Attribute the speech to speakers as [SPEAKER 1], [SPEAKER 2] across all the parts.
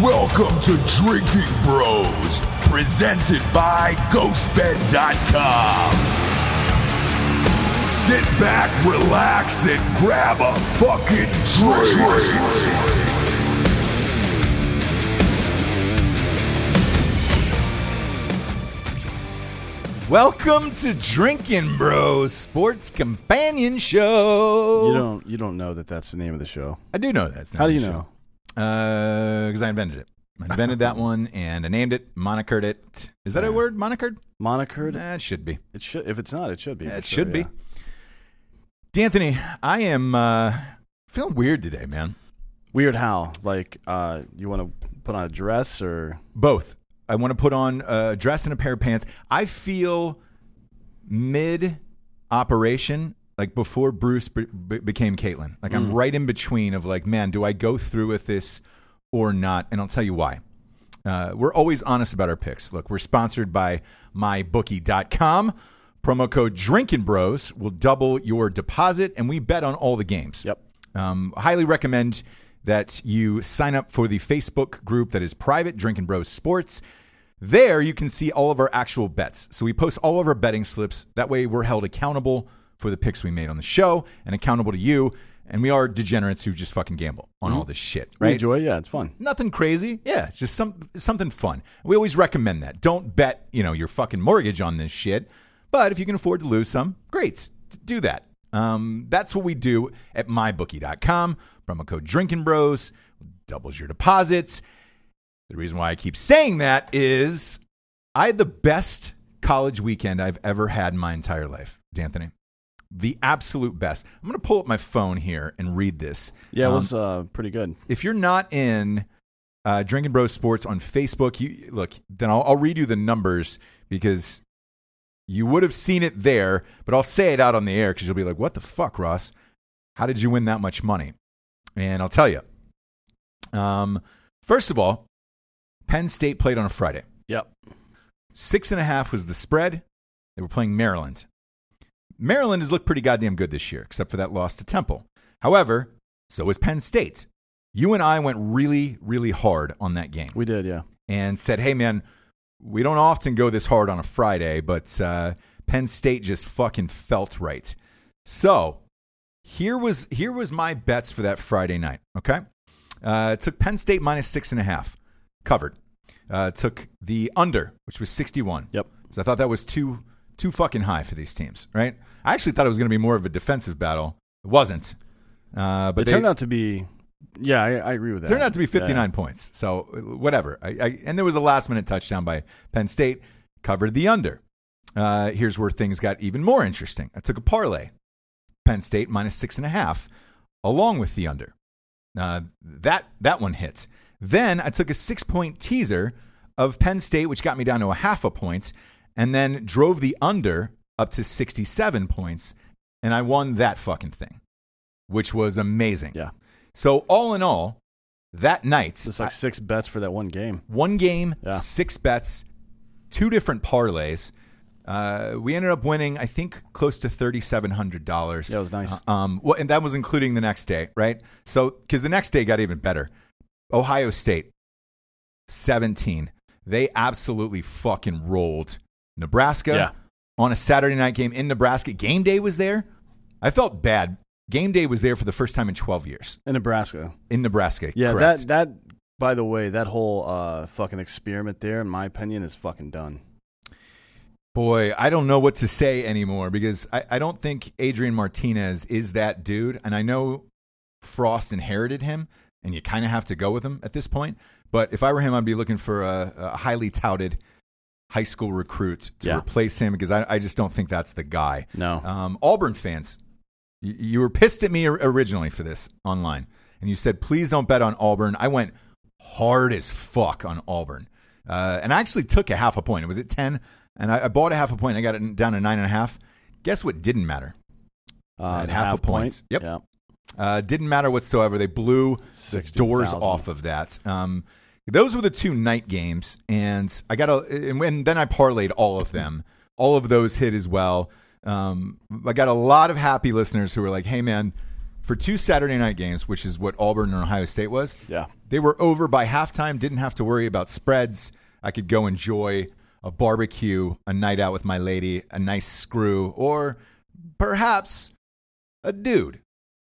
[SPEAKER 1] Welcome to Drinking Bros, presented by GhostBed.com. Sit back, relax, and grab a fucking drink.
[SPEAKER 2] Welcome to Drinking Bros Sports Companion Show.
[SPEAKER 3] You don't you don't know that that's the name of the show.
[SPEAKER 2] I do know that's not
[SPEAKER 3] Oh. How do
[SPEAKER 2] the
[SPEAKER 3] you
[SPEAKER 2] show.
[SPEAKER 3] know?
[SPEAKER 2] Because I invented it. I invented that one and I named it, monickered it. Is that a word? Monickered?
[SPEAKER 3] Monocured?
[SPEAKER 2] That should be.
[SPEAKER 3] It should if it's not, it should be.
[SPEAKER 2] That
[SPEAKER 3] for sure,
[SPEAKER 2] should be.
[SPEAKER 3] yeah.
[SPEAKER 2] D'Anthony, I am uh, feeling weird today, man.
[SPEAKER 3] Weird how? Like uh you want to put on a dress or
[SPEAKER 2] Both. I want to put on a dress and a pair of pants. I feel mid operation, like before Bruce be- be- became Caitlyn. Like I'm right in between of like, man, do I go through with this or not? And I'll tell you why. Uh, we're always honest about our picks. Look, we're sponsored by mybookie.com. Promo code Drinking Bros will double your deposit, and we bet on all the games.
[SPEAKER 3] Yep.
[SPEAKER 2] Um, highly recommend that you sign up for the Facebook group that is private, Drinking Bros Sports. There you can see all of our actual bets. So we post all of our betting slips. That way we're held accountable for the picks we made on the show and accountable to you. And we are degenerates who just fucking gamble on all this shit,
[SPEAKER 3] Mm-hmm. We
[SPEAKER 2] right?
[SPEAKER 3] enjoy? Yeah, it's fun.
[SPEAKER 2] Nothing crazy. Yeah, it's just some something fun. We always recommend that. Don't bet, you know, your fucking mortgage on this shit. But if you can afford to lose some, great. Do that. Um, that's what we do at mybookie.com. Promo code Drinking Bros doubles your deposits. The reason why I keep saying that is I had the best college weekend I've ever had in my entire life, D'Anthony. The absolute best. I'm going to pull up my phone here and read this Um,
[SPEAKER 3] Yeah, it was uh pretty good.
[SPEAKER 2] if you're not in uh, Drinking Bros Sports on Facebook, you look. Then I'll, I'll read you the numbers because you would have seen it there, but I'll say it out on the air because you'll be like, "What the fuck, Ross? How did you win that much money?" And I'll tell you. Um, first of all, Penn State played on a Friday.
[SPEAKER 3] Yep.
[SPEAKER 2] Six and a half was the spread. They were playing Maryland. Maryland has looked pretty goddamn good this year, except for that loss to Temple. However, so is Penn State. You and I went really, really hard on that game
[SPEAKER 3] We did, yeah.
[SPEAKER 2] and said, hey, man, we don't often go this hard on a Friday, but uh, Penn State just fucking felt right. So here was, here was my bets for that Friday night, okay? Uh, took Penn State minus six and a half, covered. Uh, took the under, which was 61.
[SPEAKER 3] Yep.
[SPEAKER 2] So I thought that was too too fucking high for these teams, right? I actually thought it was going to be more of a defensive battle. It wasn't. Uh, but
[SPEAKER 3] it
[SPEAKER 2] they
[SPEAKER 3] turned out to be Yeah, I, I agree with that.
[SPEAKER 2] turned out to be 59
[SPEAKER 3] Yeah.
[SPEAKER 2] points. So whatever. I, I, and there was a last minute touchdown by Penn State, covered the under. Uh, here's where things got even more interesting. I took a parlay, Penn State minus six and a half, along with the under. Uh, that that one hit. Then I took a six point teaser of Penn State, which got me down to a half a point, and then drove the under up to 67 points, and I won that fucking thing, which was amazing.
[SPEAKER 3] Yeah.
[SPEAKER 2] So all in all, that night,
[SPEAKER 3] It's just like six bets for that one game.
[SPEAKER 2] one game,
[SPEAKER 3] Yeah.
[SPEAKER 2] six bets, two different parlays. Uh, we ended up winning, I think, close to thirty-seven hundred dollars.
[SPEAKER 3] Yeah, it was nice.
[SPEAKER 2] um, well, and that was including the next day, right? So, because the next day got even better. Ohio State, seventeen. They absolutely fucking rolled Nebraska
[SPEAKER 3] Yeah.
[SPEAKER 2] on a Saturday night game in Nebraska. Game day was there. I felt bad. Game day was there for the first time in twelve years
[SPEAKER 3] In Nebraska.
[SPEAKER 2] in Nebraska.
[SPEAKER 3] Yeah,
[SPEAKER 2] correct.
[SPEAKER 3] that that by the way, that whole uh fucking experiment there, in my opinion, is fucking done.
[SPEAKER 2] Boy, I don't know what to say anymore because I, I don't think Adrian Martinez is that dude. And I know Frost inherited him, and you kind of have to go with him at this point. But if I were him, I'd be looking for a, a highly touted high school recruit to
[SPEAKER 3] Yeah.
[SPEAKER 2] replace him because I, I just don't think that's the guy.
[SPEAKER 3] No.
[SPEAKER 2] Um, Auburn fans, you, you were pissed at me or- originally for this online, and you said, please don't bet on Auburn. I went hard as fuck on Auburn. Uh, and I actually took a half a point. It was at 10, and I, I bought a half a point. I got it down to nine and a half. Guess what didn't matter?
[SPEAKER 3] Uh,
[SPEAKER 2] at half a point. Yep.
[SPEAKER 3] Yeah.
[SPEAKER 2] Uh, didn't matter whatsoever. They blew the
[SPEAKER 3] 60,000.
[SPEAKER 2] doors off of that. Um, those were the two night games, and I got a, and when- then I parlayed all of them. All of those hit as well. Um, I got a lot of happy listeners who were like, "Hey, man, for two Saturday night games, which is what Auburn and Ohio State was.
[SPEAKER 3] Yeah.
[SPEAKER 2] They were over by halftime, didn't have to worry about spreads. I could go enjoy a barbecue, a night out with my lady, a nice screw, or perhaps a dude.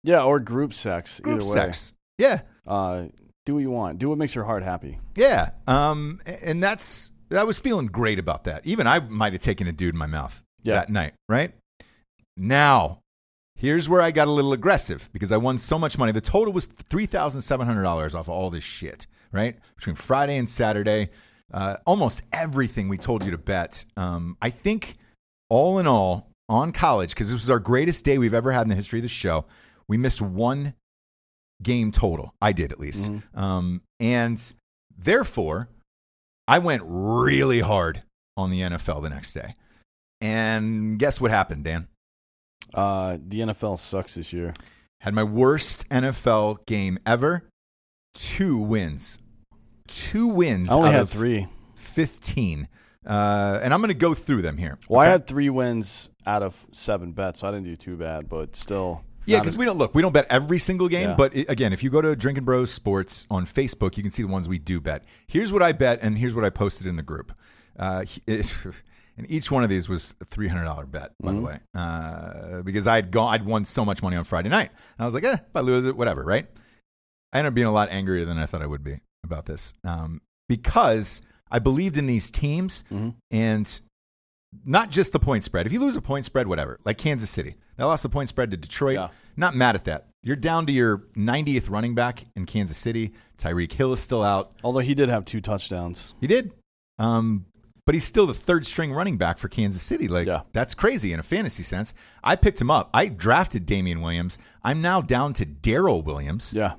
[SPEAKER 3] Yeah, or group sex.
[SPEAKER 2] Group
[SPEAKER 3] either way.
[SPEAKER 2] sex. Yeah.
[SPEAKER 3] Uh, do what you want. Do what makes your heart happy.
[SPEAKER 2] Yeah. Um, a- and that's, I was feeling great about that. Even I might have taken a dude in my mouth
[SPEAKER 3] Yeah.
[SPEAKER 2] that night, right? Now, here's where I got a little aggressive because I won so much money. The total was $3,700 off of all this shit, right? Between Friday and Saturday, uh, almost everything we told you to bet. Um, I think all in all, on college, because this was our greatest day we've ever had in the history of the show, we missed one game total. I did at least. Um, and therefore, I went really hard on the NFL the next day. And guess what happened, Dan?
[SPEAKER 3] Uh, the NFL sucks this year.
[SPEAKER 2] Had my worst NFL game ever. Two wins. Two wins.
[SPEAKER 3] I only
[SPEAKER 2] out
[SPEAKER 3] had
[SPEAKER 2] of
[SPEAKER 3] three.
[SPEAKER 2] 15. Uh, and I'm going to go through them here.
[SPEAKER 3] Well, I
[SPEAKER 2] Okay?
[SPEAKER 3] had three wins out of seven bets, so I didn't do too bad, but still.
[SPEAKER 2] Yeah,
[SPEAKER 3] not
[SPEAKER 2] because
[SPEAKER 3] as-
[SPEAKER 2] we don't look. We don't bet every single game,
[SPEAKER 3] Um, Yeah.
[SPEAKER 2] but i again, if you go to Drinking Bros Sports on Facebook, you can see the ones we do bet. Here's what I bet, and here's what I posted in the group. Uh, he- and each one of these was a three hundred dollar bet, by the way, uh, because I'd gone, I'd won so much money on Friday night, and I was like, eh, if I lose it, whatever, right? I ended up being a lot angrier than I thought I would be about this um, because I believed in these teams
[SPEAKER 3] Mm-hmm.
[SPEAKER 2] and not just the point spread. If you lose a point spread, whatever, like Kansas City, they lost the point spread to Detroit.
[SPEAKER 3] Yeah.
[SPEAKER 2] Not mad at that. You're down to your 90th running back in Kansas City. Tyreek Hill is still out.
[SPEAKER 3] Although he did have two touchdowns.
[SPEAKER 2] He did. Um, but he's still the third string running back for Kansas City. Like,
[SPEAKER 3] Yeah.
[SPEAKER 2] that's crazy in a fantasy sense. I picked him up. I drafted Damian Williams. I'm now down to Daryl Williams.
[SPEAKER 3] Yeah.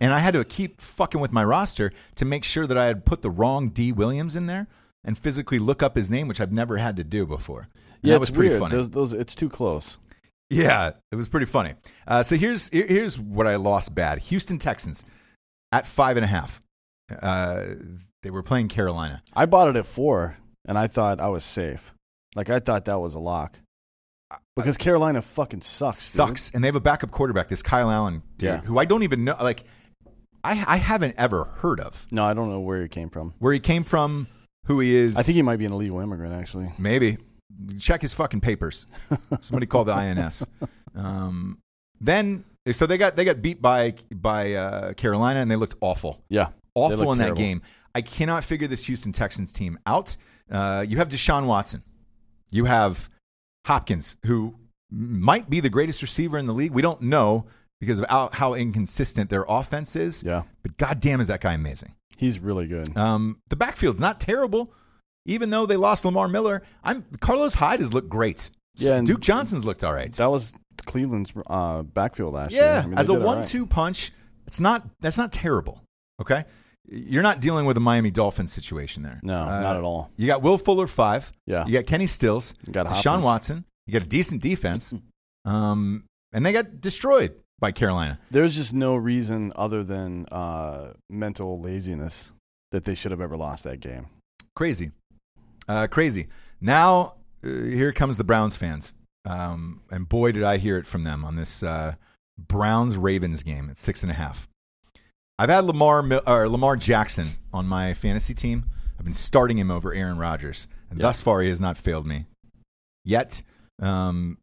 [SPEAKER 2] And I had to keep fucking with my roster to make sure that I had put the wrong D Williams in there and physically look up his name, which I've never had to do before. And
[SPEAKER 3] yeah,
[SPEAKER 2] that was
[SPEAKER 3] it's
[SPEAKER 2] pretty
[SPEAKER 3] weird.
[SPEAKER 2] funny.
[SPEAKER 3] Those, those, it's too close.
[SPEAKER 2] yeah, it was pretty funny. Uh, so here's here- here's what I lost bad: Houston Texans at five and a half. Uh, they were playing Carolina.
[SPEAKER 3] I bought it at four, and I thought I was safe. Like, I thought that was a lock. Because Carolina fucking sucks. dude.
[SPEAKER 2] Sucks, and they have a backup quarterback, this Kyle Allen dude,
[SPEAKER 3] Yeah.
[SPEAKER 2] who I don't even know. Like, I I haven't ever heard of
[SPEAKER 3] No, I don't know where he came from.
[SPEAKER 2] where he came from, who he is.
[SPEAKER 3] I think he might be an illegal immigrant, actually.
[SPEAKER 2] Maybe. Check his fucking papers. Somebody called the INS. Um, then so they got they got beat by by uh, Carolina and they looked awful,
[SPEAKER 3] Yeah. They
[SPEAKER 2] awful
[SPEAKER 3] look
[SPEAKER 2] in that
[SPEAKER 3] terrible.
[SPEAKER 2] game. I cannot figure this Houston Texans team out. Uh, you have Deshaun Watson. You have Hopkins, who might be the greatest receiver in the league. We don't know because of how, how inconsistent their offense is.
[SPEAKER 3] Yeah.
[SPEAKER 2] But goddamn, is that guy amazing?
[SPEAKER 3] He's really good.
[SPEAKER 2] Um, the backfield's not terrible, even though they lost Lamar Miller. I'm Carlos Hyde has looked great.
[SPEAKER 3] Yeah, and-
[SPEAKER 2] Duke Johnson's looked all right.
[SPEAKER 3] That was Cleveland's uh, backfield last year.
[SPEAKER 2] Yeah,
[SPEAKER 3] I mean, they
[SPEAKER 2] as a
[SPEAKER 3] did all right.
[SPEAKER 2] one-two punch, it's not that's not terrible. Okay, you're not dealing with a Miami Dolphins situation there. Uh,
[SPEAKER 3] No, not at all.
[SPEAKER 2] You got Will Fuller five.
[SPEAKER 3] Uh, Yeah.
[SPEAKER 2] you got Kenny Stills.
[SPEAKER 3] You got
[SPEAKER 2] Deshaun
[SPEAKER 3] Hopkins.
[SPEAKER 2] Watson. You got a decent defense, um, and they got destroyed by Carolina.
[SPEAKER 3] There's just no reason other than uh, mental laziness that they should have ever lost that game.
[SPEAKER 2] crazy, uh, crazy. Now uh, here comes the Browns fans, um, and boy did I hear it from them on this uh, Browns Ravens game at six and a half. I've had Lamar Mil- or Lamar Jackson on my fantasy team. I've been starting him over Aaron Rodgers, and thus far he has not failed me yet. Um,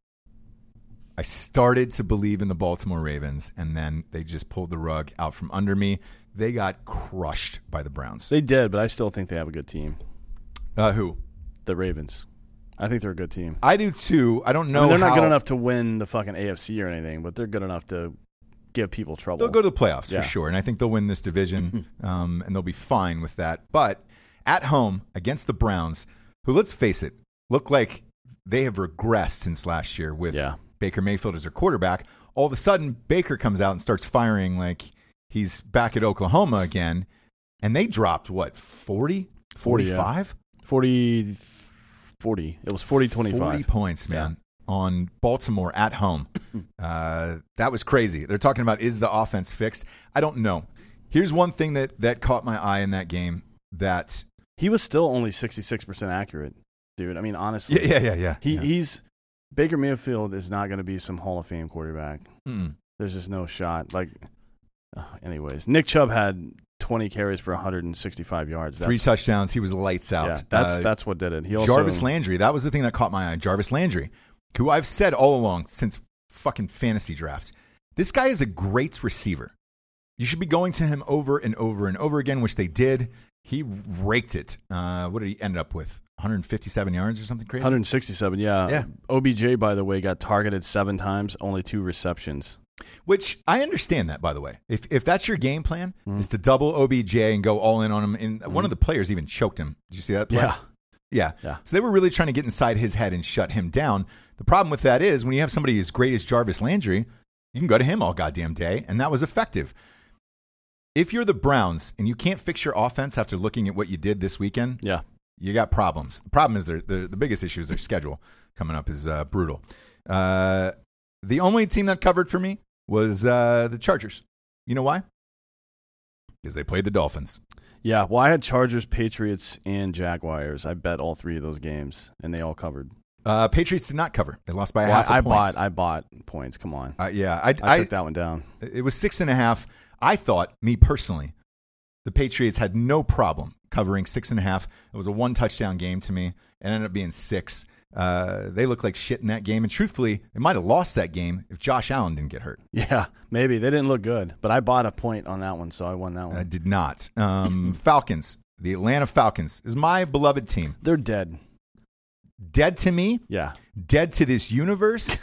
[SPEAKER 2] I started to believe in the Baltimore Ravens, and then they just pulled the rug out from under me. They got crushed by the Browns.
[SPEAKER 3] They did, but I still think they have a good team.
[SPEAKER 2] Uh, who?
[SPEAKER 3] The Ravens. I think they're a good team.
[SPEAKER 2] I do too. I don't
[SPEAKER 3] I
[SPEAKER 2] know.
[SPEAKER 3] mean, they're not
[SPEAKER 2] how-
[SPEAKER 3] good enough to win the fucking AFC or anything, but they're good enough to give people trouble.
[SPEAKER 2] They'll go to the playoffs
[SPEAKER 3] Yeah.
[SPEAKER 2] for sure, and I think they'll win this division, um, and they'll be fine with that. But at home against the Browns, who let's face it, look like they have regressed since last year with
[SPEAKER 3] Yeah.
[SPEAKER 2] Baker Mayfield as their quarterback. All of a sudden, Baker comes out and starts firing like he's back at Oklahoma again, and they dropped what 40,
[SPEAKER 3] 40, yeah.
[SPEAKER 2] 45?
[SPEAKER 3] 40, 40. It was 40 25.
[SPEAKER 2] 40 points, man, on Baltimore at home. uh, that was crazy. They're talking about is the offense fixed? I don't know. Here's one thing that, that caught my eye in that game that.
[SPEAKER 3] He was still only 66% accurate, dude. I mean, honestly.
[SPEAKER 2] yeah, yeah, yeah.
[SPEAKER 3] He,
[SPEAKER 2] yeah.
[SPEAKER 3] He's Baker Mayfield is not going to be some Hall of Fame quarterback.
[SPEAKER 2] Mm-mm.
[SPEAKER 3] There's just no shot. Like, uh, anyways, Nick Chubb had 20 carries for 165 yards. That's,
[SPEAKER 2] Three touchdowns. He was lights out.
[SPEAKER 3] yeah, that's
[SPEAKER 2] Uh,
[SPEAKER 3] that's what did it. He also
[SPEAKER 2] Jarvis Landry. That was the thing that caught my eye. Jarvis Landry, who I've said all along since fucking fantasy drafts, this guy is a great receiver. You should be going to him over and over and over again, which they did. He raked it. Uh, what did he end up with? 157 yards or something crazy?
[SPEAKER 3] 167. Yeah.
[SPEAKER 2] Yeah.
[SPEAKER 3] OBJ, by the way, got targeted seven times, only two receptions.
[SPEAKER 2] Which I understand that, by the way. If, if that's your game plan,
[SPEAKER 3] Mm-hmm.
[SPEAKER 2] is to double OBJ and go all in on him. And one of the players even choked him. Did you see that play?
[SPEAKER 3] Yeah.
[SPEAKER 2] Yeah.
[SPEAKER 3] Yeah.
[SPEAKER 2] So they were really trying to get inside his head and shut him down. The problem with that is when you have somebody as great as Jarvis Landry, you can go to him all goddamn day, and that was effective. If you're the Browns and you can't fix your offense after looking at what you did this weekend,
[SPEAKER 3] Yeah.
[SPEAKER 2] you got problems. The problem is their, the the biggest issue is their schedule coming up is uh, brutal. Uh, the only team that covered for me was uh, the Chargers. You know why? Because they played the Dolphins.
[SPEAKER 3] Yeah. Well, I had Chargers, Patriots, and Jaguars. I bet all three of those games, and they all covered.
[SPEAKER 2] Uh, Patriots did not cover. They lost by a
[SPEAKER 3] Well,
[SPEAKER 2] half. a
[SPEAKER 3] I, I
[SPEAKER 2] point.
[SPEAKER 3] bought. I bought points. Come on.
[SPEAKER 2] Uh, yeah, I,
[SPEAKER 3] I,
[SPEAKER 2] I-
[SPEAKER 3] took that one down.
[SPEAKER 2] it was six and a half. I thought, me personally, the Patriots had no problem covering six and a half. It was a one touchdown game to me, and ended up being six. Uh, they looked like shit in that game, and truthfully, they might have lost that game if Josh Allen didn't get hurt.
[SPEAKER 3] Yeah. Maybe they didn't look good, but I bought a point on that one, so I won that one.
[SPEAKER 2] I did not. Um, Falcons, the Atlanta Falcons, is my beloved team.
[SPEAKER 3] They're dead.
[SPEAKER 2] Dead to me,
[SPEAKER 3] Yeah.
[SPEAKER 2] dead to this universe.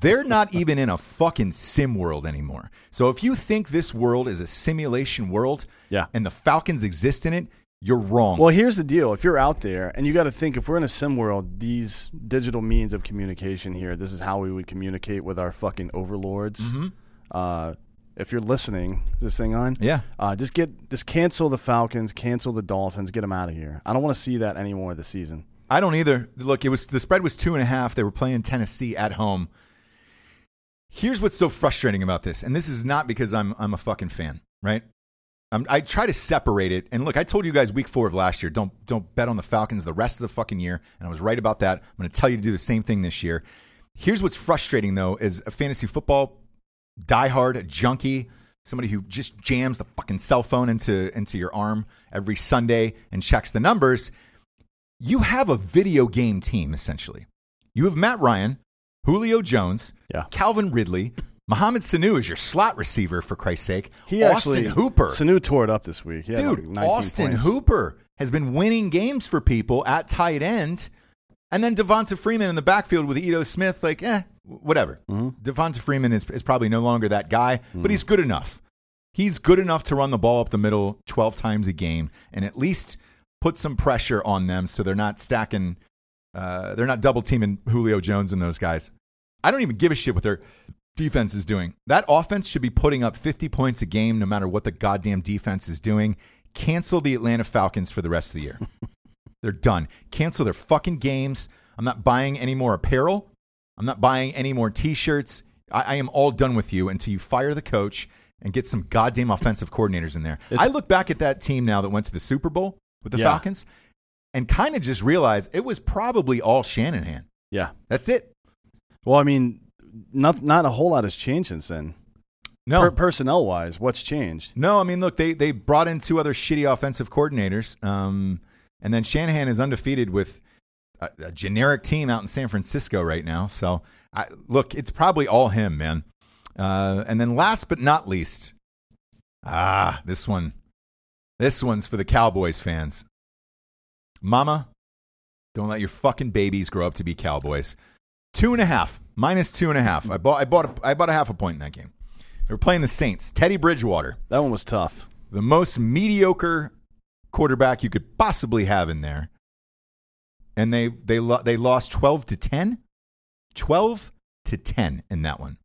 [SPEAKER 2] They're not even in a fucking sim world anymore. So if you think this world is a simulation world,
[SPEAKER 3] Yeah.
[SPEAKER 2] and the Falcons exist in it, you're wrong.
[SPEAKER 3] Well, here's the deal. If you're out there and you got to think, if we're in a sim world, these digital means of communication here, this is how we would communicate with our fucking overlords.
[SPEAKER 2] Mm-hmm.
[SPEAKER 3] Uh, if you're listening, is this thing on?
[SPEAKER 2] Yeah.
[SPEAKER 3] Uh, just get, just cancel the Falcons, cancel the Dolphins, get them out of here. I don't want to see that anymore this season.
[SPEAKER 2] I don't either. Look, it was the spread was two and a half. They were playing Tennessee at home. Here's what's so frustrating about this, and this is not because I'm I'm a fucking fan, right? I'm, I try to separate it. And look, I told you guys week four of last year, don't don't bet on the Falcons the rest of the fucking year, and I was right about that. I'm going to tell you to do the same thing this year. Here's what's frustrating though, as a fantasy football diehard, a junkie, somebody who just jams the fucking cell phone into into your arm every Sunday and checks the numbers you have a video game team essentially. You have Matt Ryan, Julio Jones,
[SPEAKER 3] Yeah.
[SPEAKER 2] Calvin Ridley, Mohamed Sanu is your slot receiver for Christ's sake.
[SPEAKER 3] He
[SPEAKER 2] Austin
[SPEAKER 3] actually,
[SPEAKER 2] Hooper,
[SPEAKER 3] Sanu tore it up this week. He had like
[SPEAKER 2] dude,
[SPEAKER 3] 19
[SPEAKER 2] Austin
[SPEAKER 3] points.
[SPEAKER 2] Hooper has been winning games for people at tight end, and then Devonta Freeman in the backfield with Edo Smith. Like, eh, whatever. Devonta Freeman is is probably no longer that guy, but he's good enough. He's good enough to run the ball up the middle 12 times a game and at least put some pressure on them so they're not stacking, uh, they're not double teaming Julio Jones and those guys. I don't even give a shit what their defense is doing. That offense should be putting up 50 points a game no matter what the goddamn defense is doing. Cancel the Atlanta Falcons for the rest of the year. They're done. Cancel their fucking games. I'm not buying any more apparel. I'm not buying any more t shirts. I, I am all done with you until you fire the coach and get some goddamn offensive coordinators in there.
[SPEAKER 3] It's-
[SPEAKER 2] I look back at that team now that went to the Super Bowl with the
[SPEAKER 3] Yeah.
[SPEAKER 2] Falcons and kind of just realize it was probably all Shanahan.
[SPEAKER 3] Yeah.
[SPEAKER 2] That's it.
[SPEAKER 3] Well, I mean, not, not a whole lot has changed since then.
[SPEAKER 2] No.
[SPEAKER 3] personnel wise, what's changed?
[SPEAKER 2] No, I mean, look, they they brought in two other shitty offensive coordinators, um, and then Shanahan is undefeated with a, a generic team out in San Francisco right now. So, I, look, it's probably all him, man. Uh, and then, last but not least, ah, this one, this one's for the Cowboys fans. Mama, don't let your fucking babies grow up to be Cowboys. Two and a half, minus two and a half. I bought, I bought, a, I bought a half a point in that game. They were playing the Saints. Teddy Bridgewater
[SPEAKER 3] That one was tough.
[SPEAKER 2] the most mediocre quarterback you could possibly have in there. And they they lo- they lost 12 to 10. 12 to 10 in that one.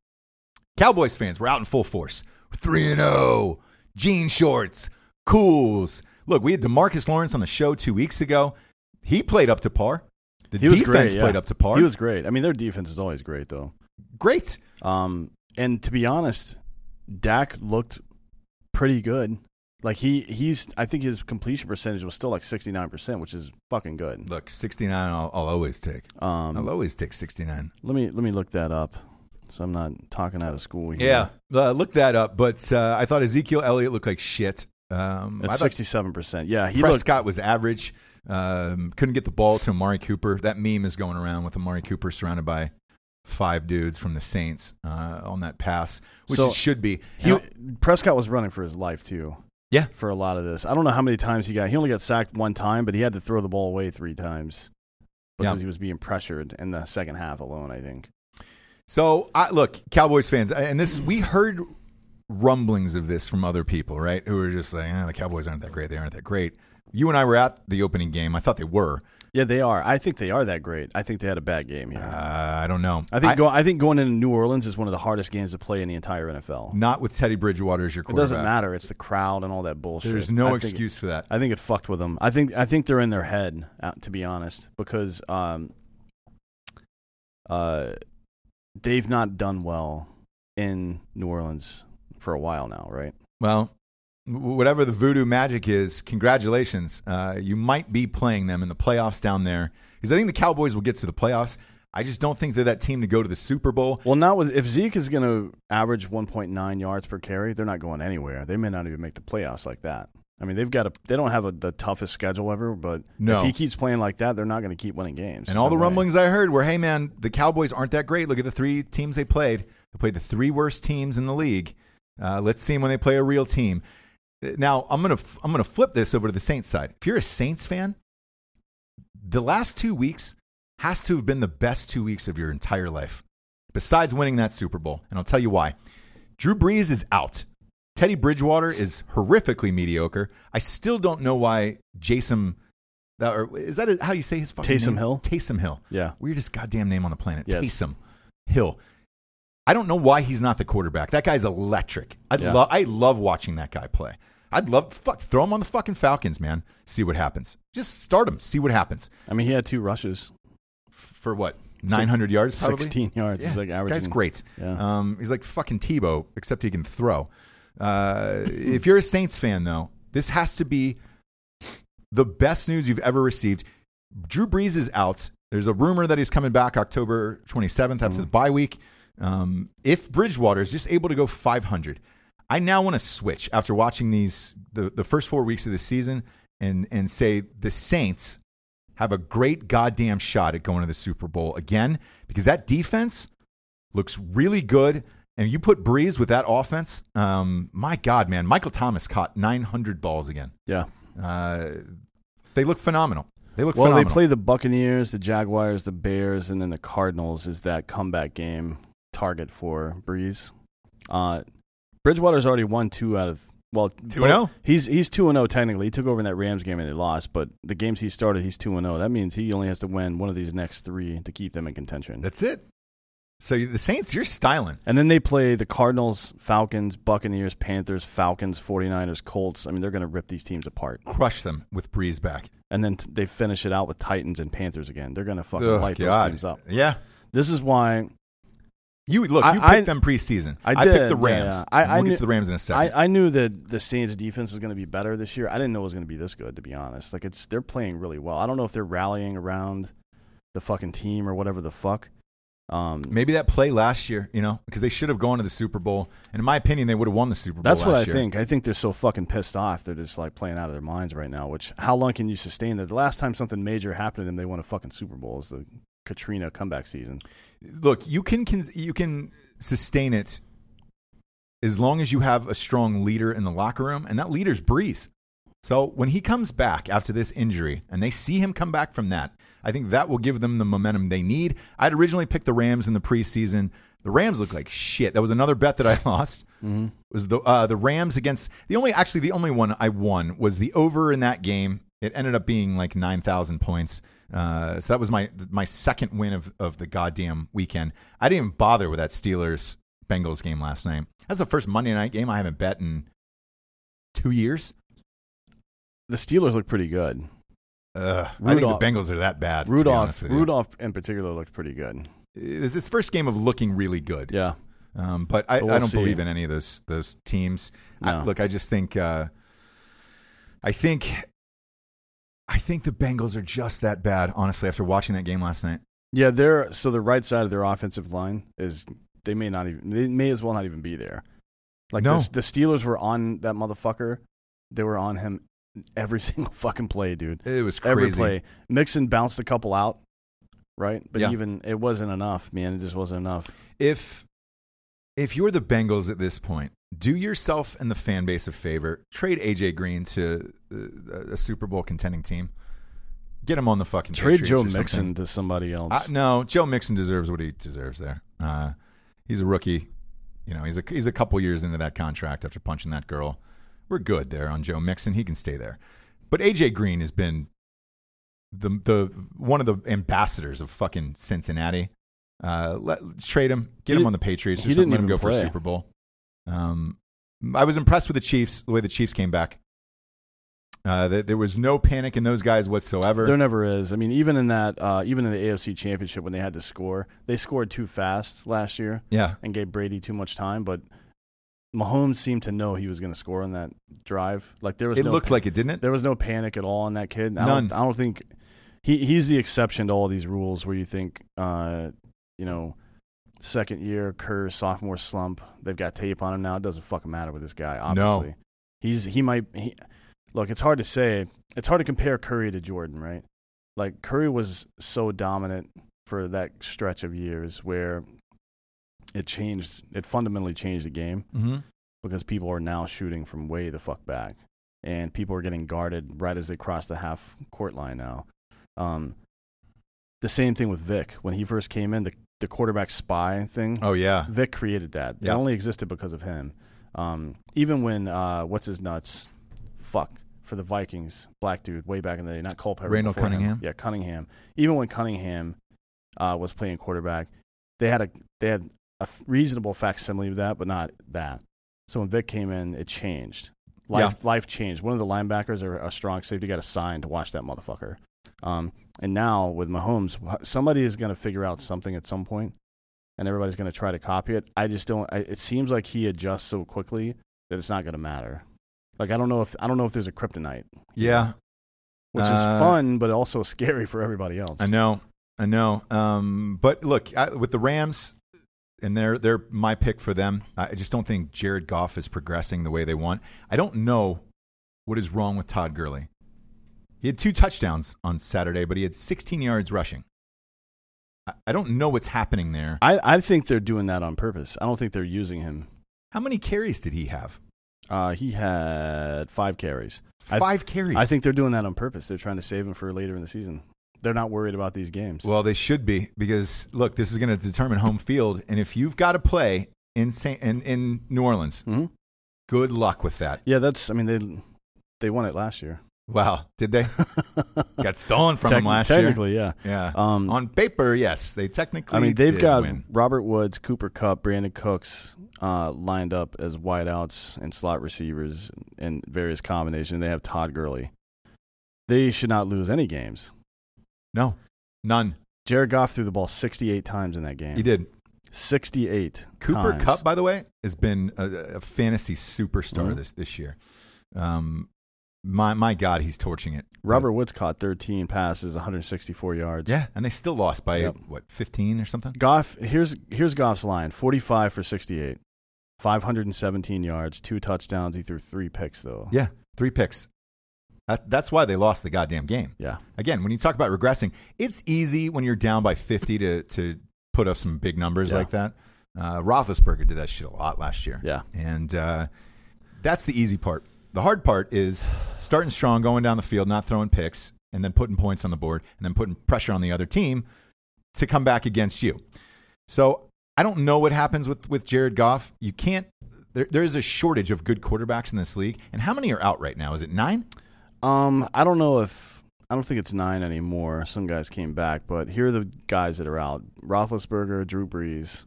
[SPEAKER 2] Cowboys fans were out in full force. 3 and 0. Jean shorts, cools. Look, we had DeMarcus Lawrence on the show 2 weeks ago. He played up to par. The
[SPEAKER 3] He was
[SPEAKER 2] defense
[SPEAKER 3] great. yeah.
[SPEAKER 2] played up to par.
[SPEAKER 3] He was great. I mean, their defense is always great, though.
[SPEAKER 2] great.
[SPEAKER 3] Um, and to be honest, Dak looked pretty good. Like he, he's. I think his completion percentage was still like sixty nine percent, which is fucking good.
[SPEAKER 2] Look, 69 I'll, I'll always take.
[SPEAKER 3] Um,
[SPEAKER 2] I'll always take 69.
[SPEAKER 3] let me let me look that up. so I'm not talking out of school here.
[SPEAKER 2] Yeah, uh, look that up. But uh, I thought Ezekiel Elliott looked like shit. Um, I
[SPEAKER 3] That's
[SPEAKER 2] thought
[SPEAKER 3] 67%. Yeah, he looked
[SPEAKER 2] Prescott was average. Um, couldn't get the ball to Amari Cooper. That meme is going around with Amari Cooper surrounded by five dudes from the Saints uh, on that pass, which
[SPEAKER 3] So,
[SPEAKER 2] it should be.
[SPEAKER 3] He,
[SPEAKER 2] And I-
[SPEAKER 3] Prescott was running for his life too.
[SPEAKER 2] Yeah.
[SPEAKER 3] for a lot of this, I don't know how many times he got. He only got sacked one time, but he had to throw the ball away three times because
[SPEAKER 2] Yeah.
[SPEAKER 3] he was being pressured in the second half alone. I think.
[SPEAKER 2] so I, look, Cowboys fans, and this we heard rumblings of this from other people, right? Who were just like, eh, the Cowboys aren't that great. They aren't that great. You and I were at the opening game. I thought they were.
[SPEAKER 3] Yeah, they are. I think they are that great. I think they had a bad game here.
[SPEAKER 2] Uh, I don't know.
[SPEAKER 3] I think go, I think going into New Orleans is one of the hardest games to play in the entire NFL.
[SPEAKER 2] not with Teddy Bridgewater as your
[SPEAKER 3] It
[SPEAKER 2] quarterback.
[SPEAKER 3] doesn't matter. It's the crowd and all that bullshit.
[SPEAKER 2] There's
[SPEAKER 3] I
[SPEAKER 2] no
[SPEAKER 3] think-
[SPEAKER 2] excuse for that.
[SPEAKER 3] I think it fucked with them. I think I think they're in their head, uh, to be honest, because um, uh, they've not done well in New Orleans for a while now, right?
[SPEAKER 2] Well, w- whatever the voodoo magic is, congratulations. Uh, you might be playing them in the playoffs down there because I think the Cowboys will get to the playoffs. I just don't think they're that team to go to the Super Bowl.
[SPEAKER 3] Well, not with if Zeke is going to average 1.9 yards per carry, they're not going anywhere. They may not even make the playoffs like that. I mean, they've got a they don't have a, the toughest schedule ever, but
[SPEAKER 2] No.
[SPEAKER 3] if he keeps playing like that, they're not going to keep winning games.
[SPEAKER 2] And all the
[SPEAKER 3] There's no way.
[SPEAKER 2] rumblings I heard were, hey, man, the Cowboys aren't that great. Look at the three teams they played. They played the three worst teams in the league. Uh, let's see 'em when they play a real team. Uh, Now, I'm going to I'm gonna flip this over to the Saints side. If you're a Saints fan, the last two weeks has to have been the best two weeks of your entire life, besides winning that Super Bowl. And I'll tell you why. Drew Brees is out. Teddy Bridgewater is horrifically mediocre. I still don't know why Jason, that, or is that how you say his fucking
[SPEAKER 3] Taysom
[SPEAKER 2] name?
[SPEAKER 3] Hill?
[SPEAKER 2] Taysom Hill.
[SPEAKER 3] Yeah.
[SPEAKER 2] Weirdest goddamn name on the planet.
[SPEAKER 3] Yes.
[SPEAKER 2] Taysom Hill. I don't know why he's not the quarterback. That guy's electric. I
[SPEAKER 3] Yeah.
[SPEAKER 2] love I love watching that guy play. I'd love fuck throw him on the fucking Falcons, man. See what happens. Just start him. See what happens.
[SPEAKER 3] I mean, he had two rushes,
[SPEAKER 2] For what? 900 yards probably?
[SPEAKER 3] 16 yards.
[SPEAKER 2] Yeah,
[SPEAKER 3] He's like
[SPEAKER 2] this
[SPEAKER 3] averaging.
[SPEAKER 2] guy's great.
[SPEAKER 3] Yeah.
[SPEAKER 2] Um, he's like fucking Tebow, except he can throw. Uh, if you're a Saints fan, though, this has to be the best news you've ever received. Drew Brees is out. There's a rumor that he's coming back October 27th after the bye week. Um, if Bridgewater is just able to go 500, I now want to switch after watching these the, the first four weeks of the season and and say the Saints have a great goddamn shot at going to the Super Bowl again because that defense looks really good. And you put Breeze with that offense, um, my God, man, Michael Thomas caught 900 balls again.
[SPEAKER 3] Yeah.
[SPEAKER 2] Uh, they look phenomenal. They look
[SPEAKER 3] Well,
[SPEAKER 2] phenomenal.
[SPEAKER 3] they play the Buccaneers, the Jaguars, the Bears, and then the Cardinals is that comeback game target for Breeze. Uh, Bridgewater's already won two out of well,
[SPEAKER 2] 2-0?
[SPEAKER 3] both- He's he's two and zero technically. He took over in that Rams game and they lost, but the games he started, he's two and zero. That means he only has to win one of these next three to keep them in contention.
[SPEAKER 2] That's it. So you- the Saints, you're styling.
[SPEAKER 3] and then they play the Cardinals, Falcons, Buccaneers, Panthers, Falcons, 49ers, Colts. I mean, they're going to rip these teams apart.
[SPEAKER 2] Crush them with Breeze back.
[SPEAKER 3] And then t- they finish it out with Titans and Panthers again. They're going to fucking
[SPEAKER 2] Oh,
[SPEAKER 3] light those
[SPEAKER 2] God.
[SPEAKER 3] teams up.
[SPEAKER 2] Yeah.
[SPEAKER 3] This is why
[SPEAKER 2] You look.
[SPEAKER 3] I-
[SPEAKER 2] You picked
[SPEAKER 3] I-
[SPEAKER 2] them preseason.
[SPEAKER 3] I
[SPEAKER 2] picked
[SPEAKER 3] did,
[SPEAKER 2] the Rams.
[SPEAKER 3] yeah, yeah. I-
[SPEAKER 2] And
[SPEAKER 3] I
[SPEAKER 2] we'll
[SPEAKER 3] knew-
[SPEAKER 2] get to the Rams in a second.
[SPEAKER 3] I, I knew that the Saints defense was going to be better this year. I didn't know it was going to be this good, to be honest. Like it's they're playing really well. I don't know if they're rallying around the fucking team or whatever the fuck. Um,
[SPEAKER 2] Maybe that play last year, you know, because they should have gone to the Super Bowl. And in my opinion, they would have won the Super Bowl.
[SPEAKER 3] that's what I
[SPEAKER 2] last year.
[SPEAKER 3] think. I think they're so fucking pissed off. They're just like playing out of their minds right now. Which how long can you sustain that? The last time something major happened to them, they won a fucking Super Bowl. Is the Katrina comeback season?
[SPEAKER 2] look you can, can you can sustain it as long as you have a strong leader in the locker room and that leader's breeze so when he comes back after this injury and they see him come back from that i think that will give them the momentum they need i'd originally picked the rams in the preseason the rams look like shit that was another bet that i lost was the uh, the rams against the only actually the only one i won was the over in that game it ended up being like 9000 points uh, so that was my my second win of, of the goddamn weekend. I didn't even bother with that Steelers Bengals game last night. That's the first Monday night game I haven't bet in two years.
[SPEAKER 3] The Steelers look pretty good.
[SPEAKER 2] Ugh, I think
[SPEAKER 3] Rudolph-
[SPEAKER 2] the Bengals are that bad. to be honest
[SPEAKER 3] Rudolph,
[SPEAKER 2] with you.
[SPEAKER 3] Rudolph in particular looked pretty good.
[SPEAKER 2] It's his first game of looking really good.
[SPEAKER 3] Yeah,
[SPEAKER 2] Um, but I, I
[SPEAKER 3] But we'll
[SPEAKER 2] don't
[SPEAKER 3] see.
[SPEAKER 2] believe in any of those those teams. I,
[SPEAKER 3] No.
[SPEAKER 2] look, I just think uh, I think I think the Bengals are just that bad. Honestly, after watching that game last night,
[SPEAKER 3] Yeah, they're so the right side of their offensive line is they may not even they may as well not even be there. Like
[SPEAKER 2] No.
[SPEAKER 3] the, the Steelers were on that motherfucker. They were on him every single fucking play, dude.
[SPEAKER 2] It was crazy.
[SPEAKER 3] Every play. Mixon bounced a couple out, right? But
[SPEAKER 2] Yeah.
[SPEAKER 3] even it wasn't enough, man. It just wasn't enough.
[SPEAKER 2] If if you're the Bengals at this point, do yourself and the fan base a favor. Trade AJ Green to uh, a Super Bowl contending team. Get him on the fucking
[SPEAKER 3] Trade
[SPEAKER 2] Patriots
[SPEAKER 3] Joe
[SPEAKER 2] or something.
[SPEAKER 3] Mixon to somebody else.
[SPEAKER 2] I, no, Joe Mixon deserves what he deserves there. Uh, he's a rookie. You know, he's a he's a couple years into that contract after punching that girl. We're good there on Joe Mixon. He can stay there. But AJ Green has been the the one of the ambassadors of fucking Cincinnati. Uh, let, us trade him. Get
[SPEAKER 3] He
[SPEAKER 2] him
[SPEAKER 3] di-
[SPEAKER 2] on the Patriots or
[SPEAKER 3] he
[SPEAKER 2] something.
[SPEAKER 3] didn't
[SPEAKER 2] Let him
[SPEAKER 3] even
[SPEAKER 2] go for a
[SPEAKER 3] play.
[SPEAKER 2] Super Bowl. Um, I was impressed with the Chiefs, the way the Chiefs came back. Uh, th- there was no panic in those guys whatsoever.
[SPEAKER 3] There never is. I mean, even in that, uh, even in the AFC Championship when they had to score, they scored too fast last year
[SPEAKER 2] yeah,
[SPEAKER 3] and gave Brady too much time. But Mahomes seemed to know he was going to score on that drive. Like there was,
[SPEAKER 2] it
[SPEAKER 3] no
[SPEAKER 2] looked like it, didn't it?
[SPEAKER 3] there was no panic at all on that kid. I
[SPEAKER 2] None.
[SPEAKER 3] Don't, I don't think he he's the exception to all these rules where you think, uh, you know, second year Kerr sophomore slump. They've got tape on him now. It doesn't fucking matter with this guy. Obviously, he's he might he, look. It's hard to say. It's hard to compare Curry to Jordan, right? Like Curry was so dominant for that stretch of years where it changed. It fundamentally changed the game
[SPEAKER 2] Mm-hmm.
[SPEAKER 3] because people are now shooting from way the fuck back, and people are getting guarded right as they cross the half court line now. Um, the same thing with Vic when he first came in, the the quarterback spy thing.
[SPEAKER 2] Oh yeah,
[SPEAKER 3] Vic created that.
[SPEAKER 2] Yeah.
[SPEAKER 3] It only existed because of him. Um, even when uh, what's his nuts, fuck for the Vikings, black dude way back in the day, not Culpepper.
[SPEAKER 2] Randall
[SPEAKER 3] before him.
[SPEAKER 2] Cunningham?
[SPEAKER 3] Yeah, Cunningham. Even when Cunningham uh, was playing quarterback, they had a they had a f- reasonable facsimile of that, but not that. So when Vic came in, it changed. Life life changed. One of the linebackers or a strong safety got assigned to watch that motherfucker. Um, and now with Mahomes, wh- somebody is going to figure out something at some point, and everybody's going to try to copy it. I just don't. I, it seems like he adjusts so quickly that it's not going to matter. Like I don't know if I don't know if there's a kryptonite,
[SPEAKER 2] yeah.
[SPEAKER 3] which is
[SPEAKER 2] Uh,
[SPEAKER 3] fun but also scary for everybody else.
[SPEAKER 2] I know, I know. Um, but look, I, with the Rams, and they're they're my pick for them. I just don't think Jared Goff is progressing the way they want. I don't know what is wrong with Todd Gurley. He had two touchdowns on Saturday, but he had 16 yards rushing. I, I don't know what's happening there.
[SPEAKER 3] I, I think they're doing that on purpose. I don't think they're using him.
[SPEAKER 2] How many carries did he have?
[SPEAKER 3] Uh, he had five carries. I-
[SPEAKER 2] Five carries.
[SPEAKER 3] I think they're doing that on purpose. They're trying to save him for later in the season. They're not worried about these games.
[SPEAKER 2] Well, they should be because look, this is going to determine home field, and if you've got to play in Saint, in, in New Orleans,
[SPEAKER 3] Mhm.
[SPEAKER 2] good luck with that.
[SPEAKER 3] Yeah, that's. I mean, they they won it last year.
[SPEAKER 2] Wow, did they got stolen from them
[SPEAKER 3] Techn-
[SPEAKER 2] last year?
[SPEAKER 3] technically, yeah.
[SPEAKER 2] Yeah.
[SPEAKER 3] Um,
[SPEAKER 2] On paper, yes, they technically.
[SPEAKER 3] I mean, they've
[SPEAKER 2] did
[SPEAKER 3] got
[SPEAKER 2] win.
[SPEAKER 3] Robert Woods, Cooper Cup, Brandon Cooks uh, lined up as wideouts and slot receivers in various combinations. They have Todd Gurley. They should not lose any games.
[SPEAKER 2] no, none.
[SPEAKER 3] Jared Goff threw the ball 68 times in that game.
[SPEAKER 2] He did.
[SPEAKER 3] 68.
[SPEAKER 2] Cooper
[SPEAKER 3] times.
[SPEAKER 2] Cup, by the way, has been a, a fantasy superstar
[SPEAKER 3] Mhm.
[SPEAKER 2] this this year. Um, my my God, he's torching it.
[SPEAKER 3] Robert Woods caught 13 passes, 164 yards.
[SPEAKER 2] Yeah, and they still lost by
[SPEAKER 3] Yep.
[SPEAKER 2] what fifteen or something.
[SPEAKER 3] Goff, here's here's Goff's line: forty-five for sixty-eight, five hundred and seventeen yards, two touchdowns. He threw three picks though.
[SPEAKER 2] Yeah, three picks. That, that's why they lost the goddamn game.
[SPEAKER 3] Yeah.
[SPEAKER 2] Again, when you talk about regressing, it's easy when you're down by 50 to, to put up some big numbers
[SPEAKER 3] Yeah.
[SPEAKER 2] like that. Uh, Roethlisberger did that shit a lot last year.
[SPEAKER 3] Yeah.
[SPEAKER 2] And uh, that's the easy part. The hard part is starting strong, going down the field, not throwing picks, and then putting points on the board, and then putting pressure on the other team to come back against you. So I don't know what happens with, with Jared Goff. You can't. There, there is a shortage of good quarterbacks in this league. And how many are out right now? Is it nine?
[SPEAKER 3] Um, I don't know if I don't think it's nine anymore. Some guys came back, but here are the guys that are out: Roethlisberger, Drew Brees,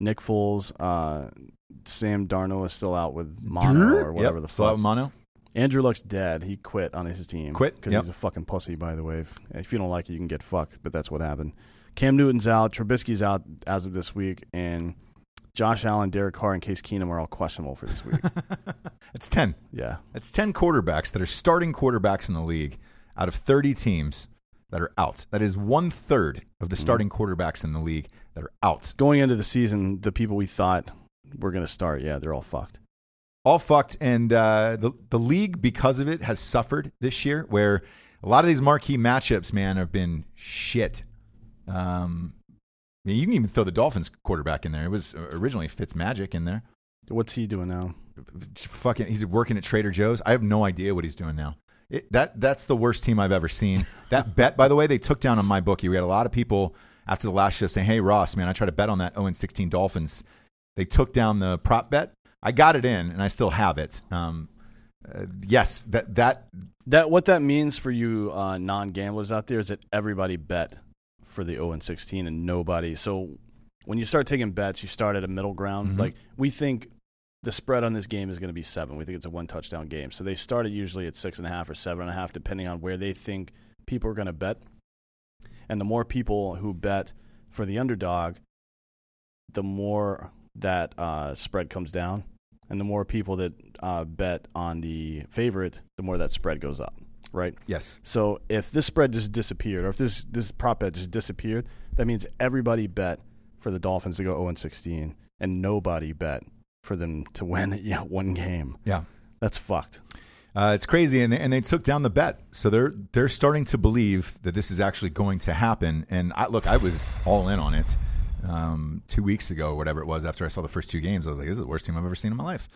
[SPEAKER 3] Nick Foles, uh, Sam Darnold is still out with mono or whatever
[SPEAKER 2] Yep,
[SPEAKER 3] the
[SPEAKER 2] still out
[SPEAKER 3] fuck.
[SPEAKER 2] with mono.
[SPEAKER 3] Andrew Luck's dead. He quit on his team.
[SPEAKER 2] Quit?
[SPEAKER 3] because
[SPEAKER 2] Yep.
[SPEAKER 3] he's a fucking pussy. By the way, if, if you don't like it, you can get fucked. But that's what happened. Cam Newton's out. Trubisky's out as of this week, and Josh Allen, Derek Carr, and Case Keenum are all questionable for this week.
[SPEAKER 2] That's ten.
[SPEAKER 3] yeah,
[SPEAKER 2] That's ten quarterbacks that are starting quarterbacks in the league out of thirty teams that are out. That is one third of the starting quarterbacks in the league that are out.
[SPEAKER 3] Going into the season, the people we thought were going to start, yeah, they're all fucked.
[SPEAKER 2] all fucked. And uh, the the league because of it has suffered this year, where a lot of these marquee matchups, man, have been shit. Um, I mean, you can even throw the Dolphins quarterback in there. It was originally Fitzmagic in there.
[SPEAKER 3] What's he doing now?
[SPEAKER 2] Fucking, he's working at Trader Joe's. I have no idea what he's doing now. It, that that's the worst team I've ever seen. That bet, by the way, they took down on my bookie. We had a lot of people after the last show saying, "Hey Ross, man, I tried to bet on that 0 16 Dolphins." They took down the prop bet. I got it in, and I still have it. Um, uh, yes, that that
[SPEAKER 3] That what that means for you uh, non-gamblers out there is that everybody bet for the 0 and 16 and nobody. So when you start taking bets, you start at a middle ground.
[SPEAKER 2] Mhm.
[SPEAKER 3] Like we think the spread on this game is going to be seven. We think it's a one touchdown game. So they start it usually at six and a half or seven and a half, depending on where they think people are going to bet. And the more people who bet for the underdog, the more that uh, spread comes down. And the more people that uh, bet on the favorite, the more that spread goes up, right?
[SPEAKER 2] yes,
[SPEAKER 3] So if this spread just disappeared, or if this this prop bet just disappeared, that means everybody bet for the Dolphins to go 0 16, and nobody bet for them to win. Yeah, one game.
[SPEAKER 2] yeah.
[SPEAKER 3] That's fucked.
[SPEAKER 2] Uh, it's crazy, and they, and they took down the bet, so they're they're starting to believe that this is actually going to happen. And I, look, I was all in on it um, two weeks ago, or whatever it was. After I saw the first two games, I was like, "This is the worst team I've ever seen in my life."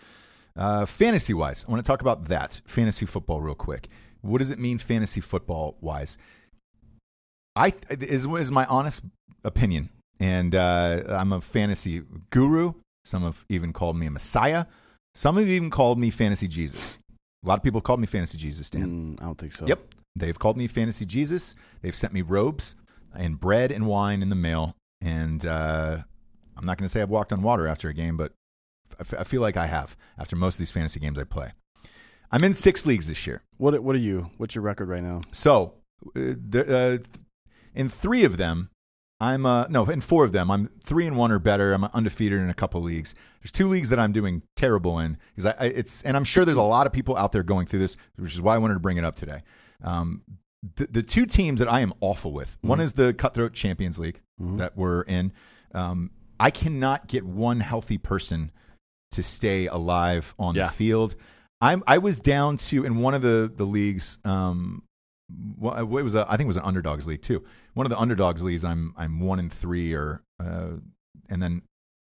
[SPEAKER 2] Uh, fantasy wise, I want to talk about that fantasy football real quick. What does it mean fantasy football wise? I is is my honest opinion, and uh, I'm a fantasy guru. Some have even called me a messiah. Some have even called me fantasy Jesus. A lot of people have called me fantasy Jesus, Dan.
[SPEAKER 3] Mm, I don't think so.
[SPEAKER 2] Yep, they've called me fantasy Jesus. They've sent me robes and bread and wine in the mail, and uh, I'm not going to say I've walked on water after a game, but I f- I feel like I have after most of these fantasy games I play. I'm in six leagues this year.
[SPEAKER 3] What What are you? What's your record right now?
[SPEAKER 2] So, uh, there, uh, in three of them, I'm uh, no, in four of them, I'm three and one or better. I'm undefeated in a couple leagues. There's two leagues that I'm doing terrible in because I, I it's and I'm sure there's a lot of people out there going through this, which is why I wanted to bring it up today. Um, the, the two teams that I am awful with, one is the Cutthroat Champions League that we're in. Um, I cannot get one healthy person to stay alive on
[SPEAKER 3] Yeah.
[SPEAKER 2] the field. I'm I was down to in one of the the leagues. Um, well, it was a, I think it was an underdogs league too. One of the underdogs leagues, I'm I'm one in three or uh, and then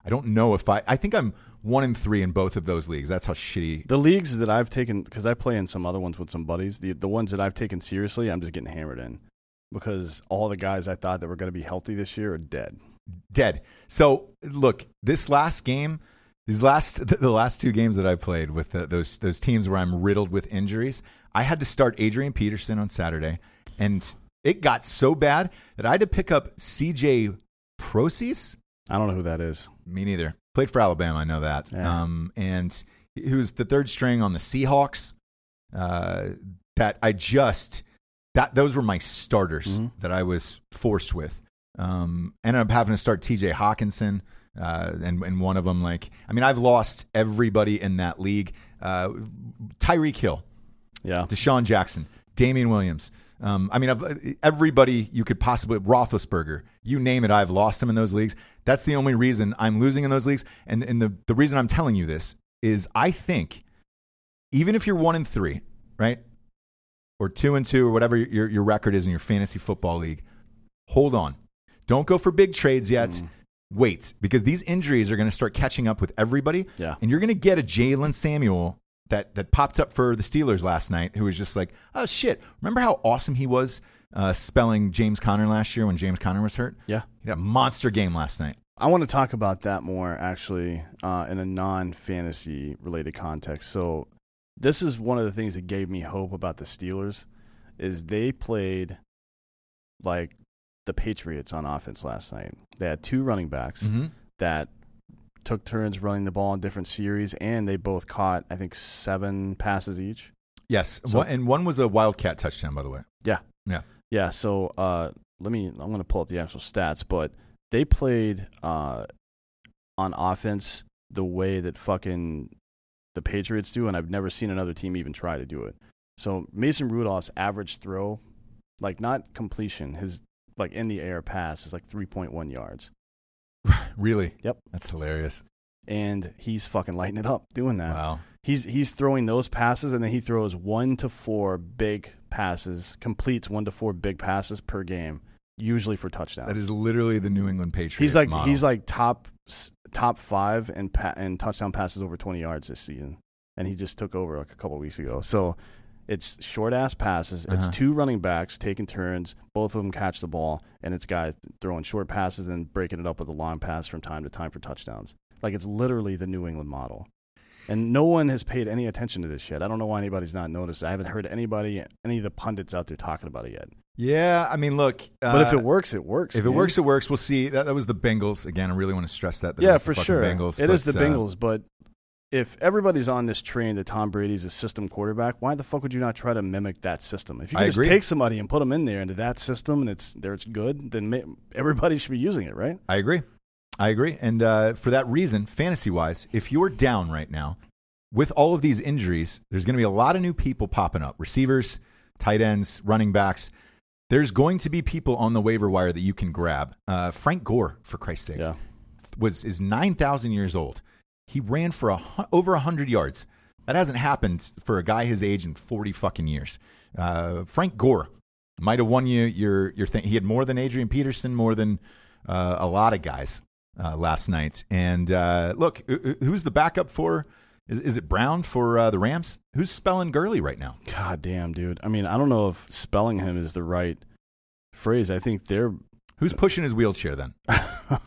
[SPEAKER 2] I don't know if I I think I'm one in three in both of those leagues. That's how shitty.
[SPEAKER 3] The leagues that I've taken, because I play in some other ones with some buddies. The the ones that I've taken seriously, I'm just getting hammered in because all the guys I thought that were going to be healthy this year are dead.
[SPEAKER 2] dead. So look, this last game, these last the last two games that I played with the, those those teams where I'm riddled with injuries, I had to start Adrian Peterson on Saturday, and it got so bad that I had to pick up C.J. Proces.
[SPEAKER 3] I don't know who that is.
[SPEAKER 2] Me neither. Played for Alabama, I know that.
[SPEAKER 3] Yeah.
[SPEAKER 2] Um, and who's the third string on the Seahawks? Uh, that I just that those were my starters that I was forced with. Um, ended up having to start T.J. Hawkinson, uh, and and one of them like I mean I've lost everybody in that league. Uh, Tyreek Hill,
[SPEAKER 3] Yeah.
[SPEAKER 2] Deshaun Jackson, Damian Williams. Um, I mean, I've, everybody you could possibly, Roethlisberger, you name it, I've lost them in those leagues. That's the only reason I'm losing in those leagues. And, and the, the reason I'm telling you this is I think even if you're one and three, right? Or two and two, or whatever your, your record is in your fantasy football league, hold on. Don't go for big trades yet.
[SPEAKER 3] Mm.
[SPEAKER 2] Wait, because these injuries are going to start catching up with everybody.
[SPEAKER 3] Yeah.
[SPEAKER 2] And you're going to get a Jalen Samuel that, that popped up for the Steelers last night, who was just like, oh shit, remember how awesome he was uh, spelling James Conner last year when James Conner was hurt?
[SPEAKER 3] Yeah.
[SPEAKER 2] He had a monster game last night.
[SPEAKER 3] I want to talk about that more actually uh, in a non fantasy related context. So, this is one of the things that gave me hope about the Steelers is they played like the Patriots on offense last night. They had two running backs
[SPEAKER 2] Mm-hmm.
[SPEAKER 3] that took turns running the ball in different series and they both caught I think 7 passes each.
[SPEAKER 2] Yes.
[SPEAKER 3] So-
[SPEAKER 2] One- and one was a Wildcat touchdown, by the way.
[SPEAKER 3] Yeah, so uh, let me. I'm going to pull up the actual stats, but they played uh, on offense the way that fucking the Patriots do, and I've never seen another team even try to do it. So Mason Rudolph's average throw like not completion. His like in the air pass is like three point one yards,
[SPEAKER 2] Really?
[SPEAKER 3] Yep.
[SPEAKER 2] That's hilarious.
[SPEAKER 3] and he's fucking lighting it up doing that.
[SPEAKER 2] Wow.
[SPEAKER 3] He's he's throwing those passes, and then he throws one to four big passes, completes one to four big passes per game, usually for touchdowns.
[SPEAKER 2] That is literally the New England Patriots.
[SPEAKER 3] he's like
[SPEAKER 2] model.
[SPEAKER 3] he's like top s- top five and pa- and touchdown passes over twenty yards this season, and he just took over like a couple weeks ago. So it's short ass passes. It's
[SPEAKER 2] Uh-huh.
[SPEAKER 3] two running backs taking turns, both of them catch the ball, and it's guys throwing short passes and breaking it up with a long pass from time to time for touchdowns. Like it's literally the New England model. And no one has paid any attention to this shit. I don't know why anybody's not noticed. I haven't heard anybody, any of the pundits out there talking about it yet.
[SPEAKER 2] yeah. I mean, look. Uh,
[SPEAKER 3] But if it works, it works.
[SPEAKER 2] if it
[SPEAKER 3] man.
[SPEAKER 2] works, it works. We'll see. That, that was the Bengals again. I really want to stress that. that it
[SPEAKER 3] yeah,
[SPEAKER 2] was the
[SPEAKER 3] for
[SPEAKER 2] fucking
[SPEAKER 3] sure.
[SPEAKER 2] Bengals.
[SPEAKER 3] it is the
[SPEAKER 2] but, uh,
[SPEAKER 3] Bengals, but if everybody's on this train that Tom Brady's a system quarterback, why the fuck would you not try to mimic that system? If you
[SPEAKER 2] I
[SPEAKER 3] can just
[SPEAKER 2] agree.
[SPEAKER 3] take somebody and put them in there into that system and it's there, it's good. Then ma- everybody should be using it, right?
[SPEAKER 2] I agree. I agree. And uh, for that reason, fantasy wise, if you're down right now with all of these injuries, there's going to be a lot of new people popping up receivers, tight ends, running backs. There's going to be people on the waiver wire that you can grab. Uh, Frank Gore, for Christ's sake,
[SPEAKER 3] Yeah.
[SPEAKER 2] was is 9,000 years old. He ran for a, hun- over 100 yards. That hasn't happened for a guy his age in 40 fucking years. Uh, Frank Gore might have won you your, your thing. He had more than Adrian Peterson, more than uh, a lot of guys uh, last night. And uh, look, who- who- who's the backup for? Is, is it Brown for uh, the Rams? Who's spelling Gurley right now?
[SPEAKER 3] God damn, dude. I mean, I don't know if spelling him is the right phrase. I think they're
[SPEAKER 2] Who's pushing his wheelchair then?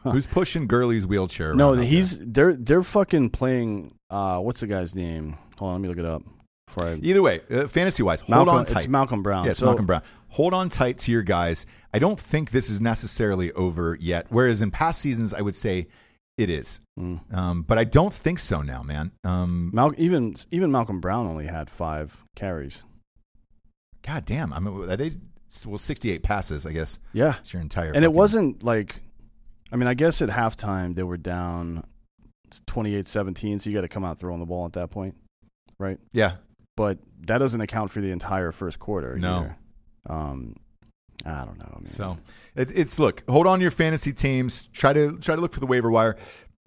[SPEAKER 2] Who's pushing Gurley's wheelchair?
[SPEAKER 3] no,
[SPEAKER 2] around out
[SPEAKER 3] he's they're they're fucking playing. Uh, what's the guy's name? Hold on, let me look it up. Before I,
[SPEAKER 2] there? Either way, uh, fantasy wise, hold
[SPEAKER 3] Malcolm,
[SPEAKER 2] on tight.
[SPEAKER 3] it's Malcolm Brown.
[SPEAKER 2] Yeah, it's
[SPEAKER 3] So-
[SPEAKER 2] Malcolm Brown. Hold on tight to your guys. I don't think this is necessarily over yet. Whereas in past seasons, I would say it is,
[SPEAKER 3] Mm.
[SPEAKER 2] um, but I don't think so now, man. Um,
[SPEAKER 3] Mal- even even Malcolm Brown only had five carries.
[SPEAKER 2] God damn, I mean, are they well sixty-eight passes, I guess.
[SPEAKER 3] Yeah,
[SPEAKER 2] It's your entire
[SPEAKER 3] and it
[SPEAKER 2] fucking-
[SPEAKER 3] wasn't like, I mean, I guess at halftime they were down 28-17, so you got to come out throwing the ball at that point, right?
[SPEAKER 2] Yeah,
[SPEAKER 3] But that doesn't account for the entire first quarter.
[SPEAKER 2] No.
[SPEAKER 3] either. um, I don't know. man.
[SPEAKER 2] So it, it's look, hold on to your fantasy teams. Try to try to look for the waiver wire.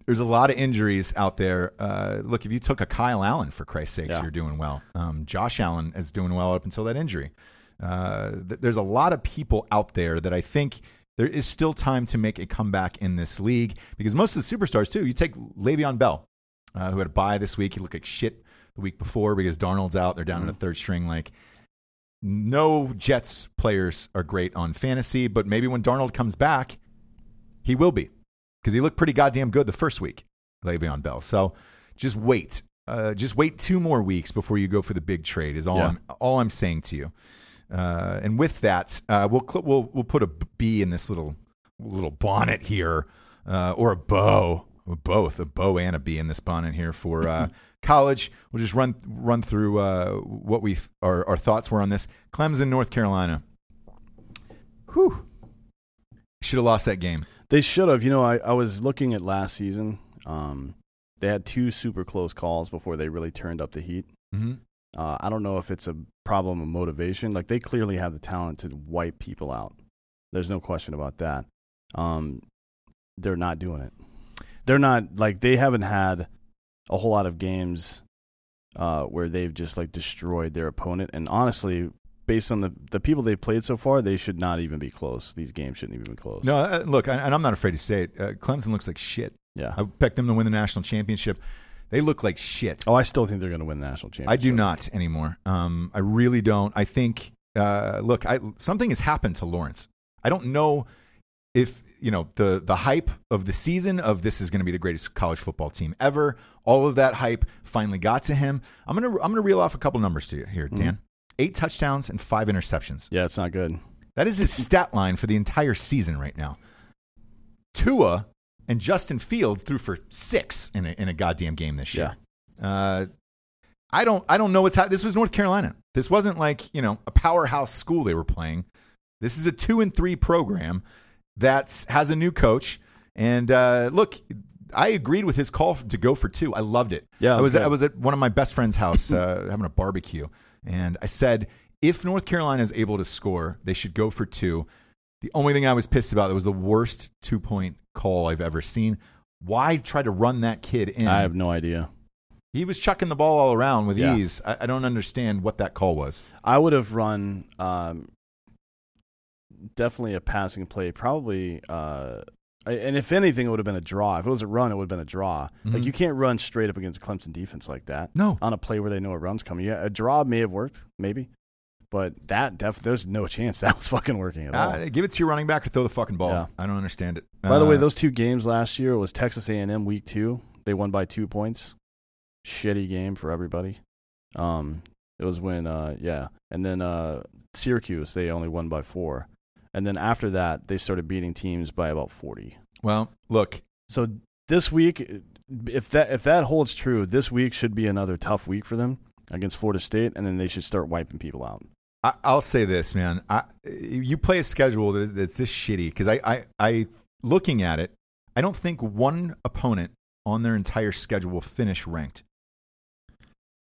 [SPEAKER 2] There's a lot of injuries out there. Uh, look, if you took a Kyle Allen for Christ's sakes,
[SPEAKER 3] Yeah.
[SPEAKER 2] you're doing well. Um, Josh Allen is doing well up until that injury. Uh, th- there's a lot of people out there that I think there is still time to make a comeback in this league because most of the superstars too. You take Le'Veon Bell, uh, who had a bye this week. He looked like shit the week before because Darnold's out. They're down in a third string. Like no Jets players are great on fantasy, but maybe when Darnold comes back, he will be because he looked pretty goddamn good the first week, Le'Veon Bell. So just wait. Uh, just wait two more weeks before you go for the big trade. Is all
[SPEAKER 3] Yeah.
[SPEAKER 2] I'm all I'm saying to you. Uh, and with that, uh, we'll cl- we'll we'll put a B in this little little bonnet here, uh, or a bow, both a bow and a B in this bonnet here for uh, college. We'll just run run through uh, what we our, our thoughts were on this. Clemson, North Carolina. Whew. Should have lost that game.
[SPEAKER 3] They should have. You know, I, I was looking at last season. Um, they had two super close calls before they really turned up the heat.
[SPEAKER 2] Mm-hmm.
[SPEAKER 3] Uh, I don't know if it's a problem of motivation. Like they clearly have the talent to wipe people out. There's no question about that. Um, they're not doing it. They're not like they haven't had a whole lot of games uh, where they've just like destroyed their opponent. And honestly, based on the the people they've played so far, they should not even be close. These games shouldn't even be close.
[SPEAKER 2] No, uh, look, I, and I'm not afraid to say it. Uh, Clemson looks like shit.
[SPEAKER 3] Yeah.
[SPEAKER 2] I picked them to win the national championship. They look like shit.
[SPEAKER 3] oh, I still think they're going to win the national championship.
[SPEAKER 2] I do not anymore. Um, I really don't. I think, uh, look, I, something has happened to Lawrence. I don't know if you know the the hype of the season of this is going to be the greatest college football team ever. All of that hype finally got to him. I'm gonna I'm gonna reel off a couple numbers to you here, Dan. Eight touchdowns and five interceptions.
[SPEAKER 3] Yeah, it's not good.
[SPEAKER 2] That is his stat line for the entire season right now. Tua and Justin Fields threw for six in a, in a goddamn game this year. Uh, I don't I don't know what's happening. This was North Carolina. This wasn't like you know a powerhouse school they were playing. This is a two and three program that has a new coach. And uh, look, I agreed with his call to go for two. I loved it.
[SPEAKER 3] Yeah, it
[SPEAKER 2] I was
[SPEAKER 3] was good.
[SPEAKER 2] I was at one of my best friend's house uh, having a barbecue, and I said If North Carolina is able to score, they should go for two. The only thing I was pissed about that was the worst two point call I've ever seen. Why try to run that kid in?
[SPEAKER 3] I have no idea.
[SPEAKER 2] he was chucking the ball all around with
[SPEAKER 3] Yeah.
[SPEAKER 2] ease. I, I don't understand what that call was.
[SPEAKER 3] I would have run um, definitely a passing play, probably. Uh, I- and if anything, it would have been a draw. If it was a run, it would have been a draw. Like you can't run straight up against Clemson defense like that.
[SPEAKER 2] No.
[SPEAKER 3] on a play where they know a run's coming. Yeah, a draw may have worked, maybe, but that def- there's no chance that was fucking working at all.
[SPEAKER 2] Uh, give it to your running back or throw the fucking ball.
[SPEAKER 3] Yeah.
[SPEAKER 2] I don't understand it.
[SPEAKER 3] By the way,
[SPEAKER 2] Uh,
[SPEAKER 3] those two games last year was Texas A&M week two. They won by two points. Shitty game for everybody. Um, it was when uh, yeah, and then uh, Syracuse they only won by four, and then after that they started beating teams by about forty.
[SPEAKER 2] Well, look,
[SPEAKER 3] So this week, if that if that holds true, this week should be another tough week for them against Florida State, and then they should start wiping people out.
[SPEAKER 2] I, I'll say this, man. I, you play a schedule that, that's this shitty because I, I, I, looking at it, I don't think one opponent on their entire schedule will finish ranked.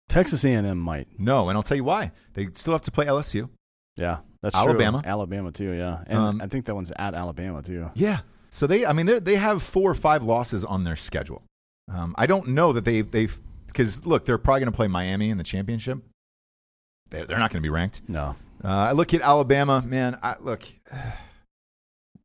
[SPEAKER 3] Texas A&M might.
[SPEAKER 2] No, and I'll tell you why. They still have to play LSU.
[SPEAKER 3] Yeah, that's
[SPEAKER 2] Alabama.
[SPEAKER 3] True. Alabama too. Yeah, and
[SPEAKER 2] Um,
[SPEAKER 3] I think that one's at Alabama too.
[SPEAKER 2] Yeah. So they, I mean, they're- they have four or five losses on their schedule. Um, I don't know that they, they've, because look, they're probably going to play Miami in the championship. They're, they're not going to be ranked.
[SPEAKER 3] No,
[SPEAKER 2] Uh, I look at Alabama, man. I, look,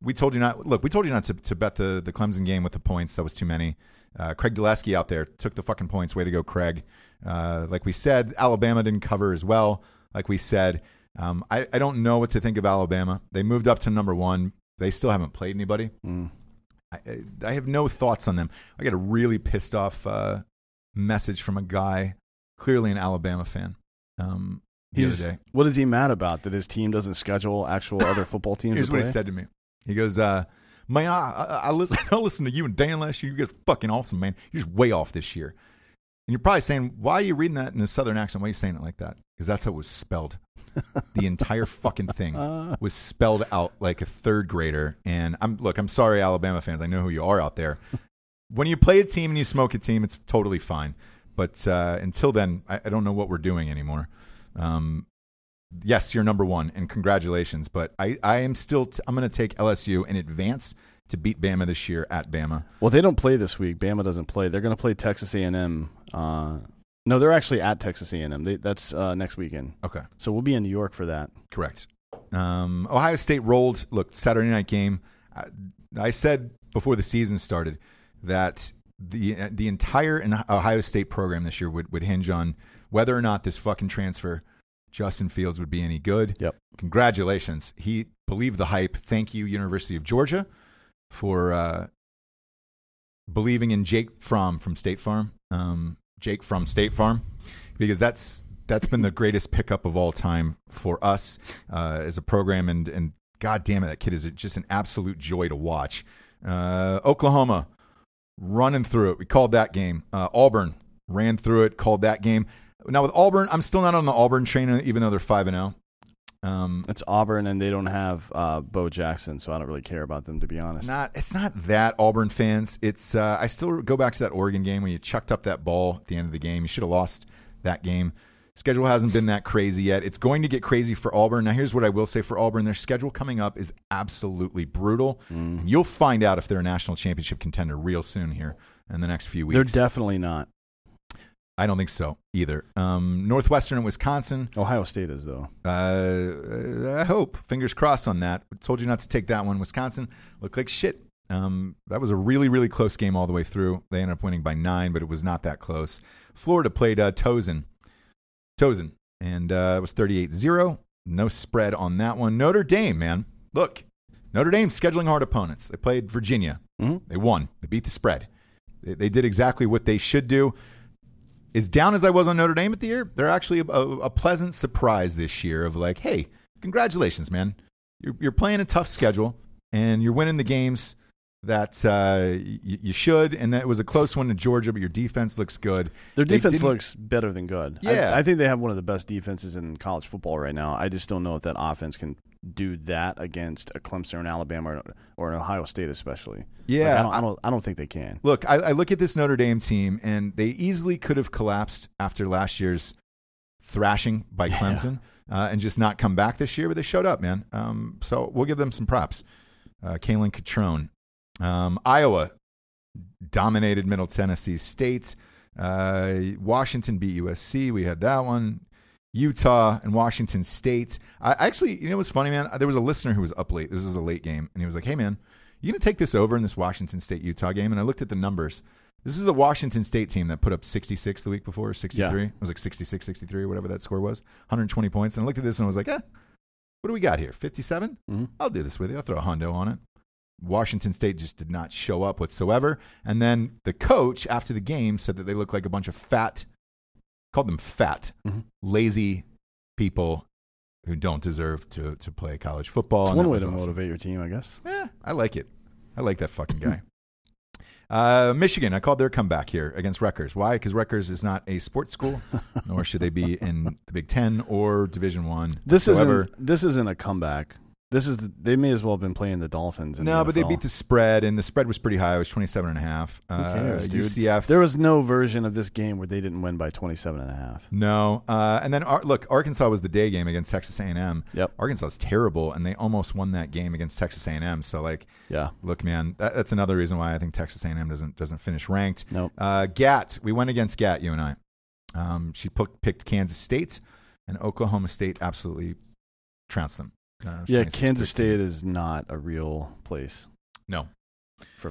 [SPEAKER 2] we told you not. Look, we told you not to, to bet the the Clemson game with the points. That was too many. Uh, Craig Dulesky out there took the fucking points. Way to go, Craig. Uh, like we said, Alabama didn't cover as well. Like we said, um, I, I don't know what to think of Alabama. They moved up to number one. They still haven't played anybody. I-
[SPEAKER 3] Mm.
[SPEAKER 2] I, I have no thoughts on them. I got a really pissed off uh, message from a guy, clearly an Alabama fan. Um, the
[SPEAKER 3] he's
[SPEAKER 2] other day.
[SPEAKER 3] what is he mad about that his team doesn't schedule actual other football teams?
[SPEAKER 2] Here's
[SPEAKER 3] to
[SPEAKER 2] what
[SPEAKER 3] play?
[SPEAKER 2] he said to me. He goes, uh, "Man, I, I, I listen. I listened to you and Dan last year. You guys are fucking awesome, man. You're just way off this year." And you're probably saying, "Why are you reading that in a southern accent? Why are you saying it like that?" Because that's how it was spelled. the entire fucking thing
[SPEAKER 3] Uh,
[SPEAKER 2] was spelled out like a third grader. And I'm look. I'm sorry, Alabama fans. I know who you are out there. when you play a team and you smoke a team, it's totally fine. But uh, until then, I, I don't know what we're doing anymore. Um, yes, you're number one, and congratulations. But I, I am still, t- I'm going to take LSU in advance to beat Bama this year at Bama.
[SPEAKER 3] Well, they don't play this week. Bama doesn't play. They're going to play Texas A&M. Uh, no, they're actually at Texas A&M. They, that's uh, next weekend.
[SPEAKER 2] Okay,
[SPEAKER 3] So we'll be in New York for that.
[SPEAKER 2] correct. Um, Ohio State rolled. Look, Saturday night game. I, I said before the season started that the the entire Ohio State program this year would, would hinge on whether or not this fucking transfer Justin Fields would be any good.
[SPEAKER 3] Yep.
[SPEAKER 2] Congratulations. He believed the hype. Thank you, University of Georgia, for uh, believing in Jake Fromm from State Farm. Um, Jake from State Farm, because that's that's been the greatest pickup of all time for us uh, as a program. And and God damn it, that kid is just an absolute joy to watch. Uh, Oklahoma running through it. We called that game. Uh, Auburn ran through it. Called that game. Now with Auburn, I'm still not on the Auburn train, even though they're five and oh. zero. Um,
[SPEAKER 3] It's Auburn, and they don't have uh, Bo Jackson, so I don't really care about them, to be honest.
[SPEAKER 2] Not it's not that Auburn fans. It's uh, I still go back to that Oregon game when you chucked up that ball at the end of the game. You should have lost that game. Schedule hasn't been that crazy yet. It's going to get crazy for Auburn. Now here's what I will say for Auburn: their schedule coming up is absolutely brutal. You'll find out if they're a national championship contender real soon here in the next few weeks.
[SPEAKER 3] They're definitely not.
[SPEAKER 2] I don't think so either. Um, Northwestern and Wisconsin.
[SPEAKER 3] Ohio State is, though.
[SPEAKER 2] Uh, I hope. Fingers crossed on that. Told you not to take that one. Wisconsin looked like shit. Um, that was a really, really close game all the way through. They ended up winning by nine, but it was not that close. Florida played uh, Tozin. Tozin. And uh, it was 38 0. No spread on that one. Notre Dame, man. Look, Notre Dame scheduling hard opponents. They played Virginia.
[SPEAKER 3] Mhm.
[SPEAKER 2] They won. They beat the spread. They, they did exactly what they should do as down as I was on Notre Dame at the year, they're actually a, a, a pleasant surprise this year of like, hey, congratulations, man. You're, you're playing a tough schedule and you're winning the games that uh, y- you should. And that was a close one to Georgia, but your defense looks good.
[SPEAKER 3] Their
[SPEAKER 2] They
[SPEAKER 3] defense
[SPEAKER 2] didn't-
[SPEAKER 3] looks better than good. I-
[SPEAKER 2] Yeah.
[SPEAKER 3] I, think they have one of the best defenses in college football right now. I just don't know if that offense can do that against a Clemson or an Alabama or, or an Ohio State, especially.
[SPEAKER 2] Yeah.
[SPEAKER 3] Like, I, don't, I don't. I don't think they can.
[SPEAKER 2] Look, I, I look at this Notre Dame team, and they easily could have collapsed after last year's thrashing by Clemson. uh, and just not come back this year, but they showed up, man. Um, so we'll give them some props. Uh, Kalen Catrone. Um, Iowa dominated Middle Tennessee State. Uh, Washington beat USC. We had that one. Utah and Washington State. I I actually, you know what's funny, man? There was a listener who was up late. This was a late game, and he was like, "Hey, man, you gonna take this over in this Washington State Utah game?" And I looked at the numbers. This is the Washington State team that put up 66 the week before, or 63.
[SPEAKER 3] Yeah.
[SPEAKER 2] It was like 66, 63, or whatever that score was. 120 points. And I looked at this and I was like, "Eh, what do we got here? 57?
[SPEAKER 3] Mhm.
[SPEAKER 2] I'll do this with you. I'll throw a hundo on it." Washington State just did not show up whatsoever. And then the coach after the game said that they looked like a bunch of fat, called them fat,
[SPEAKER 3] Mhm.
[SPEAKER 2] lazy people who don't deserve to, to play college football.
[SPEAKER 3] It's
[SPEAKER 2] and
[SPEAKER 3] one
[SPEAKER 2] that
[SPEAKER 3] way
[SPEAKER 2] was
[SPEAKER 3] to
[SPEAKER 2] awesome.
[SPEAKER 3] motivate your team, I guess.
[SPEAKER 2] Yeah, I like it. I like that fucking guy. Uh, Michigan, I called their comeback here against Rutgers. Why? Because Rutgers is not a sports school, nor should they be in the Big Ten or Division One.
[SPEAKER 3] This
[SPEAKER 2] whatsoever.
[SPEAKER 3] isn't this isn't a comeback. This is the, they may as well have been playing the Dolphins. In
[SPEAKER 2] no,
[SPEAKER 3] the
[SPEAKER 2] but they
[SPEAKER 3] NFL.
[SPEAKER 2] beat the spread, and the spread was pretty high. It was 27 and a half.
[SPEAKER 3] Who cares,
[SPEAKER 2] uh,
[SPEAKER 3] dude?
[SPEAKER 2] UCF.
[SPEAKER 3] There was no version of this game where they didn't win by 27 and a half.
[SPEAKER 2] No, uh, and then Ar- look, Arkansas was the day game against Texas A&M.
[SPEAKER 3] Yep.
[SPEAKER 2] Arkansas's terrible, and they almost won that game against Texas A&M. So like,
[SPEAKER 3] Yeah.
[SPEAKER 2] look, man, that, that's another reason why I think Texas A&M doesn't doesn't finish ranked.
[SPEAKER 3] Nope.
[SPEAKER 2] Uh, Gat, we went against Gat, you and I. Um, she picked, picked Kansas State, and Oklahoma State absolutely trounced them. Uh,
[SPEAKER 3] Yeah,
[SPEAKER 2] 26-13.
[SPEAKER 3] Kansas State is not a real place
[SPEAKER 2] No,
[SPEAKER 3] for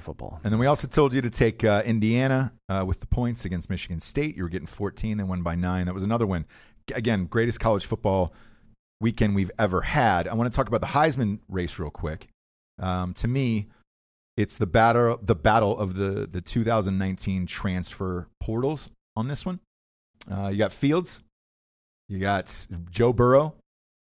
[SPEAKER 3] football.
[SPEAKER 2] And then we also told you to take uh, Indiana uh, with the points against Michigan State. You were getting 14. They won by nine. That was another win. G- Again, greatest college football weekend we've ever had. I want to talk about the Heisman race real quick. Um, to me, it's the battle, the battle of the, the 2019 transfer portals on this one. Uh, you got Fields, you got Joe Burrow,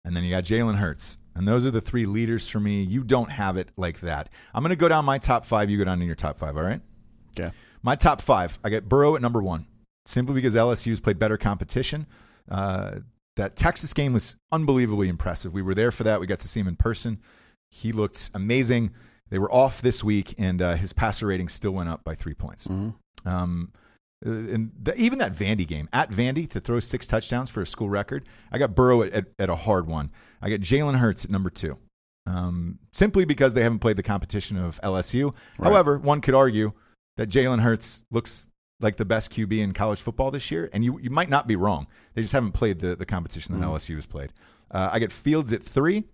[SPEAKER 2] and then you got Jalen Hurts. And those are the three leaders for me. You don't have it like that. I'm going to go down my top five. You go down to your top five, all right?
[SPEAKER 3] Okay.
[SPEAKER 2] My top five. I got Burrow at number one, simply because LSU's played better competition. Uh, that Texas game was unbelievably impressive. We were there for that. We got to see him in person. He looked amazing. They were off this week, and uh, his passer rating still went up by three points. Um, uh, and the, even that Vandy game at Vandy to throw six touchdowns for a school record, I got Burrow at, at, at a hard one. I got Jalen Hurts at number two, um, simply because they haven't played the competition of LSU.
[SPEAKER 3] Right.
[SPEAKER 2] However, one could argue that Jalen Hurts looks like the best QB in college football this year, and you, you might not be wrong. They just haven't played the, the competition that LSU has played. Uh, I get Fields at three,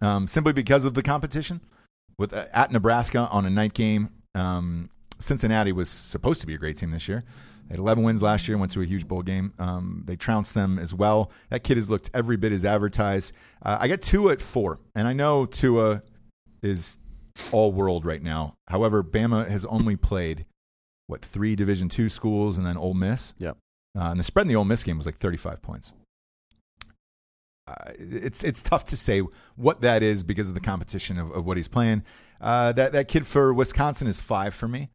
[SPEAKER 2] um, simply because of the competition with uh, at Nebraska on a night game. Um, Cincinnati was supposed to be a great team this year. They had 11 wins last year, went to a huge bowl game. Um, they trounced them as well. That kid has looked every bit as advertised. Uh, I got Tua at four, and I know Tua is all world right now. However, Bama has only played what three Division two schools, and then Ole Miss.
[SPEAKER 3] Yep.
[SPEAKER 2] Uh, and the spread in the Ole Miss game was like 35 points. Uh, it's it's tough to say what that is because of the competition of, of what he's playing. Uh, that that kid for Wisconsin is five for me,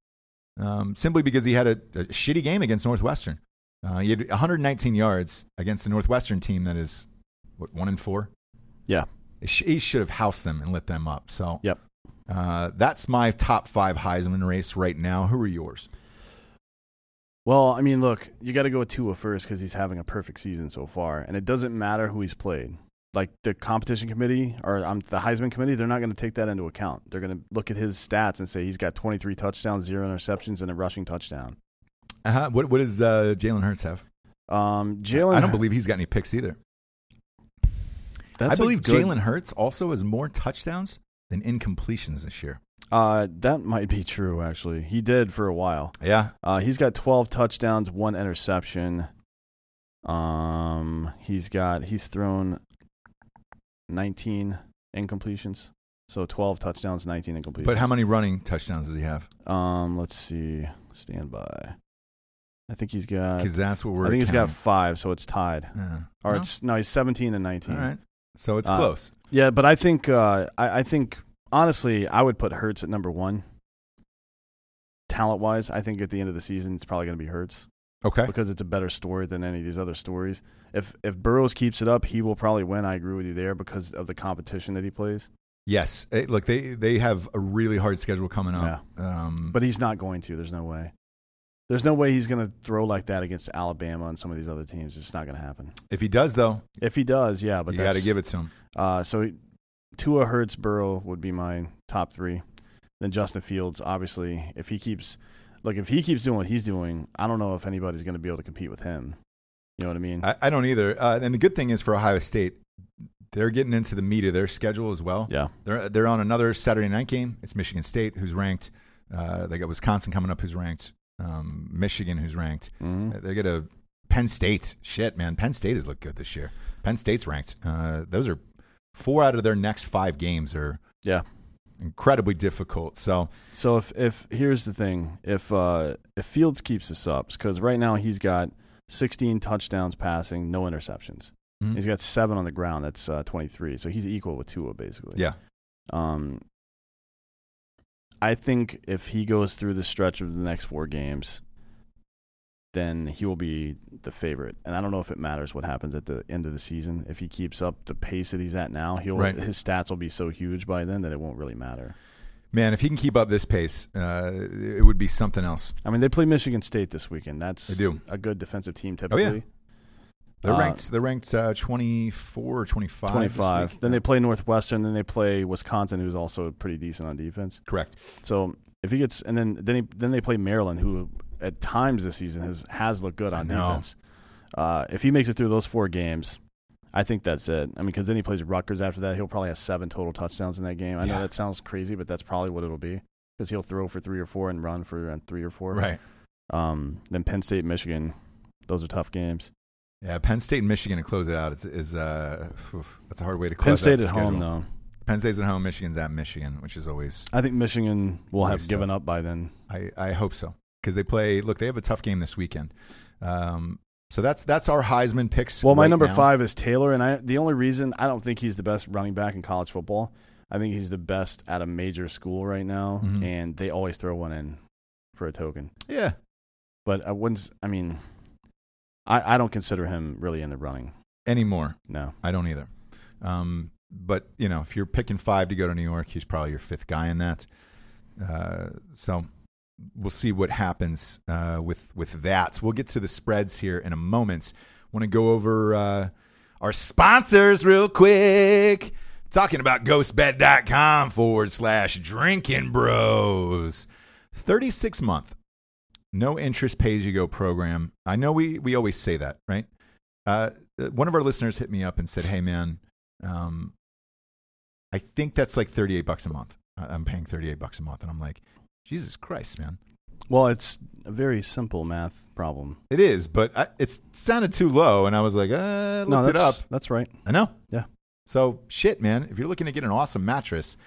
[SPEAKER 2] um, simply because he had a, a shitty game against Northwestern. Uh, he had 119 yards against a Northwestern team that is what one and four.
[SPEAKER 3] Yeah.
[SPEAKER 2] Sh- He should have housed them and lit them up. So
[SPEAKER 3] Yep.
[SPEAKER 2] uh, that's my top five Heisman race right now. Who are yours?
[SPEAKER 3] Well, I mean, look, you got to go with Tua first because he's having a perfect season so far, and it doesn't matter who he's played. Like the competition committee or um, the Heisman committee, they're not going to take that into account. They're going to look at his stats and say he's got 23 touchdowns, zero interceptions, and a rushing touchdown.
[SPEAKER 2] Uh-huh. What what does uh, Jalen Hurts have?
[SPEAKER 3] Um, Jalen,
[SPEAKER 2] I don't believe he's got any picks either.
[SPEAKER 3] That's
[SPEAKER 2] I believe
[SPEAKER 3] a good-
[SPEAKER 2] Jalen Hurts also has more touchdowns than incompletions this year.
[SPEAKER 3] Uh, that might be true. Actually, he did for a while.
[SPEAKER 2] Yeah,
[SPEAKER 3] Uh, he's got 12 touchdowns, one interception. Um, he's got he's thrown 19 incompletions, so 12 touchdowns, 19 incompletions.
[SPEAKER 2] but how many running touchdowns does he have?
[SPEAKER 3] Um, let's see. Stand by. I think he's got. Uh, I
[SPEAKER 2] Because that's what we're.
[SPEAKER 3] think he's got
[SPEAKER 2] accounting.
[SPEAKER 3] five, so it's tied.
[SPEAKER 2] Yeah.
[SPEAKER 3] Or
[SPEAKER 2] No?
[SPEAKER 3] it's no, he's 17 and 19.
[SPEAKER 2] all right. So it's
[SPEAKER 3] Uh,
[SPEAKER 2] close.
[SPEAKER 3] Yeah, but I think uh, I, I think honestly, I would put Hertz at number one. Talent wise, I think at the end of the season, it's probably going to be Hertz
[SPEAKER 2] Okay.
[SPEAKER 3] because it's a better story than any of these other stories. If if Burrows keeps it up, he will probably win. I agree with you there because of the competition that he plays.
[SPEAKER 2] Yes. Eh, look, they they have a really hard schedule coming up. Um,
[SPEAKER 3] But he's not going to. There's no way. There's no way he's going to throw like that against Alabama and some of these other teams. It's not going to happen.
[SPEAKER 2] If he does, though,
[SPEAKER 3] If he does, yeah, but
[SPEAKER 2] you got to
[SPEAKER 3] that's-
[SPEAKER 2] give it to him.
[SPEAKER 3] Uh, so he- Tua Hertz Burrow would be my top three. Then Justin Fields, obviously, if he keeps look, if he keeps doing what he's doing, I don't know if anybody's going to be able to compete with him. You know what I mean?
[SPEAKER 2] I, I don't either. Uh, and the good thing is for Ohio State, they're getting into the meat of their schedule as well.
[SPEAKER 3] yeah,
[SPEAKER 2] They're they're on another Saturday night game. It's Michigan State, who's ranked. Uh, they got Wisconsin coming up, who's ranked. Um, Michigan, who's ranked.
[SPEAKER 3] Mm-hmm. Mm.
[SPEAKER 2] They get a Penn State. Shit, man, Penn State has looked good this year. Penn State's ranked. Uh, those are four out of their next five games are
[SPEAKER 3] yeah.
[SPEAKER 2] incredibly difficult. So
[SPEAKER 3] So if if here's the thing, if uh, if Fields keeps this up, because right now he's got 16 touchdowns passing, no interceptions.
[SPEAKER 2] Mhm.
[SPEAKER 3] He's got seven on the ground. That's uh, 23. So he's equal with Tua basically.
[SPEAKER 2] yeah,
[SPEAKER 3] Um, I think if he goes through the stretch of the next four games, then he will be the favorite. And I don't know if it matters what happens at the end of the season. If he keeps up the pace that he's at now, he'll
[SPEAKER 2] Right.
[SPEAKER 3] his stats will be so huge by then that it won't really matter.
[SPEAKER 2] man, if he can keep up this pace, uh, it would be something else.
[SPEAKER 3] I mean, they play Michigan State this weekend. That's
[SPEAKER 2] They do.
[SPEAKER 3] a good defensive team
[SPEAKER 2] Oh,
[SPEAKER 3] typically.
[SPEAKER 2] yeah. They're
[SPEAKER 3] Uh,
[SPEAKER 2] ranked. They're ranked uh, twenty four or twenty five.
[SPEAKER 3] 25. Then they play Northwestern, then they play Wisconsin who's also pretty decent on defense.
[SPEAKER 2] correct.
[SPEAKER 3] So if he gets and then then he, then they play Maryland, who at times this season has has looked good on
[SPEAKER 2] know.
[SPEAKER 3] defense. Uh, if he makes it through those four games, I think that's it. I mean, because then he plays Rutgers after that. He'll probably have seven total touchdowns in that game. I
[SPEAKER 2] Yeah.
[SPEAKER 3] know that sounds crazy, but that's probably what it'll be because he'll throw for three or four and run for around three or four.
[SPEAKER 2] Right.
[SPEAKER 3] Um, then Penn State, Michigan, those are tough games.
[SPEAKER 2] Yeah, Penn State and Michigan to close it out is, is uh, oof, that's a hard way to close.
[SPEAKER 3] Penn
[SPEAKER 2] out
[SPEAKER 3] State
[SPEAKER 2] the
[SPEAKER 3] at home,
[SPEAKER 2] schedule.
[SPEAKER 3] though.
[SPEAKER 2] Penn State's at home. Michigan's at Michigan, which is always.
[SPEAKER 3] I think Michigan will
[SPEAKER 2] Always
[SPEAKER 3] have given up by then.
[SPEAKER 2] I, I hope so because they play. Look, they have a tough game this weekend. Um, so that's that's our Heisman picks.
[SPEAKER 3] Well, my
[SPEAKER 2] right
[SPEAKER 3] number
[SPEAKER 2] now.
[SPEAKER 3] five is Taylor, and I the only reason I don't think he's the best running back in college football. I think he's the best at a major school right now,
[SPEAKER 2] Mhm.
[SPEAKER 3] and they always throw one in for a token.
[SPEAKER 2] Yeah,
[SPEAKER 3] But I wouldn't. s- I mean, I, I don't consider him really in the running.
[SPEAKER 2] anymore.
[SPEAKER 3] No,
[SPEAKER 2] I don't either. Um, but you know, if you're picking five to go to New York, he's probably your fifth guy in that. Uh, so we'll see what happens uh, with with that. We'll get to the spreads here in a moment. Want to go over uh, our sponsors real quick. Talking about ghostbed.com forward slash drinking bros. 36 month, no interest pay as you go program. I know we, we always say that, right? uh, one of our listeners hit me up and said, "Hey, man, um, I think that's like thirty-eight bucks a month. I- I'm paying thirty-eight bucks a month," and I'm like, "Jesus Christ, man,
[SPEAKER 3] well, it's a very simple math problem.
[SPEAKER 2] it is." But I, it sounded too low, and I was like, uh, "Looked
[SPEAKER 3] no,
[SPEAKER 2] it up."
[SPEAKER 3] that's that's right.
[SPEAKER 2] I know.
[SPEAKER 3] Yeah.
[SPEAKER 2] So shit, man. If you're looking to get an awesome mattress,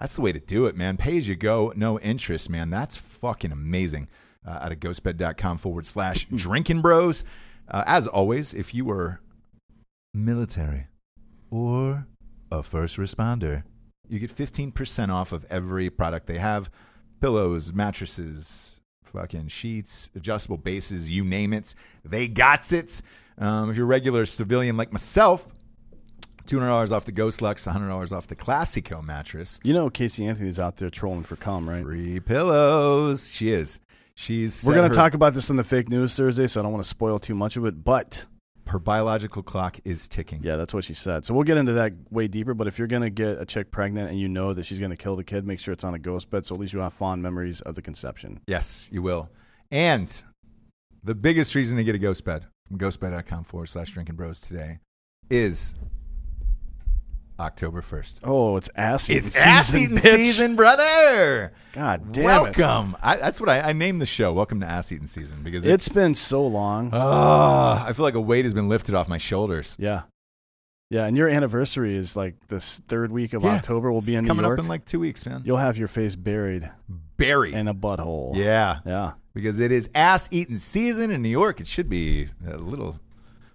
[SPEAKER 2] that's the way to do it, man. Pay as you go, no interest, man. That's fucking amazing. Uh, out of ghostbed.com forward slash drinking bros. Uh, as always, if you were military or a first responder, you get 15% off of every product they have pillows, mattresses, fucking sheets, adjustable bases, you name it. They got it. Um, if you're a regular civilian like myself, $200 off the Ghost Lux, $100 off the Classico mattress,
[SPEAKER 3] You know, Casey Anthony's out there trolling for cum, right?
[SPEAKER 2] free pillows. She is. She's.
[SPEAKER 3] We're
[SPEAKER 2] set
[SPEAKER 3] going
[SPEAKER 2] her-
[SPEAKER 3] to talk about this on the fake news Thursday, so I don't want to spoil too much of it. But
[SPEAKER 2] Her biological clock is ticking.
[SPEAKER 3] Yeah, that's what she said. So we'll get into that way deeper. But if you're gonna get a chick pregnant and you know that she's gonna kill the kid, make sure it's on a ghost bed, so at least you have fond memories of the conception.
[SPEAKER 2] Yes, you will. And the biggest reason to get a ghost bed from ghostbed.com forward slash drinking bros today is October 1st.
[SPEAKER 3] Oh, it's ass eating
[SPEAKER 2] It's
[SPEAKER 3] season,
[SPEAKER 2] ass eating
[SPEAKER 3] bitch.
[SPEAKER 2] season, brother.
[SPEAKER 3] God damn it!
[SPEAKER 2] Welcome. I, that's what I, I named the show. Welcome to ass eating season because it's,
[SPEAKER 3] It's been so long.
[SPEAKER 2] Ah, I feel like a weight has been lifted off my shoulders.
[SPEAKER 3] yeah, yeah. And your anniversary is like this third week of
[SPEAKER 2] Yeah,
[SPEAKER 3] October. We'll be
[SPEAKER 2] it's
[SPEAKER 3] in New
[SPEAKER 2] coming
[SPEAKER 3] York.
[SPEAKER 2] up in like two weeks, man.
[SPEAKER 3] You'll have your face buried
[SPEAKER 2] Buried.
[SPEAKER 3] in a butthole.
[SPEAKER 2] yeah,
[SPEAKER 3] yeah.
[SPEAKER 2] because it is ass eating season in New York. It should be a little,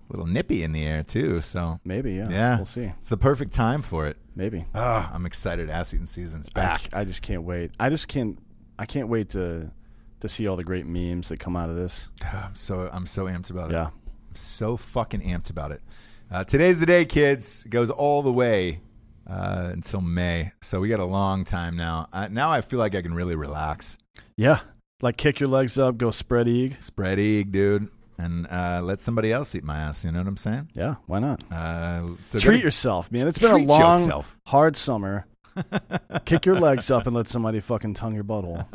[SPEAKER 2] little nippy in the air too. So
[SPEAKER 3] Maybe. Yeah.
[SPEAKER 2] Yeah.
[SPEAKER 3] We'll see.
[SPEAKER 2] It's the perfect time for it.
[SPEAKER 3] Maybe.
[SPEAKER 2] Ah, I'm excited. Ass eating season's
[SPEAKER 3] I
[SPEAKER 2] back.
[SPEAKER 3] c- I, just can't wait. I just can't. I can't wait to to see all the great memes that come out of this.
[SPEAKER 2] Ah, I'm so I'm so amped about it.
[SPEAKER 3] Yeah.
[SPEAKER 2] I'm so fucking amped about it. Uh, today's the day, kids. It goes all the way uh, until May. So we got a long time now. I, now I feel like I can really relax.
[SPEAKER 3] Yeah. Like kick your legs up, go spread eag.
[SPEAKER 2] Spread egg, dude, and uh, let somebody else eat my ass. You know what I'm saying?
[SPEAKER 3] Yeah, why not?
[SPEAKER 2] Uh, so
[SPEAKER 3] treat
[SPEAKER 2] gotta-
[SPEAKER 3] yourself, man. It's been a
[SPEAKER 2] Treat
[SPEAKER 3] long,
[SPEAKER 2] yourself.
[SPEAKER 3] hard summer. kick your legs up and let somebody fucking tongue your butthole.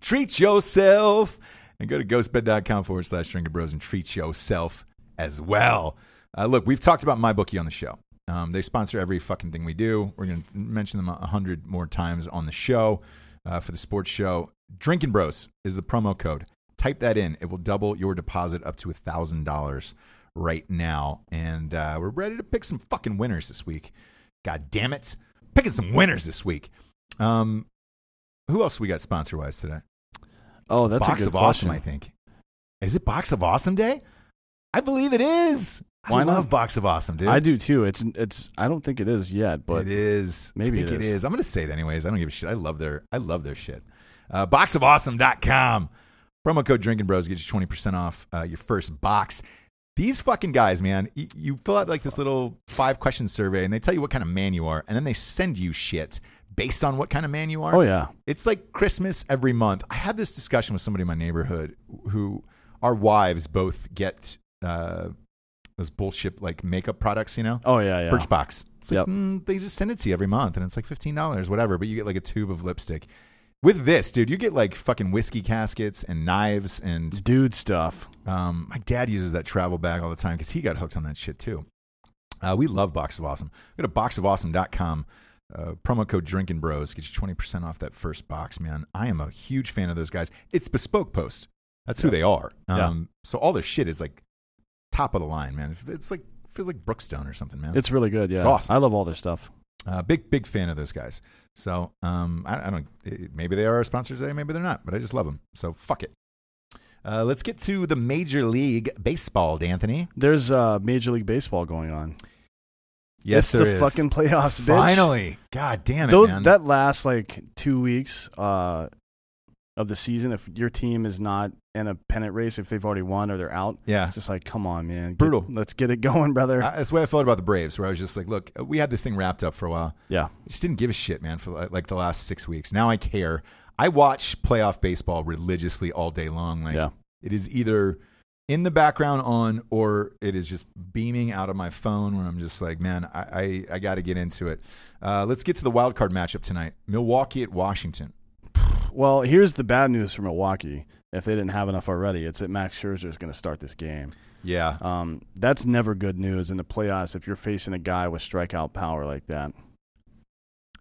[SPEAKER 2] treat yourself and go to ghostbed.com forward slash drinking bros and treat yourself as well uh, look we've talked about my bookie on the show um, they sponsor every fucking thing we do we're going to mention them a hundred more times on the show uh, for the sports show drinking bros is the promo code type that in it will double your deposit up to a thousand dollars right now and uh, we're ready to pick some fucking winners this week god damn it picking some winners this week um, who else we got sponsor wise today
[SPEAKER 3] Oh, that's
[SPEAKER 2] Box
[SPEAKER 3] a good
[SPEAKER 2] of Awesome,
[SPEAKER 3] question.
[SPEAKER 2] I think. Is it Box of Awesome Day? I believe it is.
[SPEAKER 3] Why
[SPEAKER 2] I
[SPEAKER 3] not?
[SPEAKER 2] love Box of Awesome, dude.
[SPEAKER 3] I do too. It's it's. I don't think it is yet, but
[SPEAKER 2] it is.
[SPEAKER 3] Maybe
[SPEAKER 2] I think
[SPEAKER 3] it
[SPEAKER 2] it
[SPEAKER 3] is.
[SPEAKER 2] is. I'm going to say it anyways. I don't give a shit. I love their I love their shit. Uh, boxofawesome.com. Promo code Drinking Bros gets you 20% off uh, your first box. These fucking guys, man, y- you fill out like this little five question survey and they tell you what kind of man you are and then they send you shit based on what kind of man you are.
[SPEAKER 3] oh yeah,
[SPEAKER 2] It's like Christmas every month. I had this discussion with somebody in my neighborhood who our wives both get uh, those bullshit like makeup products, you know?
[SPEAKER 3] oh yeah, yeah.
[SPEAKER 2] Birchbox. It's like
[SPEAKER 3] Yep.
[SPEAKER 2] mm, they just send it to you every month and it's like $15, whatever, but you get like a tube of lipstick. With this, dude, you get like fucking whiskey caskets and knives and
[SPEAKER 3] Dude stuff.
[SPEAKER 2] um, my dad uses that travel bag all the time because he got hooked on that shit too. Uh, we love Box of Awesome. Go to boxofawesome.com. Uh, promo code Drinking Bros get you twenty percent off that first box, man. I am a huge fan of those guys. It's Bespoke Post. That's who they are.
[SPEAKER 3] Yeah.
[SPEAKER 2] Um, So all their shit is like top of the line, man. It's like feels like Brookstone or something, man.
[SPEAKER 3] It's really good. Yeah,
[SPEAKER 2] It's awesome.
[SPEAKER 3] I love all their stuff.
[SPEAKER 2] Uh, big, big fan of those guys. So um, I, I don't. It, maybe they are our sponsors today. Maybe they're not. But I just love them. So fuck it. Uh, let's get to the Major League Baseball, Anthony.
[SPEAKER 3] There's uh, Major League Baseball going on.
[SPEAKER 2] Yes,
[SPEAKER 3] it's
[SPEAKER 2] there
[SPEAKER 3] the
[SPEAKER 2] is.
[SPEAKER 3] fucking playoffs. Bitch.
[SPEAKER 2] Finally, god damn it,
[SPEAKER 3] those
[SPEAKER 2] man.
[SPEAKER 3] that last like two weeks uh, of the season, if your team is not in a pennant race, if they've already won or they're out,
[SPEAKER 2] yeah,
[SPEAKER 3] it's just like, come on, man, Get-
[SPEAKER 2] Brutal.
[SPEAKER 3] let's get it going, brother.
[SPEAKER 2] I- that's the way I felt about the Braves, where I was just like, look, we had this thing wrapped up for a while.
[SPEAKER 3] yeah,
[SPEAKER 2] I just didn't give a shit, man, for like the last six weeks. Now I care. I watch playoff baseball religiously all day long. Like
[SPEAKER 3] Yeah.
[SPEAKER 2] it is either in the background on or it is just beaming out of my phone where I'm just like, man, I, I, I gotta get into it. Uh, let's get to the wild card matchup tonight. Milwaukee at Washington.
[SPEAKER 3] Well, here's the bad news for Milwaukee. If they didn't have enough already, it's that Max Scherzer is going to start this game.
[SPEAKER 2] Yeah.
[SPEAKER 3] Um, that's never good news in the playoffs if you're facing a guy with strikeout power like that.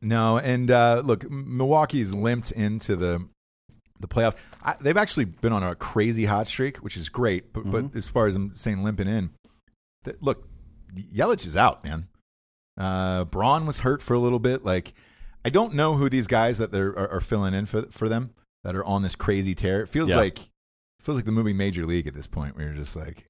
[SPEAKER 2] No, and uh, look, M- Milwaukee's limped into the the playoffs. I, they've actually been on a crazy hot streak, which is great. But, but as far as I'm saying, limping in, th- look, Yelich is out, man. Uh, Braun was hurt for a little bit. Like, I don't know who these guys that they're, are, are filling in for for them that are on this crazy tear. It feels
[SPEAKER 3] Yeah.
[SPEAKER 2] like it feels like the movie Major League at this point, where you're just like,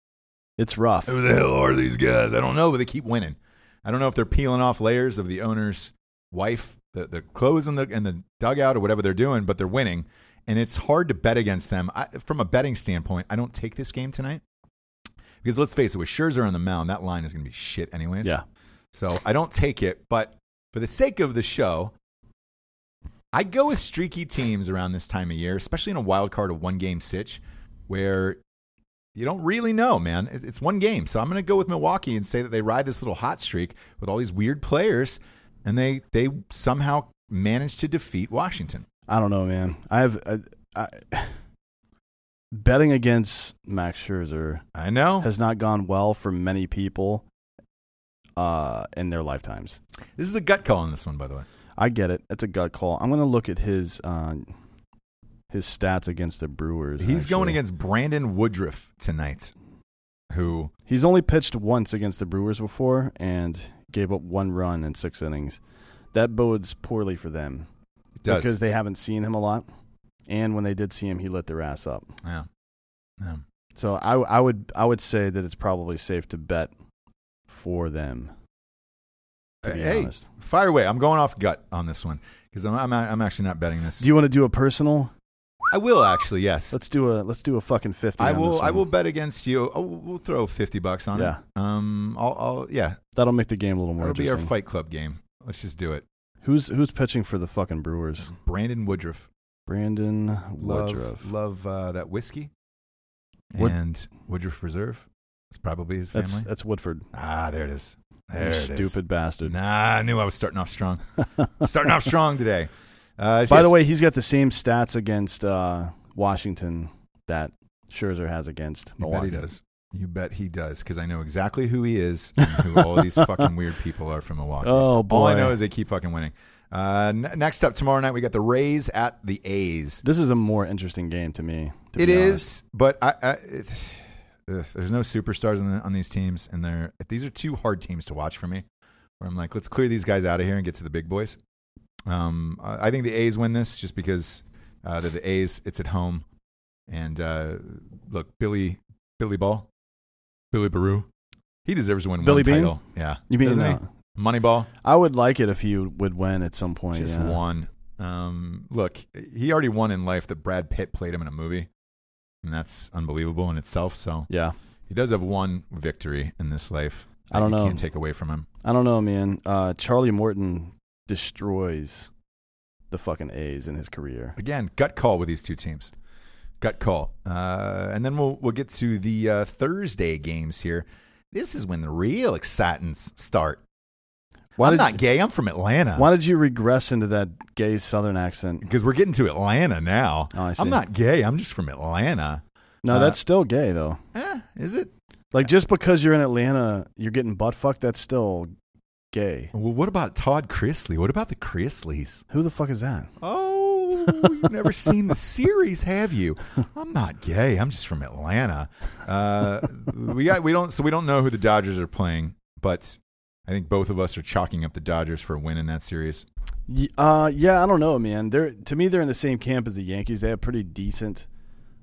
[SPEAKER 3] It's rough.
[SPEAKER 2] who the hell are these guys? I don't know, but they keep winning. I don't know if they're peeling off layers of the owner's wife, the, the clothes in the, in the dugout or whatever they're doing, but they're winning. And it's hard to bet against them. I, from a betting standpoint, I don't take this game tonight because let's face it, with Scherzer on the mound, that line is going to be shit anyways.
[SPEAKER 3] Yeah.
[SPEAKER 2] So I don't take it. But for the sake of the show, I go with streaky teams around this time of year, especially in a wild card of one game sitch where you don't really know, man. It- It's one game. So I'm going to go with Milwaukee and say that they ride this little hot streak with all these weird players and they, they somehow manage to defeat Washington.
[SPEAKER 3] I don't know, man. I've I, I, betting against Max Scherzer
[SPEAKER 2] I know.
[SPEAKER 3] has not gone well for many people uh, in their lifetimes.
[SPEAKER 2] This is a gut call on this one, by the way.
[SPEAKER 3] I get it. It's a gut call. I'm going to look at his uh, his stats against the Brewers.
[SPEAKER 2] He's going
[SPEAKER 3] actually.
[SPEAKER 2] against Brandon Woodruff tonight, who
[SPEAKER 3] He's only pitched once against the Brewers before and gave up one run in six innings. That bodes poorly for them
[SPEAKER 2] does.
[SPEAKER 3] because they haven't seen him a lot. And when they did see him, he lit their ass up.
[SPEAKER 2] yeah. Yeah.
[SPEAKER 3] So I, I would I would say that it's probably safe to bet for them. To be
[SPEAKER 2] hey,
[SPEAKER 3] honest,
[SPEAKER 2] fire away. I'm going off gut on this one because I'm, I'm, I'm actually not betting this.
[SPEAKER 3] do you want to do a personal?
[SPEAKER 2] I will actually, yes.
[SPEAKER 3] Let's do a let's do a fucking fifty.
[SPEAKER 2] I
[SPEAKER 3] on
[SPEAKER 2] will.
[SPEAKER 3] this
[SPEAKER 2] I
[SPEAKER 3] one.
[SPEAKER 2] will bet against you. Oh, we'll throw fifty bucks on
[SPEAKER 3] Yeah.
[SPEAKER 2] it. Um. I'll. I'll yeah.
[SPEAKER 3] That'll make the game a little more
[SPEAKER 2] That'll be our
[SPEAKER 3] interesting.
[SPEAKER 2] fight club game. Let's just do it.
[SPEAKER 3] Who's who's pitching for the fucking Brewers?
[SPEAKER 2] Brandon Woodruff.
[SPEAKER 3] Brandon Woodruff.
[SPEAKER 2] Love, love uh, that whiskey
[SPEAKER 3] Wood-
[SPEAKER 2] and Woodruff Reserve. It's probably his family.
[SPEAKER 3] That's, that's Woodford.
[SPEAKER 2] ah, there it is. There
[SPEAKER 3] You
[SPEAKER 2] it is.
[SPEAKER 3] stupid bastard.
[SPEAKER 2] Nah, I knew I was starting off strong. starting off strong today. Uh,
[SPEAKER 3] By the
[SPEAKER 2] yes,
[SPEAKER 3] way, he's got the same stats against uh, Washington that Scherzer has against
[SPEAKER 2] you bet
[SPEAKER 3] Milwaukee.
[SPEAKER 2] he does. You bet he does because I know exactly who he is and who all these fucking weird people are from Milwaukee.
[SPEAKER 3] Oh,
[SPEAKER 2] All I
[SPEAKER 3] boy.
[SPEAKER 2] know is they keep fucking winning. Uh, n- next up tomorrow night we got the Rays at the A's.
[SPEAKER 3] This is a more interesting game to me. to
[SPEAKER 2] It
[SPEAKER 3] be
[SPEAKER 2] is,
[SPEAKER 3] honest.
[SPEAKER 2] but I, I it, ugh, there's no superstars on, the, on these teams, and they're these are two hard teams to watch for me. Where I'm like, let's clear these guys out of here and get to the big boys. Um, I I think the A's win this just because uh, they're the A's. It's at home, and uh, look, Billy Billy Ball, Billy Baru, he deserves to win
[SPEAKER 3] Billy
[SPEAKER 2] one
[SPEAKER 3] Bean?
[SPEAKER 2] title. Yeah,
[SPEAKER 3] You mean
[SPEAKER 2] doesn't he?
[SPEAKER 3] uh,
[SPEAKER 2] Moneyball?
[SPEAKER 3] I would like it if he would win at some point.
[SPEAKER 2] Just
[SPEAKER 3] Oh, yeah.
[SPEAKER 2] one. Um, look, he already won in life that Brad Pitt played him in a movie, and that's unbelievable in itself. So
[SPEAKER 3] Yeah.
[SPEAKER 2] he does have one victory in this life. that
[SPEAKER 3] I don't
[SPEAKER 2] you
[SPEAKER 3] know.
[SPEAKER 2] Can't take away from him.
[SPEAKER 3] I don't know, man. Uh, Charlie Morton destroys the fucking A's in his career.
[SPEAKER 2] Again, gut call with these two teams. Gut call. Uh, and then we'll we'll get to the uh, Thursday games here. This is when the real excitants start.
[SPEAKER 3] Why
[SPEAKER 2] I'm
[SPEAKER 3] did
[SPEAKER 2] not gay. I'm from Atlanta.
[SPEAKER 3] Why did you regress into that gay Southern accent?
[SPEAKER 2] Because we're getting to Atlanta now.
[SPEAKER 3] Oh, I see.
[SPEAKER 2] I'm not gay. I'm just from Atlanta.
[SPEAKER 3] No,
[SPEAKER 2] Uh,
[SPEAKER 3] that's still gay though.
[SPEAKER 2] Eh, is it?
[SPEAKER 3] Like just because you're in Atlanta, you're getting butt fucked. That's still gay.
[SPEAKER 2] Well, what about Todd Chrisley? What about the Chrisleys?
[SPEAKER 3] Who the fuck is that?
[SPEAKER 2] Oh, you've never seen the series, have you? I'm not gay. I'm just from Atlanta. Uh, we got we don't so we don't know who the Dodgers are playing, but I think both of us are chalking up the Dodgers for a win in that series.
[SPEAKER 3] Y- Uh, yeah, I don't know, man. They're to me, they're in the same camp as the Yankees. They have pretty decent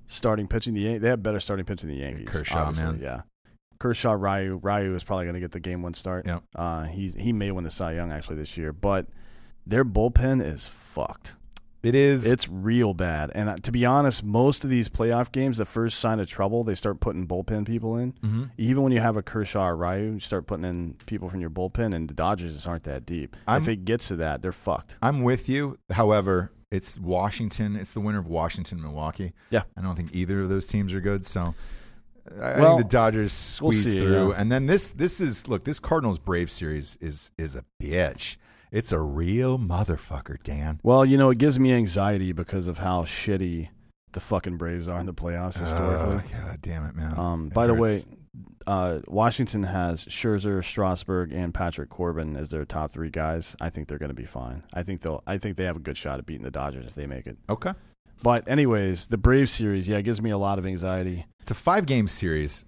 [SPEAKER 3] starting pitching. The Yan- they have better starting pitching than the Yankees.
[SPEAKER 2] Kershaw,
[SPEAKER 3] obviously,
[SPEAKER 2] man.
[SPEAKER 3] Yeah, Kershaw, Ryu, Ryu is probably going to get the game one start.
[SPEAKER 2] Yep.
[SPEAKER 3] Uh, he's he may win the Cy Young actually this year, but their bullpen is fucked.
[SPEAKER 2] It is
[SPEAKER 3] It's real bad. And uh, to be honest, most of these playoff games, the first sign of trouble, they start putting bullpen people in.
[SPEAKER 2] Mm-hmm.
[SPEAKER 3] Even when you have a Kershaw or Ryu, you start putting in people from your bullpen, and the Dodgers just aren't that deep.
[SPEAKER 2] I'm-
[SPEAKER 3] if it gets to that, they're fucked.
[SPEAKER 2] I'm with you. However, it's Washington. It's the winner of Washington, Milwaukee.
[SPEAKER 3] Yeah.
[SPEAKER 2] I don't think either of those teams are good. So I
[SPEAKER 3] Well,
[SPEAKER 2] think the Dodgers squeeze
[SPEAKER 3] see,
[SPEAKER 2] through.
[SPEAKER 3] yeah.
[SPEAKER 2] And then this this is look this Cardinals Brave series is is a bitch. It's a real motherfucker, Dan.
[SPEAKER 3] Well, you know, it gives me anxiety because of how shitty the fucking Braves are in the playoffs historically.
[SPEAKER 2] Oh, God damn it, man.
[SPEAKER 3] um,
[SPEAKER 2] It
[SPEAKER 3] by the way,
[SPEAKER 2] hurts.
[SPEAKER 3] uh, Washington has Scherzer, Strasburg, and Patrick Corbin as their top three guys. I think they're going to be fine. I think they'll. I think they have a good shot at beating the Dodgers if they make it.
[SPEAKER 2] okay,
[SPEAKER 3] But anyways, the Braves series, yeah, it gives me a lot of anxiety.
[SPEAKER 2] it's a five game series.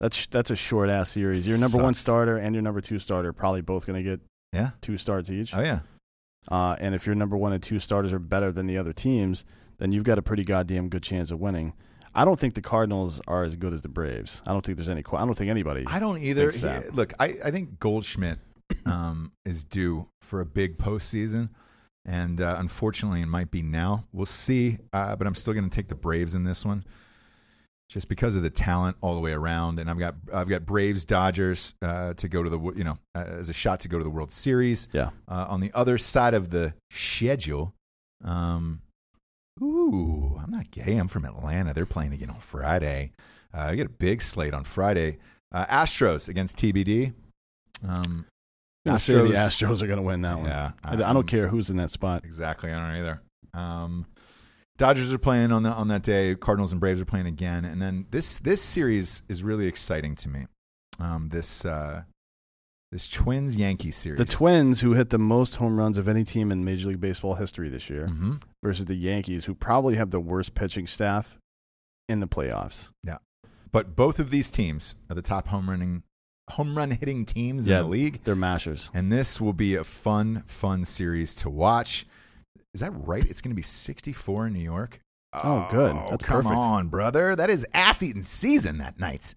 [SPEAKER 3] That's that's a short ass series. Your number one
[SPEAKER 2] Sucks.
[SPEAKER 3] starter and your number two starter probably both going to get
[SPEAKER 2] Yeah.
[SPEAKER 3] two starts each.
[SPEAKER 2] Oh yeah.
[SPEAKER 3] Uh, and if your number one and two starters are better than the other teams, then you've got a pretty goddamn good chance of winning. I don't think the Cardinals are as good as the Braves. I don't think there's any. qu- I don't think anybody.
[SPEAKER 2] I don't either.
[SPEAKER 3] thinks that.
[SPEAKER 2] He- look, I, I think Goldschmidt um, is due for a big postseason, and uh, unfortunately, it might be now. We'll see, uh, but I'm still going to take the Braves in this one, just because of the talent all the way around. And I've got I've got Braves Dodgers uh, to go to the wo- you know uh, as a shot to go to the World Series.
[SPEAKER 3] Yeah.
[SPEAKER 2] Uh, on the other side of the schedule, um, Ooh, I'm not gay. I'm from Atlanta. They're playing again on Friday. Uh, I get a big slate on Friday. Uh, Astros against TBD. Um,
[SPEAKER 3] I'm gonna say the Astros are going to win that one.
[SPEAKER 2] Yeah,
[SPEAKER 3] I, I
[SPEAKER 2] um,
[SPEAKER 3] don't care who's in that spot.
[SPEAKER 2] Exactly. I don't either. Um, Dodgers are playing on that on that day. Cardinals and Braves are playing again, and then this this series is really exciting to me. Um, this uh, this Twins Yankees series.
[SPEAKER 3] The Twins, who hit the most home runs of any team in Major League Baseball history this year,
[SPEAKER 2] hmm
[SPEAKER 3] versus the Yankees, who probably have the worst pitching staff in the playoffs.
[SPEAKER 2] But both of these teams are the top home running home run hitting teams in the league.
[SPEAKER 3] they're mashers.
[SPEAKER 2] And this will be a fun, fun series to watch. Is that right? It's going to be 64 in New York.
[SPEAKER 3] Oh, good. That's
[SPEAKER 2] come
[SPEAKER 3] perfect.
[SPEAKER 2] on, brother. That is ass eating season that night.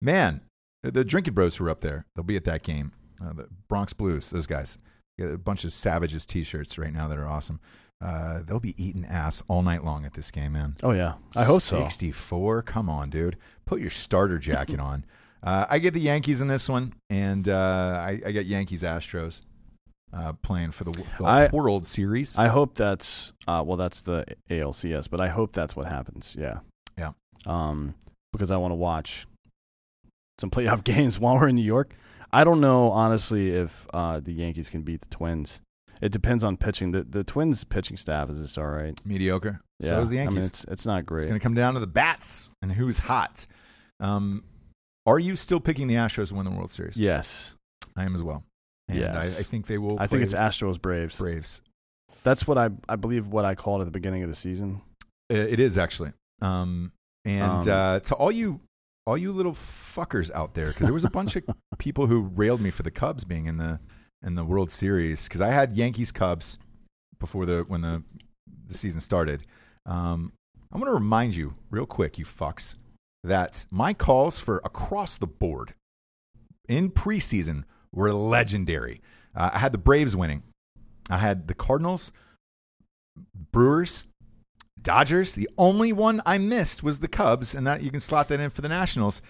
[SPEAKER 2] Man, the Drinking Bros who are up there, they'll be at that game. Uh, the Bronx Blues, those guys. Got a bunch of Savages t shirts right now that are awesome. Uh, they'll be eating ass all night long at this game, man.
[SPEAKER 3] Oh yeah, I hope so.
[SPEAKER 2] 64. Come on, dude. Put your starter jacket on. Uh, I get the Yankees in this one, and uh, I, I get Yankees Astros. uh, playing for the, the
[SPEAKER 3] I-
[SPEAKER 2] World Series.
[SPEAKER 3] I hope that's uh, well, that's the ALCS, but I hope that's what happens. Yeah,
[SPEAKER 2] Yeah.
[SPEAKER 3] Um, because I want to watch some playoff games while we're in New York. I don't know honestly if uh, the Yankees can beat the Twins. It depends on pitching. The the Twins pitching staff is just all right.
[SPEAKER 2] Mediocre.
[SPEAKER 3] Yeah,
[SPEAKER 2] So is the
[SPEAKER 3] I
[SPEAKER 2] Yankees.
[SPEAKER 3] mean, it's it's not great.
[SPEAKER 2] It's going to come down to the bats and who's hot. Um, are you still picking the Astros to win the World Series?
[SPEAKER 3] yes,
[SPEAKER 2] I am as well. And
[SPEAKER 3] Yes.
[SPEAKER 2] I, I think they will.
[SPEAKER 3] I think
[SPEAKER 2] play
[SPEAKER 3] it's Astros Braves.
[SPEAKER 2] Braves.
[SPEAKER 3] That's what I I believe what I called at the beginning of the season.
[SPEAKER 2] Uh, It is actually. Um, and
[SPEAKER 3] Um,
[SPEAKER 2] uh, to all you, all you little fuckers out there, because there was a bunch of people who railed me for the Cubs being in the in the World Series because I had Yankees Cubs before the when the the season started. Um, I want to remind you real quick, you fucks, that my calls for across the board in preseason were legendary. Uh, I had the Braves winning. I had the Cardinals, Brewers, Dodgers. The only one I missed was the Cubs, and that you can slot that in for the Nationals.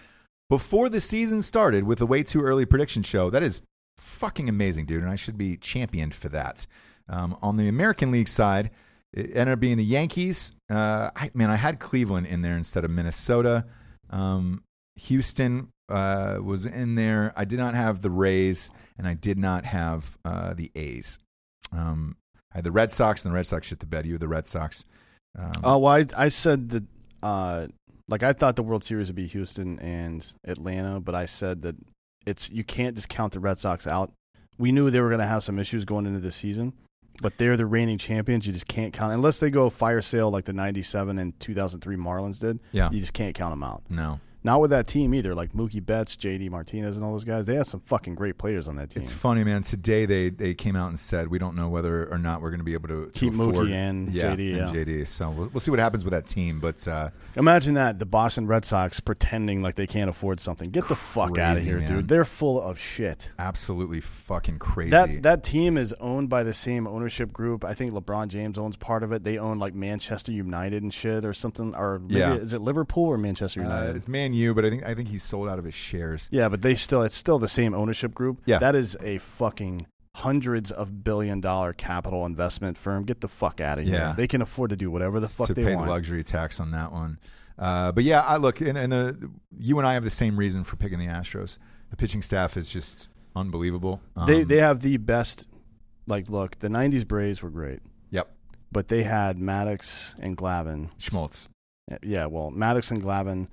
[SPEAKER 2] Before the season started with a way too early prediction show, that is fucking amazing, dude, and I should be championed for that. Um, on the American League side, it ended up being the Yankees. Uh, I, man, I had Cleveland in there instead of Minnesota. Um, Houston uh, was in there. I did not have the Rays, and I did not have uh, the A's. Um, I had the Red Sox, and the Red Sox shit the bed. You had the Red Sox. Um,
[SPEAKER 3] Oh, well, I, I said that, uh, like, I thought the World Series would be Houston and Atlanta, but I said that it's you can't just count the Red Sox out. We knew they were going to have some issues going into this season, but they're the reigning champions. You just can't count unless they go fire sale like the '97 and 2003 Marlins did.
[SPEAKER 2] Yeah.
[SPEAKER 3] you just can't count them out.
[SPEAKER 2] No,
[SPEAKER 3] Not with that team either. Like Mookie Betts, J.D. Martinez, and all those guys. They had some fucking great players on that team.
[SPEAKER 2] it's funny, man. Today they they came out and said we don't know whether or not we're going to be able to, to
[SPEAKER 3] Keep Mookie
[SPEAKER 2] afford-
[SPEAKER 3] and
[SPEAKER 2] yeah,
[SPEAKER 3] JD,
[SPEAKER 2] and
[SPEAKER 3] yeah.
[SPEAKER 2] JD. So we'll, we'll see what happens with that team, but uh,
[SPEAKER 3] Imagine that the Boston Red Sox pretending like they can't afford something. Get the fuck out of
[SPEAKER 2] Crazy,
[SPEAKER 3] here,
[SPEAKER 2] man.
[SPEAKER 3] dude. They're full of shit.
[SPEAKER 2] absolutely fucking crazy.
[SPEAKER 3] That that team is owned by the same ownership group. I think LeBron James owns part of it. They own like Manchester United and shit or something. Or maybe,
[SPEAKER 2] Yeah.
[SPEAKER 3] is it Liverpool or Manchester
[SPEAKER 2] uh,
[SPEAKER 3] United?
[SPEAKER 2] it's Man U, but I think I think he sold out of his shares.
[SPEAKER 3] yeah, but they still it's still the same ownership group.
[SPEAKER 2] Yeah.
[SPEAKER 3] that is a fucking hundreds of billion dollar capital investment firm. Get the fuck out of here.
[SPEAKER 2] Yeah.
[SPEAKER 3] they can afford to do whatever the fuck
[SPEAKER 2] to
[SPEAKER 3] they
[SPEAKER 2] pay
[SPEAKER 3] want.
[SPEAKER 2] the luxury tax on that one. Uh, but yeah, I look, and, and the, you and I have the same reason for picking the Astros. The pitching staff is just unbelievable. Um,
[SPEAKER 3] they they have the best. Like, look, the '90s Braves were great,
[SPEAKER 2] yep,
[SPEAKER 3] but they had Maddox and Glavin.
[SPEAKER 2] Schmaltz.
[SPEAKER 3] Uh, yeah, well, Maddox and Glavin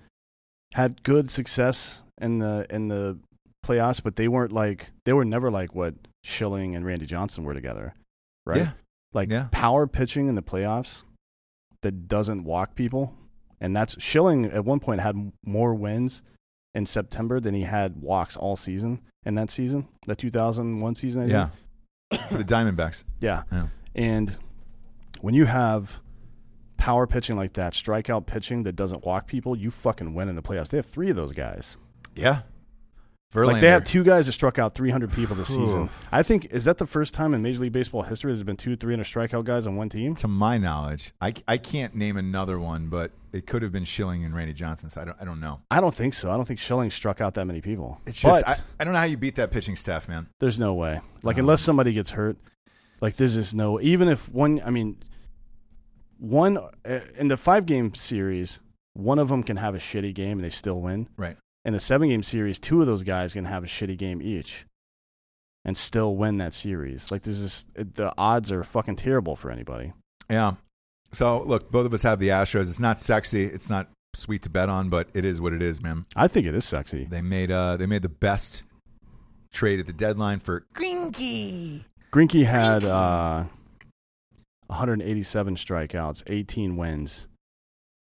[SPEAKER 3] had good success in the in the playoffs, but they weren't like they were never like what Schilling and Randy Johnson were together, right?
[SPEAKER 2] Yeah.
[SPEAKER 3] Like
[SPEAKER 2] Yeah.
[SPEAKER 3] power pitching in the playoffs that doesn't walk people, and that's Schilling at one point had m- more wins in September than he had walks all season in that season, the 2001 season. I think.
[SPEAKER 2] Yeah, for the Diamondbacks.
[SPEAKER 3] Yeah.
[SPEAKER 2] Yeah.
[SPEAKER 3] And when you have power pitching like that, strikeout pitching that doesn't walk people, you fucking win in the playoffs. They have three of those guys.
[SPEAKER 2] Yeah,
[SPEAKER 3] Like they have
[SPEAKER 2] Verlander.
[SPEAKER 3] two guys that struck out 300 people this
[SPEAKER 2] Oof.
[SPEAKER 3] season. I think is that the first time in Major League Baseball history there's been two 300 strikeout guys on one team?
[SPEAKER 2] to my knowledge, I, I can't name another one, but it could have been Schilling and Randy Johnson. So I don't I don't know.
[SPEAKER 3] I don't think so. I don't think Schilling struck out that many people.
[SPEAKER 2] It's just
[SPEAKER 3] But-
[SPEAKER 2] I, I don't know how you beat that pitching staff, man.
[SPEAKER 3] There's no way. Like unless somebody gets hurt, like there's just no. Even if one, I mean, one uh, in the five game series, one of them can have a shitty game and they still win.
[SPEAKER 2] Right.
[SPEAKER 3] In the seven game series, two of those guys can have a shitty game each, and still win that series. Like there's just it- the odds are fucking terrible for anybody.
[SPEAKER 2] Yeah. So look, both of us have the Astros. It's not sexy. It's not sweet to bet on, but it is what it is, man.
[SPEAKER 3] I think it is sexy.
[SPEAKER 2] They made uh they made the best trade at the deadline for Grinky.
[SPEAKER 3] Grinky had uh, 187 strikeouts, 18 wins,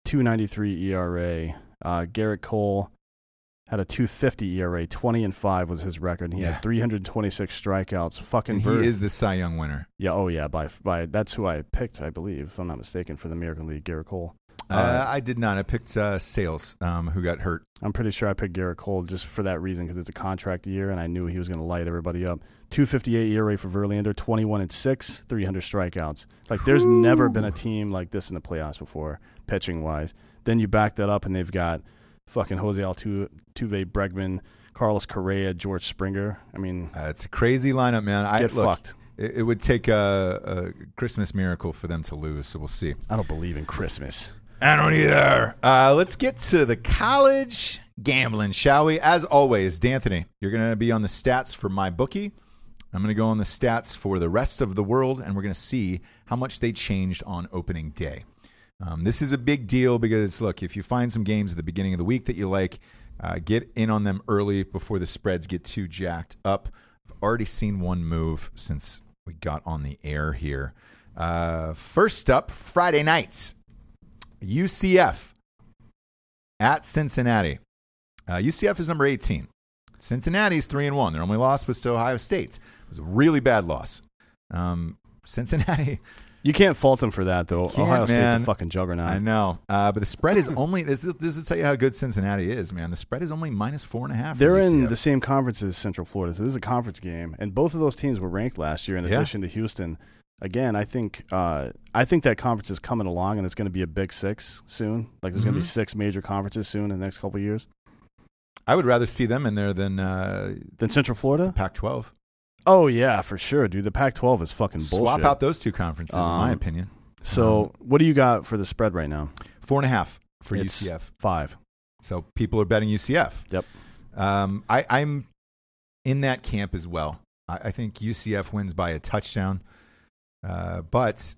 [SPEAKER 3] 293 ERA. Uh, Garrett Cole had a 250 ERA, 20 and 5 was his record. He
[SPEAKER 2] Yeah.
[SPEAKER 3] had 326 strikeouts.
[SPEAKER 2] And
[SPEAKER 3] Fucking
[SPEAKER 2] he
[SPEAKER 3] bird.
[SPEAKER 2] is the Cy Young winner.
[SPEAKER 3] yeah, oh yeah, by by that's who I picked, I believe, if I'm not mistaken, for the American League, Garrett Cole.
[SPEAKER 2] Uh, I did not. I picked uh, Sales, um, who got hurt.
[SPEAKER 3] I'm pretty sure I picked Garrett Cole just for that reason because it's a contract year and I knew he was going to light everybody up. 258 ERA for Verlander, 21 and 6, 300 strikeouts. Like there's never been a team like this in the playoffs before, pitching wise. Then you back that up and they've got fucking Jose Altuve, Bregman, Carlos Correa, George Springer. I mean,
[SPEAKER 2] Uh, it's a crazy lineup, man. I
[SPEAKER 3] get
[SPEAKER 2] look,
[SPEAKER 3] fucked.
[SPEAKER 2] It, it would take a, a Christmas miracle for them to lose, so we'll see.
[SPEAKER 3] I don't believe in Christmas.
[SPEAKER 2] I don't either. Uh, let's get to the college gambling, shall we? As always, D'Anthony, you're going to be on the stats for my bookie. I'm going to go on the stats for the rest of the world, and we're going to see how much they changed on opening day. Um, this is a big deal because, look, if you find some games at the beginning of the week that you like, uh, get in on them early before the spreads get too jacked up. I've already seen one move since we got on the air here. Uh, first up, Friday nights. UCF at Cincinnati. Uh, UCF is number 18. Cincinnati's 3 and 1. Their only loss was to Ohio State. It was a really bad loss. Um, Cincinnati,
[SPEAKER 3] You can't fault them for that, though.
[SPEAKER 2] Can't,
[SPEAKER 3] Ohio State's
[SPEAKER 2] man.
[SPEAKER 3] a fucking juggernaut.
[SPEAKER 2] I know. Uh, but the spread is only, this, this, this will tell you how good Cincinnati is, man. The spread is only minus four and a half. for
[SPEAKER 3] They're in
[SPEAKER 2] UCF.
[SPEAKER 3] the same conference as Central Florida, so this is a conference game, and both of those teams were ranked last year. In
[SPEAKER 2] Yeah.
[SPEAKER 3] addition to Houston, again, I think uh, I think that conference is coming along, and it's going to be a big six soon. Like there's going to
[SPEAKER 2] Mhm.
[SPEAKER 3] be six major conferences soon in the next couple of years.
[SPEAKER 2] I would rather see them in there than uh,
[SPEAKER 3] Then Central Florida.
[SPEAKER 2] Pac 12.
[SPEAKER 3] Oh yeah, for sure, dude. The Pac-12 is fucking bullshit.
[SPEAKER 2] Swap out Mm-hmm. those two conferences, in my
[SPEAKER 3] Um,
[SPEAKER 2] opinion.
[SPEAKER 3] So what do you got for the spread right now?
[SPEAKER 2] Four and a half for
[SPEAKER 3] It's
[SPEAKER 2] UCF.
[SPEAKER 3] Five.
[SPEAKER 2] So people are betting UCF.
[SPEAKER 3] Yep.
[SPEAKER 2] Um, I, I'm in that camp as well. I, I think UCF wins by a touchdown. Uh, but,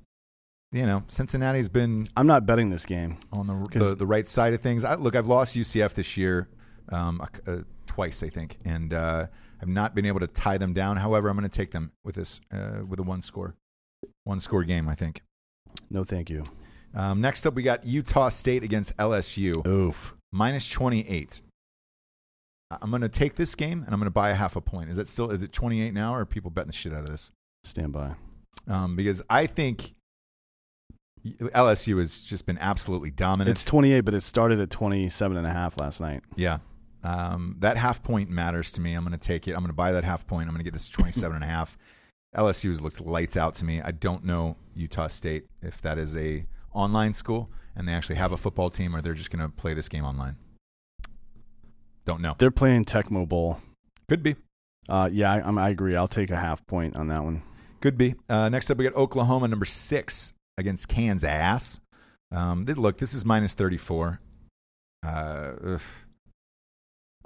[SPEAKER 2] you know, Cincinnati's been
[SPEAKER 3] I'm not betting this game.
[SPEAKER 2] on the,
[SPEAKER 3] 'Cause-
[SPEAKER 2] the, the right side of things. I, look, I've lost UCF this year um, a c- uh, twice, I think, and uh, I've not been able to tie them down. However, I'm going to take them with this uh, with a one score, one score game, I think.
[SPEAKER 3] No, thank you.
[SPEAKER 2] Um, next up, we got Utah State against LSU.
[SPEAKER 3] Oof.
[SPEAKER 2] minus 28 I- i'm going to take this game and i'm going to buy a half a point is that still is it 28 now or are people betting the shit out of this
[SPEAKER 3] Stand by.
[SPEAKER 2] um, because i think lsu has just been absolutely dominant
[SPEAKER 3] It's 28, but it started at 27 and a half last night.
[SPEAKER 2] yeah um, that half point matters to me i'm going to take it i'm going to buy that half point i'm going to get this 27 and a half lsu has looked lights out to me i don't know utah state if that is a online school and they actually have a football team or they're just going to play this game online don't know
[SPEAKER 3] They're playing Tecmo Bowl.
[SPEAKER 2] could be
[SPEAKER 3] Uh, yeah, I, I'm, I agree. I'll take a half point on that one.
[SPEAKER 2] Could be. Uh, next up, we got Oklahoma, number six, against Kansas. Um, th- look, this is minus 34. Uh, ugh.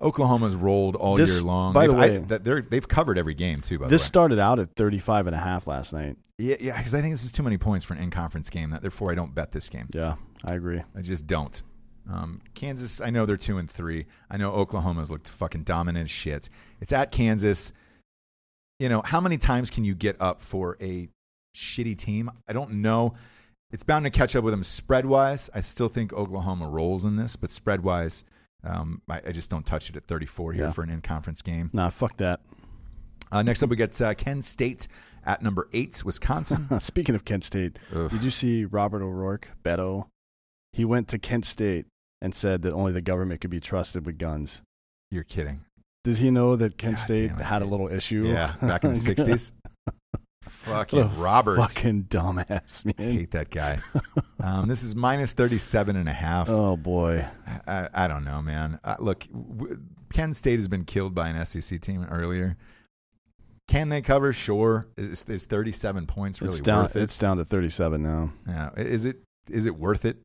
[SPEAKER 2] Oklahoma's rolled all
[SPEAKER 3] This-
[SPEAKER 2] year long.
[SPEAKER 3] by the
[SPEAKER 2] They've- I-
[SPEAKER 3] way-
[SPEAKER 2] that they're, they've covered every game, too, by
[SPEAKER 3] This
[SPEAKER 2] the way.
[SPEAKER 3] started out at 35 and a half last night.
[SPEAKER 2] Yeah, yeah, because I think this is too many points for an in conference game. That, therefore, I don't bet this game.
[SPEAKER 3] Yeah, I agree.
[SPEAKER 2] I just don't. Um, Kansas, I know they're two and three. I know Oklahoma's looked fucking dominant as shit. It's at Kansas. You know, how many times can you get up for a shitty team? I don't know. It's bound to catch up with them spread wise. I still think Oklahoma rolls in this, but spread wise, um, I, I just don't touch it at 34 here
[SPEAKER 3] Yeah.
[SPEAKER 2] for an in conference game.
[SPEAKER 3] Nah, fuck that.
[SPEAKER 2] Uh, next up, we got uh, Penn State at number eight, Wisconsin.
[SPEAKER 3] Speaking of Kent State,
[SPEAKER 2] Ugh.
[SPEAKER 3] did you see Robert O'Rourke, Beto? He went to Kent State and said that only the government could be trusted with guns.
[SPEAKER 2] You're kidding.
[SPEAKER 3] Does he know that Kent
[SPEAKER 2] God
[SPEAKER 3] State
[SPEAKER 2] damn it,
[SPEAKER 3] had a
[SPEAKER 2] dude.
[SPEAKER 3] little issue?
[SPEAKER 2] Yeah, back in the 60s.
[SPEAKER 3] What a
[SPEAKER 2] Fucking Robert.
[SPEAKER 3] Fucking dumbass,
[SPEAKER 2] I
[SPEAKER 3] man.
[SPEAKER 2] hate that guy. Um, this is minus 37 and a half.
[SPEAKER 3] Oh boy.
[SPEAKER 2] I, I, I don't know, man. Uh, look, w- Penn State has been killed by an SEC team earlier. Can they cover? Sure. Is, is 37 points really
[SPEAKER 3] it's down
[SPEAKER 2] worth it?
[SPEAKER 3] it's down to 37 now.
[SPEAKER 2] Yeah. Is it is it worth it?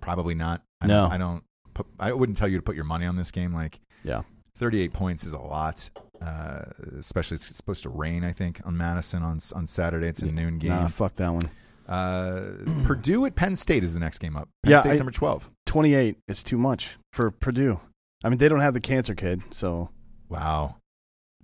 [SPEAKER 2] Probably not. I
[SPEAKER 3] No.
[SPEAKER 2] Don't, I don't. Put, I wouldn't tell you to put your money on this game. Like,
[SPEAKER 3] Yeah.
[SPEAKER 2] 38 points is a lot. Uh, especially it's supposed to rain. I think on Madison on s- on Saturday. It's a noon game.
[SPEAKER 3] Nah, fuck that one.
[SPEAKER 2] Uh, Purdue at Penn State is the next game up. Penn
[SPEAKER 3] Yeah,
[SPEAKER 2] State's
[SPEAKER 3] I-
[SPEAKER 2] number 12.
[SPEAKER 3] 28 is too much for Purdue. I mean, they don't have the cancer kid, so
[SPEAKER 2] Wow.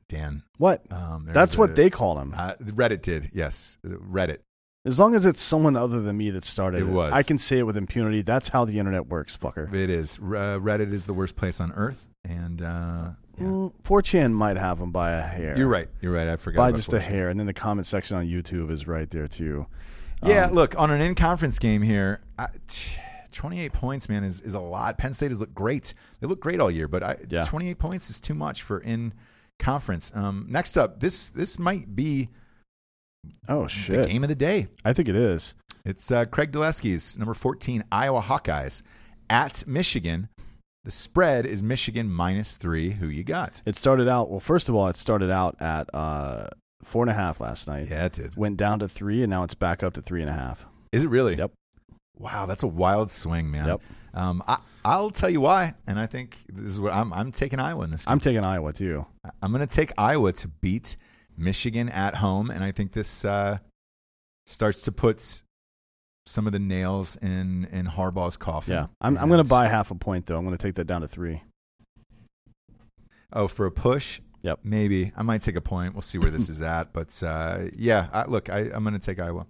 [SPEAKER 2] Dan.
[SPEAKER 3] what?
[SPEAKER 2] Um, there's
[SPEAKER 3] That's what
[SPEAKER 2] a-
[SPEAKER 3] they called him.
[SPEAKER 2] Uh, Reddit did. Yes. Reddit.
[SPEAKER 3] As long as it's someone other than me that started
[SPEAKER 2] It was.
[SPEAKER 3] I can say it with impunity. That's how the internet works, fucker.
[SPEAKER 2] It is. Uh, Reddit is the worst place on earth. And uh, yeah.
[SPEAKER 3] Mm, 4chan might have him by a hair.
[SPEAKER 2] you're right. You're right. I forgot.
[SPEAKER 3] By
[SPEAKER 2] about
[SPEAKER 3] just uh, a
[SPEAKER 2] Fortune.
[SPEAKER 3] hair. And then the comment section on YouTube is right there, too.
[SPEAKER 2] Yeah.
[SPEAKER 3] Um,
[SPEAKER 2] look, on an in conference game here, I, 28 points, man, is, is a lot. Penn State has looked great. They look great all year, but I,
[SPEAKER 3] Yeah.
[SPEAKER 2] 28 points is too much for in conference. Um, next up, this, this might be
[SPEAKER 3] Oh,
[SPEAKER 2] the
[SPEAKER 3] shit.
[SPEAKER 2] game of the day.
[SPEAKER 3] I think it is.
[SPEAKER 2] It's uh, Craig Dulesky's number 14, Iowa Hawkeyes at Michigan. The spread is Michigan minus three. Who you got?
[SPEAKER 3] It started out, well, first of all, it started out at uh, four and a half last night.
[SPEAKER 2] Yeah, it did.
[SPEAKER 3] Went down to three, and now it's back up to three and a half.
[SPEAKER 2] Is it really?
[SPEAKER 3] Yep.
[SPEAKER 2] Wow, that's a wild swing, man.
[SPEAKER 3] Yep.
[SPEAKER 2] Um, I, I'll tell you why, and I think this is what I'm. I'm taking Iowa in this. Game.
[SPEAKER 3] I'm taking Iowa too.
[SPEAKER 2] I'm, going to take Iowa to beat Michigan at home, and I think this uh, starts to put s- some of the nails in in Harbaugh's coffin.
[SPEAKER 3] Yeah, I'm. I'm
[SPEAKER 2] And
[SPEAKER 3] going
[SPEAKER 2] it's-
[SPEAKER 3] to buy half a point though. I'm going to take that down to three.
[SPEAKER 2] Oh, for a push.
[SPEAKER 3] Yep.
[SPEAKER 2] Maybe I might take a point. We'll see where this is at, but uh, yeah. I, look, I, I'm going to take Iowa.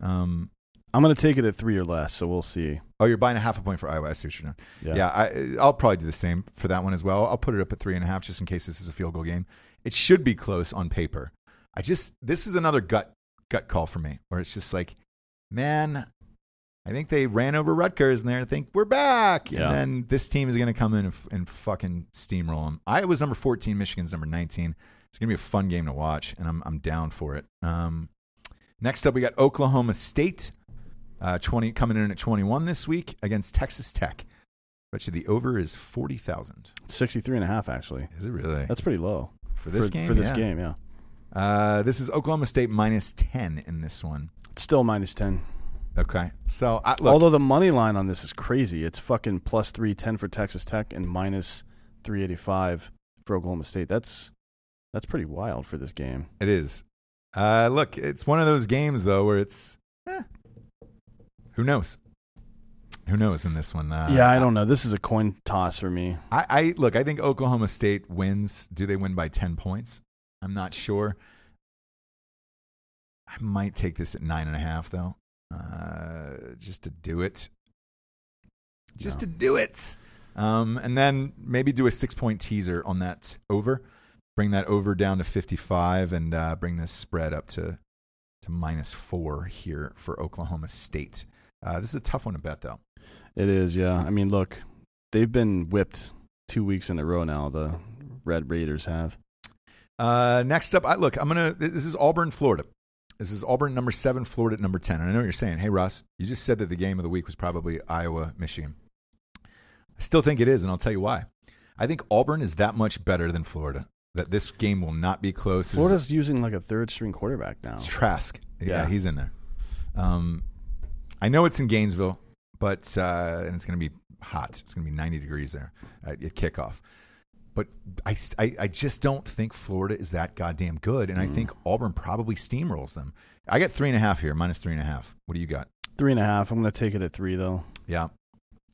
[SPEAKER 2] Um,
[SPEAKER 3] I'm going to take it at three or less. So we'll see.
[SPEAKER 2] Oh, you're buying a half a point for Iowa. I see what you're doing.
[SPEAKER 3] Yeah.
[SPEAKER 2] Yeah, I, I'll probably do the same for that one as well. I'll put it up at three and a half just in case this is a field goal game. It should be close on paper. I just this is another gut gut call for me where it's just like, man, I think they ran over Rutgers and they think we're back,
[SPEAKER 3] Yeah.
[SPEAKER 2] and then this team is going to come in and, f- and fucking steamroll them. Iowa's number 14, Michigan's number 19. It's going to be a fun game to watch, and I'm I'm down for it. Um, next up, we got Oklahoma State uh, 20 coming in at 21 this week against Texas Tech. But the over is 40,000.
[SPEAKER 3] It's 63 and a half actually.
[SPEAKER 2] Is it really?
[SPEAKER 3] That's pretty low
[SPEAKER 2] for this
[SPEAKER 3] for,
[SPEAKER 2] game?
[SPEAKER 3] For this
[SPEAKER 2] Yeah.
[SPEAKER 3] game, yeah.
[SPEAKER 2] Uh, this is Oklahoma State minus 10 in this one.
[SPEAKER 3] It's still minus ten.
[SPEAKER 2] Okay. So, I, look,
[SPEAKER 3] Although the money line on this is crazy. It's fucking plus 310 for Texas Tech and minus 385 for Oklahoma State. That's that's pretty wild for this game.
[SPEAKER 2] it is. Uh, look, it's one of those games, though, where it's eh, who knows? Who knows in this one? Uh,
[SPEAKER 3] yeah, I don't know. This is a coin toss for me.
[SPEAKER 2] I, I look. I think Oklahoma State wins. Do they win by ten points? I'm not sure. I might take this at nine and a half though, uh, just to do it. Just
[SPEAKER 3] No.
[SPEAKER 2] to do it, um, and then maybe do a six point teaser on that over. Bring that over down to 55 and uh, bring this spread up to to minus four here for Oklahoma State. Uh, this is a tough one to bet though.
[SPEAKER 3] It is, yeah. I mean, look, they've been whipped two weeks in a row now. The Red Raiders have.
[SPEAKER 2] Uh, next up, I look. I'm gonna. th- This is Auburn, Florida. This is Auburn number seven, Florida at number ten. And I know what you're saying, hey Russ, you just said that the game of the week was probably Iowa, Michigan. I still think it is, and I'll tell you why. I think Auburn is that much better than Florida. That this game will not be close. This is-
[SPEAKER 3] Florida's using like a third string quarterback now.
[SPEAKER 2] it's Trask. Yeah,
[SPEAKER 3] Yeah.
[SPEAKER 2] he's in there. Um, I know it's in Gainesville, but uh, and it's going to be hot. It's going to be 90 degrees there at, at kickoff. But I, s- I- I just don't think Florida is that goddamn good, and I think Auburn probably steamrolls them. I got three and a half here, minus three and a half. What do you got?
[SPEAKER 3] Three and a half. I'm going to take it at three, though.
[SPEAKER 2] Yeah,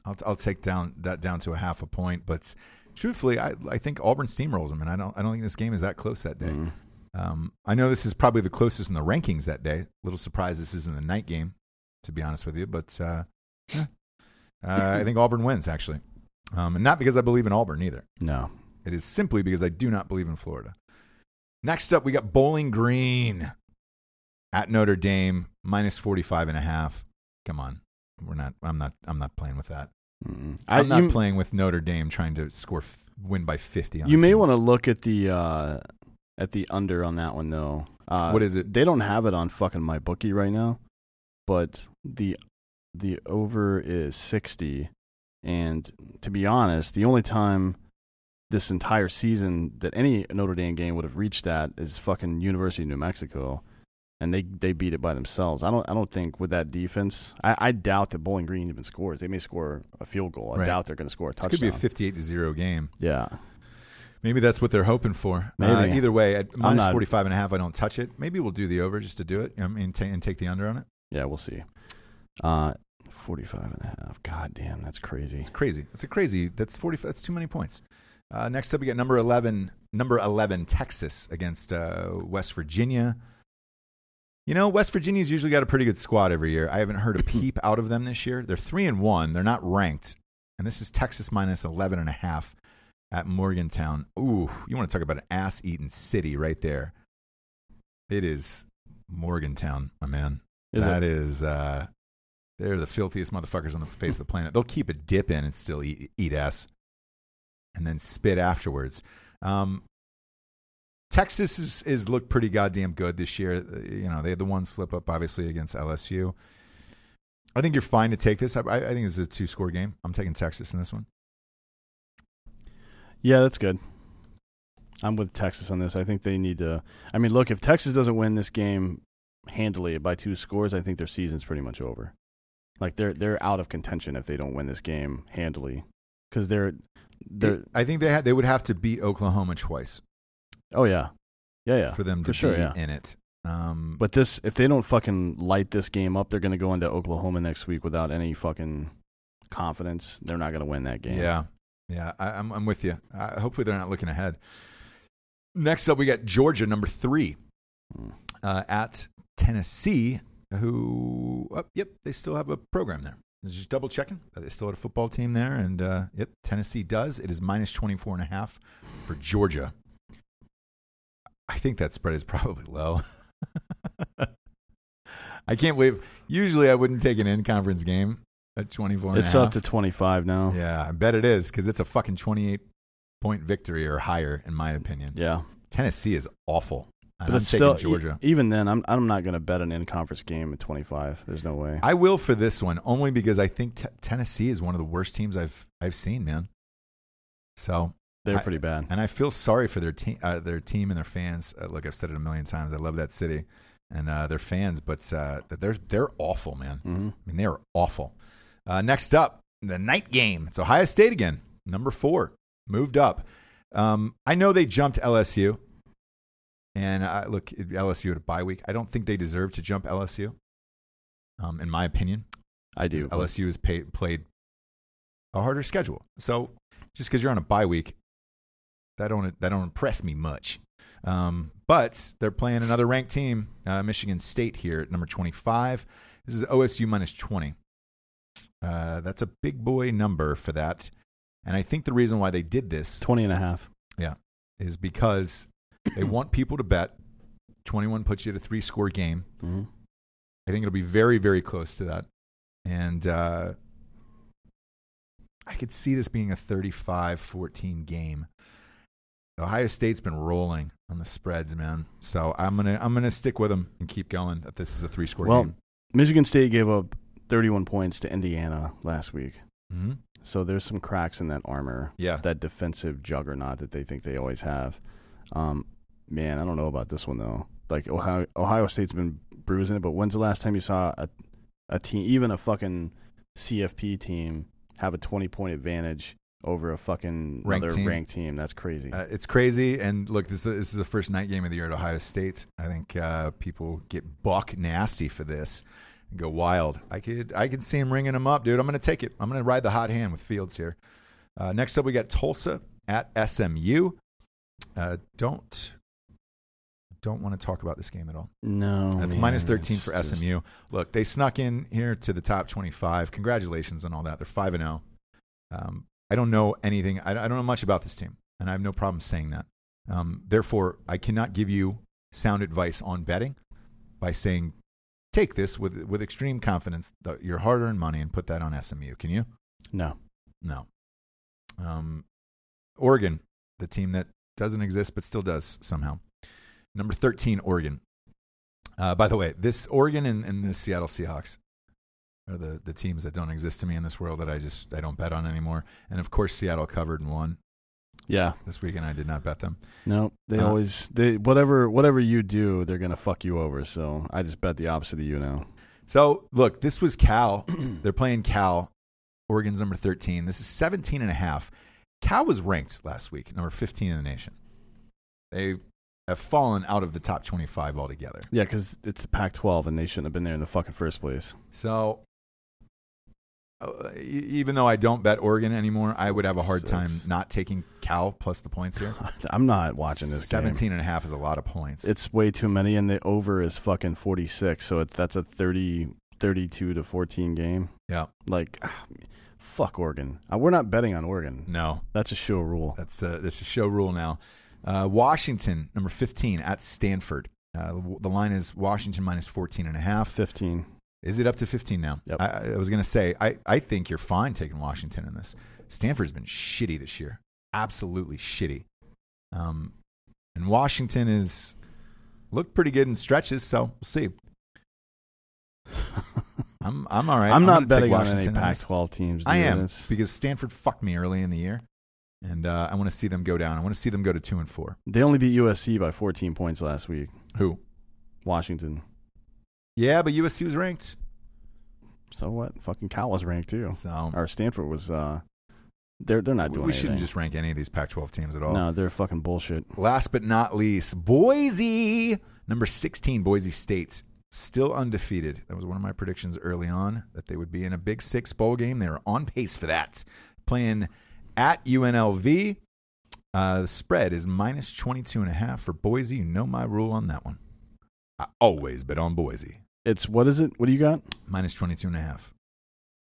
[SPEAKER 2] I'll I'll take down that down to a half a point. But truthfully, I I think Auburn steamrolls them, and I don't I don't think this game is that close that day. Um, I know this is probably the closest in the rankings that day. Little surprise this isn't the night game, to be honest with you. But uh, eh. uh, I think Auburn wins actually, um, and not because I believe in Auburn either.
[SPEAKER 3] No.
[SPEAKER 2] It is simply because I do not believe in Florida. Next up, we got Bowling Green at Notre Dame, minus 45 and a half. Come on. We're not, I'm not, I'm not playing with that.
[SPEAKER 3] Mm-mm. I-
[SPEAKER 2] I'm not
[SPEAKER 3] you-
[SPEAKER 2] playing with Notre Dame trying to score, f- win by 50. On
[SPEAKER 3] You
[SPEAKER 2] a
[SPEAKER 3] may
[SPEAKER 2] team.
[SPEAKER 3] want to look at the uh, at the under on that one though. Uh,
[SPEAKER 2] What is it?
[SPEAKER 3] They don't have it on fucking my bookie right now, but the the over is sixty. And to be honest, the only time this entire season that any Notre Dame game would have reached that is fucking University of New Mexico, and they they beat it by themselves. I don't I don't think with that defense, I, I doubt that Bowling Green even scores. They may score a field goal. I
[SPEAKER 2] Right.
[SPEAKER 3] doubt they're going to score a
[SPEAKER 2] This
[SPEAKER 3] touchdown.
[SPEAKER 2] could be a 58 to 0 game.
[SPEAKER 3] yeah.
[SPEAKER 2] Maybe that's what they're hoping for. Uh,
[SPEAKER 3] Maybe.
[SPEAKER 2] either way, at minus
[SPEAKER 3] not-
[SPEAKER 2] 45 and a half, I don't touch it. Maybe we'll do the over just to do it I mean, ta- and take the under on it.
[SPEAKER 3] Yeah, we'll see. Uh, 45 and a half. God damn, that's crazy.
[SPEAKER 2] It's crazy. It's a crazy. That's forty. That's too many points. Uh, next up, we get number eleven. Number eleven, Texas against uh, West Virginia. You know, West Virginia's usually got a pretty good squad every year. I haven't heard a peep out of them this year. They're three and one. They're not ranked, and this is Texas minus eleven and a half at Morgantown. Ooh, you want to talk about an ass-eating city right there? It is Morgantown, my man.
[SPEAKER 3] Is
[SPEAKER 2] That is, uh, they're the filthiest motherfuckers on the face of the planet. They'll keep a dip in and still eat, eat ass and then spit afterwards. Um, Texas is, is looked pretty goddamn good this year. Uh, You know, they had the one slip up, obviously, against LSU. I think you're fine to take this. I, I I think this is a two score game. I'm taking Texas in this one.
[SPEAKER 3] Yeah, that's good. I'm with Texas on this. I think they need to. I mean, look, if Texas doesn't win this game handily by two scores, I think their season's pretty much over. Like they're they're out of contention if they don't win this game handily, because they're they're
[SPEAKER 2] I think they ha- they would have to beat Oklahoma twice
[SPEAKER 3] oh yeah, yeah yeah
[SPEAKER 2] for them to
[SPEAKER 3] for sure
[SPEAKER 2] be
[SPEAKER 3] yeah.
[SPEAKER 2] in it. Um,
[SPEAKER 3] But this if they don't fucking light this game up, they're gonna go into Oklahoma next week without any fucking confidence. They're not gonna win that game.
[SPEAKER 2] Yeah, yeah, I, I'm I'm with you. Uh, hopefully, they're not looking ahead. Next up, we got Georgia, number three,
[SPEAKER 3] Hmm.
[SPEAKER 2] uh, at Tennessee. Who? Oh, yep, they still have a program there. Just double checking. that They still had a football team there, and uh, yep, Tennessee does. It is minus 24 and a half for Georgia. I think that spread is probably low. I can't believe. Usually, I wouldn't take an in-conference game at 24. and a
[SPEAKER 3] It's
[SPEAKER 2] half.
[SPEAKER 3] up to twenty five now. Yeah.
[SPEAKER 2] Yeah, I bet it is because it's a fucking 28 point victory or higher, in my opinion. Tennessee is awful. And
[SPEAKER 3] But
[SPEAKER 2] I'm
[SPEAKER 3] it's
[SPEAKER 2] taking
[SPEAKER 3] still e-
[SPEAKER 2] Georgia.
[SPEAKER 3] even then, I'm I'm not gonna bet an in conference game at twenty five. There's no way.
[SPEAKER 2] I will for this one only because I think t- Tennessee is one of the worst teams I've I've seen, man. So
[SPEAKER 3] They're
[SPEAKER 2] I-
[SPEAKER 3] pretty bad.
[SPEAKER 2] and I feel sorry for their team, uh, their team and their fans. Uh, look, I've said it a million times. I love that city and uh, their fans, but uh, they're they're awful, man.
[SPEAKER 3] hmm
[SPEAKER 2] I mean, they are awful. Uh, next up, the night game. It's Ohio State again, number four, moved up. Um, I know they jumped LSU, and I, look, it- LSU at a bye week. I don't think they deserve to jump LSU, um, in my opinion.
[SPEAKER 3] I do.
[SPEAKER 2] 'cause LSU has paid, played a harder schedule. So just because you're on a bye week, that don't that don't impress me much. Um, but they're playing another ranked team, uh, Michigan State here at number 25. This is OSU minus 20. Uh, that's a big boy number for that. And I think the reason why they did this
[SPEAKER 3] Twenty and a half.
[SPEAKER 2] is because they want people to bet 21 puts you at a three score game.
[SPEAKER 3] Mm-hmm.
[SPEAKER 2] I think it'll be very, very close to that. And uh, I could see this being a 35 14 game. Ohio State's been rolling on the spreads, man. So I'm gonna I'm gonna stick with them and keep going. That this is a three score
[SPEAKER 3] Well,
[SPEAKER 2] game.
[SPEAKER 3] Michigan State gave up thirty one points to Indiana last week.
[SPEAKER 2] Mm-hmm.
[SPEAKER 3] So there's some cracks in that armor.
[SPEAKER 2] Yeah,
[SPEAKER 3] that defensive juggernaut that they think they always have. Um, man, I don't know about this one though. Like Ohio, Ohio State's been bruising it, but when's the last time you saw a, a team, even a fucking CFP team, have a twenty point advantage over a fucking
[SPEAKER 2] Ranked
[SPEAKER 3] other
[SPEAKER 2] team.
[SPEAKER 3] ranked team? That's crazy.
[SPEAKER 2] uh, it's crazy. And look, this this is the first night game of the year at Ohio State. I think uh, people get buck nasty for this and go wild. I could I could see him ringing him up, dude. I'm gonna take it. I'm gonna ride the hot hand with Fields here. Uh, next up, we got Tulsa at SMU. Uh, don't don't want to talk about this game at all.
[SPEAKER 3] no,
[SPEAKER 2] That's
[SPEAKER 3] Oh, man,
[SPEAKER 2] minus 13 for
[SPEAKER 3] it's just-
[SPEAKER 2] SMU. Look, they snuck in here to the top 25. Congratulations on all that. They're 5 and 0. Um, I don't know anything. I, I don't know much about this team, and I have no problem saying that. Um, therefore, I cannot give you sound advice on betting by saying take this with, with extreme confidence, the, your hard earned money, and put that on SMU. Can you?
[SPEAKER 3] no.
[SPEAKER 2] No. Um, Oregon, the team that doesn't exist but still does somehow. Number 13, Oregon. Uh, by the way, this Oregon and, and the Seattle Seahawks are the, the teams that don't exist to me in this world that I just I don't bet on anymore. And of course, Seattle covered and won
[SPEAKER 3] Yeah,
[SPEAKER 2] this weekend. I did not bet them.
[SPEAKER 3] no. They
[SPEAKER 2] Uh,
[SPEAKER 3] always they whatever whatever you do, they're gonna fuck you over. So I just bet the opposite of you now.
[SPEAKER 2] So look, this was Cal. They're playing Cal. Oregon's number 13. This is 17 and a half. Cal was ranked last week, number 15 in the nation. They have fallen out of the top 25 altogether.
[SPEAKER 3] Yeah, because it's the Pac-12 and they shouldn't have been there in the fucking first place.
[SPEAKER 2] So uh, e- even though I don't bet Oregon anymore, I would have a hard
[SPEAKER 3] Six.
[SPEAKER 2] time not taking Cal plus the points here.
[SPEAKER 3] I'm not watching this 17.
[SPEAKER 2] 17 and a half is a lot of points.
[SPEAKER 3] It's way too many, and the over is fucking 46. So it's that's a 30, 32 to 14 game.
[SPEAKER 2] yeah.
[SPEAKER 3] Like, ah, fuck Oregon. Uh, We're not betting on Oregon.
[SPEAKER 2] No.
[SPEAKER 3] That's a show rule.
[SPEAKER 2] That's uh, that's a show rule now. Uh, Washington, number 15 at Stanford. Uh, the- the line is Washington minus 14 and a half.
[SPEAKER 3] 15.
[SPEAKER 2] Is it up to 15 now?
[SPEAKER 3] Yep.
[SPEAKER 2] I, I was going to say, I, I think you're fine taking Washington in this. Stanford's been shitty this year. Absolutely shitty. Um, and Washington is looked pretty good in stretches, so we'll see. I'm, I'm all right.
[SPEAKER 3] I'm not
[SPEAKER 2] gonna take
[SPEAKER 3] betting on any
[SPEAKER 2] Washington in this.
[SPEAKER 3] Pac-12 teams.
[SPEAKER 2] I
[SPEAKER 3] dude.
[SPEAKER 2] am
[SPEAKER 3] It's-
[SPEAKER 2] because Stanford fucked me early in the year, and uh, I want to see them go down. I want to see them go to two and four.
[SPEAKER 3] They only beat USC by 14 points last week.
[SPEAKER 2] Who?
[SPEAKER 3] Washington.
[SPEAKER 2] Yeah, but USC was ranked.
[SPEAKER 3] So what? Fucking Cal was ranked too.
[SPEAKER 2] So
[SPEAKER 3] Oh. Or Stanford was. uh They're they're not
[SPEAKER 2] we,
[SPEAKER 3] doing.
[SPEAKER 2] we shouldn't
[SPEAKER 3] anything.
[SPEAKER 2] just rank any of these Pac-12 teams at all.
[SPEAKER 3] No, they're fucking bullshit.
[SPEAKER 2] Last but not least, Boise, number 16, Boise State, still undefeated. That was one of my predictions early on that they would be in a Big Six bowl game. They are on pace for that. Playing at UNLV. Uh, the spread is minus 22 and a half for Boise. You know my rule on that one. I always bet on Boise.
[SPEAKER 3] It's what is it? What do you got?
[SPEAKER 2] Minus 22 and a half.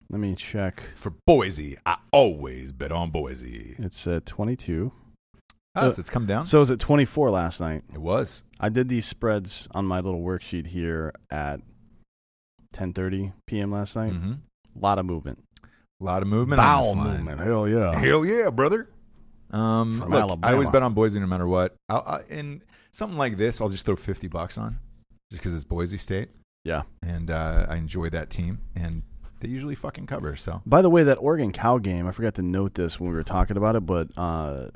[SPEAKER 3] Let me check.
[SPEAKER 2] For Boise, I always bet on Boise.
[SPEAKER 3] It's uh, 22.
[SPEAKER 2] Oh, so it's come down.
[SPEAKER 3] So it was at 24 last night.
[SPEAKER 2] it was.
[SPEAKER 3] I did these spreads on my little worksheet here at 10:30 p.m. last night.
[SPEAKER 2] hmm
[SPEAKER 3] A lot of movement.
[SPEAKER 2] A lot of movement. on
[SPEAKER 3] Bowel
[SPEAKER 2] this line.
[SPEAKER 3] movement. Hell yeah.
[SPEAKER 2] Hell yeah, brother. Um,
[SPEAKER 3] From
[SPEAKER 2] look, I always
[SPEAKER 3] Alabama.
[SPEAKER 2] bet on Boise no matter what. I'll, I, and something like this, I'll just throw 50 bucks on just because it's Boise State.
[SPEAKER 3] Yeah.
[SPEAKER 2] And uh, I enjoy that team. And they usually fucking cover. So
[SPEAKER 3] By the way, that Oregon Cow game, I forgot to note this when we were talking about it, but uh,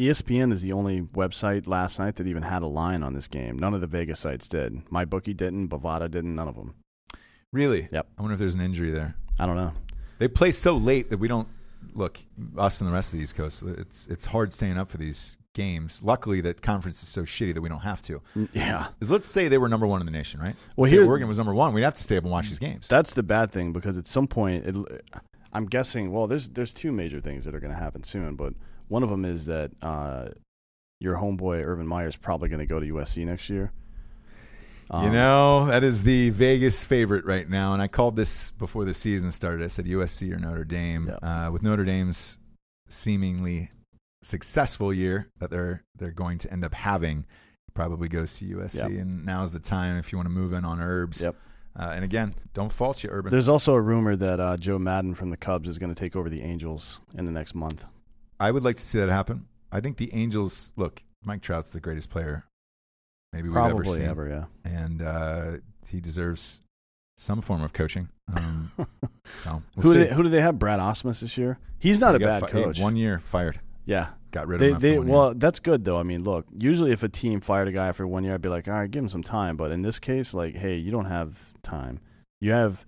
[SPEAKER 3] ESPN is the only website last night that even had a line on this game. None of the Vegas sites did. My bookie didn't. Bovada didn't. None of them.
[SPEAKER 2] really,
[SPEAKER 3] Yep.
[SPEAKER 2] I wonder if there's an injury there.
[SPEAKER 3] I don't know.
[SPEAKER 2] They play so late that we don't look us and the rest of the East Coast. It's it's hard staying up for these games. Luckily, that conference is so shitty that we don't have to.
[SPEAKER 3] Yeah,
[SPEAKER 2] 'Cause let's say they were number one in the nation, right?
[SPEAKER 3] Well,
[SPEAKER 2] Say
[SPEAKER 3] here-
[SPEAKER 2] Oregon was number one. We'd have to stay up and watch these games.
[SPEAKER 3] that's the bad thing because at some point, it, I'm guessing. Well, there's there's two major things that are going to happen soon, but one of them is that uh, your homeboy Urban Meyer is probably going to go to USC next year.
[SPEAKER 2] You
[SPEAKER 3] Um,
[SPEAKER 2] know, that is the Vegas favorite right now. And I called this before the season started. I said USC or Notre Dame. Uh, with Notre Dame's seemingly successful year that they're they're going to end up having, probably goes to USC.
[SPEAKER 3] Yep.
[SPEAKER 2] And now's the time if you want to move in on herbs.
[SPEAKER 3] Yep.
[SPEAKER 2] Uh, and again, don't fault you, Urban.
[SPEAKER 3] There's also a rumor that uh, Joe Madden from the Cubs is going to take over the Angels in the next month.
[SPEAKER 2] I would like to see that happen. I think the Angels look. Mike Trout's the greatest player maybe we've ever
[SPEAKER 3] Probably
[SPEAKER 2] seen,
[SPEAKER 3] ever, yeah.
[SPEAKER 2] and uh, he deserves some form of coaching. Um, so we'll
[SPEAKER 3] who,
[SPEAKER 2] see.
[SPEAKER 3] do they, who do they have? Brad Osmus this year. He's not a
[SPEAKER 2] He got
[SPEAKER 3] bad
[SPEAKER 2] fi- he-
[SPEAKER 3] coach.
[SPEAKER 2] one year fired.
[SPEAKER 3] yeah,
[SPEAKER 2] Got rid of
[SPEAKER 3] they,
[SPEAKER 2] him. After
[SPEAKER 3] they
[SPEAKER 2] one
[SPEAKER 3] well,
[SPEAKER 2] year.
[SPEAKER 3] that's good though. I mean, look, usually if a team fired a guy after one year, I'd be like, all right, give him some time. But in this case, like, hey, you don't have time. You have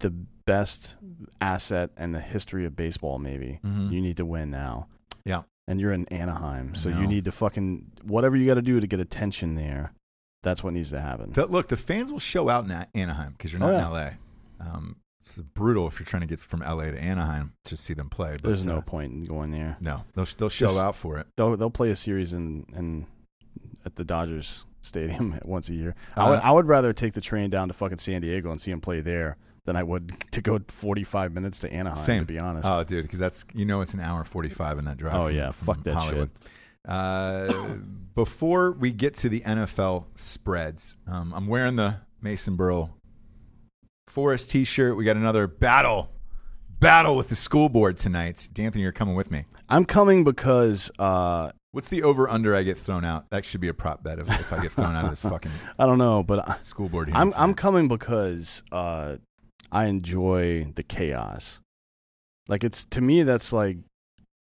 [SPEAKER 3] the best asset in the history of baseball. Maybe
[SPEAKER 2] Mhm.
[SPEAKER 3] you need to win now.
[SPEAKER 2] Yeah.
[SPEAKER 3] and you're in Anaheim, so
[SPEAKER 2] know.
[SPEAKER 3] you need to fucking whatever you got to do to get attention there. That's what needs to happen.
[SPEAKER 2] The- look, the fans will show out in A- Anaheim because you're not
[SPEAKER 3] Oh,
[SPEAKER 2] in LA. Um, it's brutal if you're trying to get from LA to Anaheim to see them play. But
[SPEAKER 3] There's
[SPEAKER 2] uh,
[SPEAKER 3] no point in going there.
[SPEAKER 2] no. They'll they'll show
[SPEAKER 3] Just-
[SPEAKER 2] out for it.
[SPEAKER 3] They'll they'll play a series in in at the Dodgers Stadium once a year. I
[SPEAKER 2] Uh,
[SPEAKER 3] would I would rather take the train down to fucking San Diego and see him play there than I would to go 45 minutes to Anaheim.
[SPEAKER 2] Same.
[SPEAKER 3] to be honest.
[SPEAKER 2] Oh, dude, because that's you know it's an hour forty five in that drive.
[SPEAKER 3] Oh,
[SPEAKER 2] from-
[SPEAKER 3] yeah,
[SPEAKER 2] from
[SPEAKER 3] fuck that
[SPEAKER 2] Hollywood. Uh, before we get to the NFL spreads, um, I'm wearing the Mason Burrow Forest T-shirt. We got another battle, battle with the school board tonight. D'Anthony, you're coming with me.
[SPEAKER 3] I'm coming because uh,
[SPEAKER 2] What's the over under I get thrown out? That should be a prop bet if, if I get thrown out of this fucking
[SPEAKER 3] I don't know, but I,
[SPEAKER 2] school board here.
[SPEAKER 3] I'm I'm coming because uh, I enjoy the chaos. Like it's to me that's like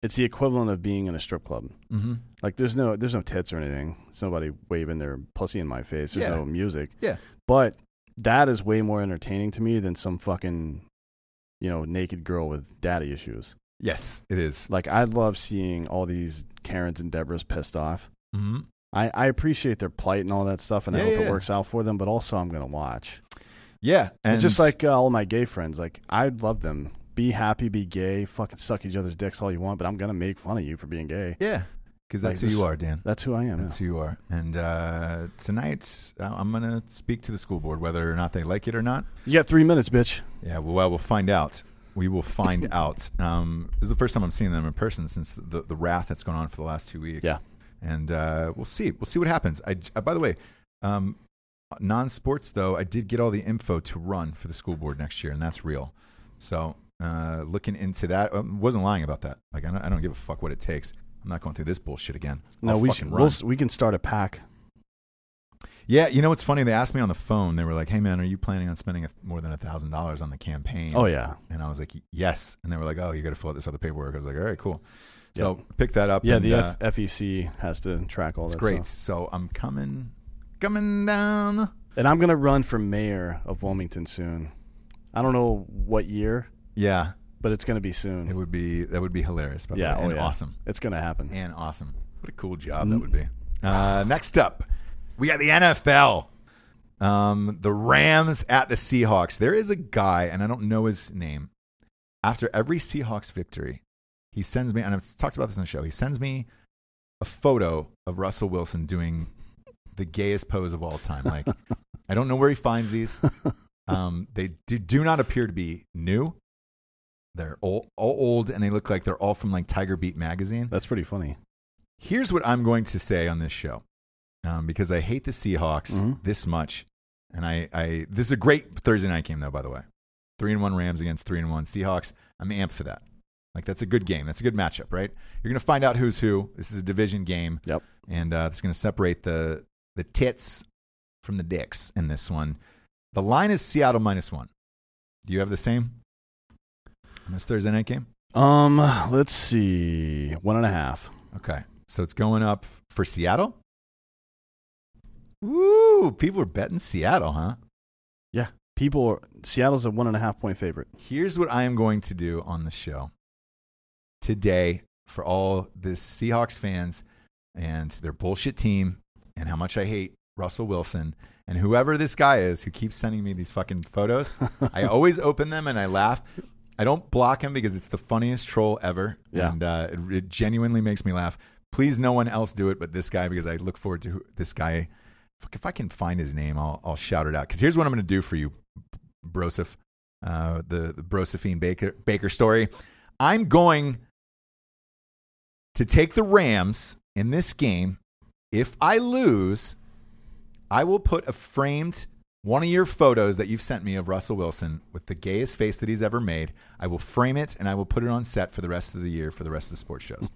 [SPEAKER 3] it's the equivalent of being in a strip club.
[SPEAKER 2] mm-hmm.
[SPEAKER 3] Like there's no there's no tits or anything. It's nobody waving their pussy in my face. There's
[SPEAKER 2] Yeah.
[SPEAKER 3] no music.
[SPEAKER 2] Yeah.
[SPEAKER 3] But that is way more entertaining to me than some fucking you know, naked girl with daddy issues.
[SPEAKER 2] Yes, it is.
[SPEAKER 3] Like I love seeing all these Karens and Deborahs pissed off.
[SPEAKER 2] Mm-hmm.
[SPEAKER 3] I, I appreciate their plight and all that stuff and I
[SPEAKER 2] Yeah,
[SPEAKER 3] hope
[SPEAKER 2] yeah.
[SPEAKER 3] it works out for them, but also I'm gonna watch.
[SPEAKER 2] Yeah, and
[SPEAKER 3] it's just like uh, all my gay friends, like I love them. Be happy, be gay, fucking suck each other's dicks all you want, but I'm gonna make fun of you for being gay.
[SPEAKER 2] yeah, because
[SPEAKER 3] like
[SPEAKER 2] that's who
[SPEAKER 3] this-
[SPEAKER 2] you are, Dan.
[SPEAKER 3] That's who I am.
[SPEAKER 2] That's who you are. And uh, tonight, I- I'm going to speak to the school board whether or not they like it or not.
[SPEAKER 3] yeah. You got three minutes, bitch.
[SPEAKER 2] Yeah, well, we'll find out. We will find out. Um, this is the first time I'm seeing them in person since the, the wrath that's gone on for the last two weeks.
[SPEAKER 3] Yeah.
[SPEAKER 2] And uh, we'll see. We'll see what happens. I, uh, by the way, um, non sports, though, I did get all the info to run for the school board next year, and that's real. So uh, looking into that, I wasn't lying about that. Like, I don't, I don't give a fuck what it takes. I'm not going through this bullshit again.
[SPEAKER 3] No,
[SPEAKER 2] I'll
[SPEAKER 3] we
[SPEAKER 2] fucking
[SPEAKER 3] should,
[SPEAKER 2] run.
[SPEAKER 3] we'll, s- we can start a pack.
[SPEAKER 2] Yeah, you know what's funny? They asked me on the phone. They were like, "Hey, man, are you planning on spending a, more than a thousand dollars on the campaign?"
[SPEAKER 3] Oh yeah,
[SPEAKER 2] and I was like, "Yes." And they were like, "Oh, you got to fill out this other paperwork." I was like, "All right, cool." So pick that up.
[SPEAKER 3] Yeah,
[SPEAKER 2] and,
[SPEAKER 3] the
[SPEAKER 2] uh,
[SPEAKER 3] F- FEC has to track all that.
[SPEAKER 2] great.
[SPEAKER 3] stuff.
[SPEAKER 2] So I'm coming, coming down.
[SPEAKER 3] And I'm gonna run for mayor of Wilmington soon. I don't know what year,
[SPEAKER 2] Yeah,
[SPEAKER 3] but it's gonna be
[SPEAKER 2] it
[SPEAKER 3] soon.
[SPEAKER 2] would be that would be hilarious. By the
[SPEAKER 3] Yeah,
[SPEAKER 2] way,
[SPEAKER 3] oh
[SPEAKER 2] and
[SPEAKER 3] yeah.
[SPEAKER 2] awesome.
[SPEAKER 3] It's gonna happen.
[SPEAKER 2] and awesome. What a cool job that would be. Uh, next up, we got the NFL. Um, the Rams at the Seahawks. There is a guy, and I don't know his name. After every Seahawks victory, he sends me, and I've talked about this on the show. He sends me a photo of Russell Wilson doing the gayest pose of all time. Like, I don't know where he finds these. Um, they do, do not appear to be new. They're all, all old, and they look like they're all from like Tiger Beat magazine.
[SPEAKER 3] That's pretty funny.
[SPEAKER 2] Here's what I'm going to say on this show, um, because I hate the Seahawks
[SPEAKER 3] Mhm.
[SPEAKER 2] this much, and I, I this is a great Thursday night game though. By the way, three and one Rams against three and one Seahawks. I'm amped for that. Like that's a good game. That's a good matchup, right? You're going to find out who's who. This is a division game,
[SPEAKER 3] Yep.
[SPEAKER 2] and uh, it's going to separate the the tits from the dicks in this one. The line is Seattle minus one. Do you have the same? In this Thursday night game.
[SPEAKER 3] Um, let's see, one and a half.
[SPEAKER 2] Okay. So it's going up for Seattle. Woo! People are betting Seattle, huh?
[SPEAKER 3] Yeah, people. Are, Seattle's a one and a half point favorite.
[SPEAKER 2] Here's what I am going to do on the show today for all the Seahawks fans and their bullshit team and how much I hate Russell Wilson and whoever this guy is who keeps sending me these fucking photos. I always open them and I laugh. I don't block him because it's the funniest troll ever.
[SPEAKER 3] Yeah.
[SPEAKER 2] And uh, it, it genuinely makes me laugh. Please, no one else do it but this guy because I look forward to who, this guy. Fuck, If I can find his name, I'll, I'll shout it out. Because here's what I'm going to do for you, Broseph, uh, the, the Brosephine Baker, Baker story. I'm going to take the Rams in this game. If I lose, I will put a framed one of your photos that you've sent me of Russell Wilson with the gayest face that he's ever made. I will frame it and I will put it on set for the rest of the year for the rest of the sports shows.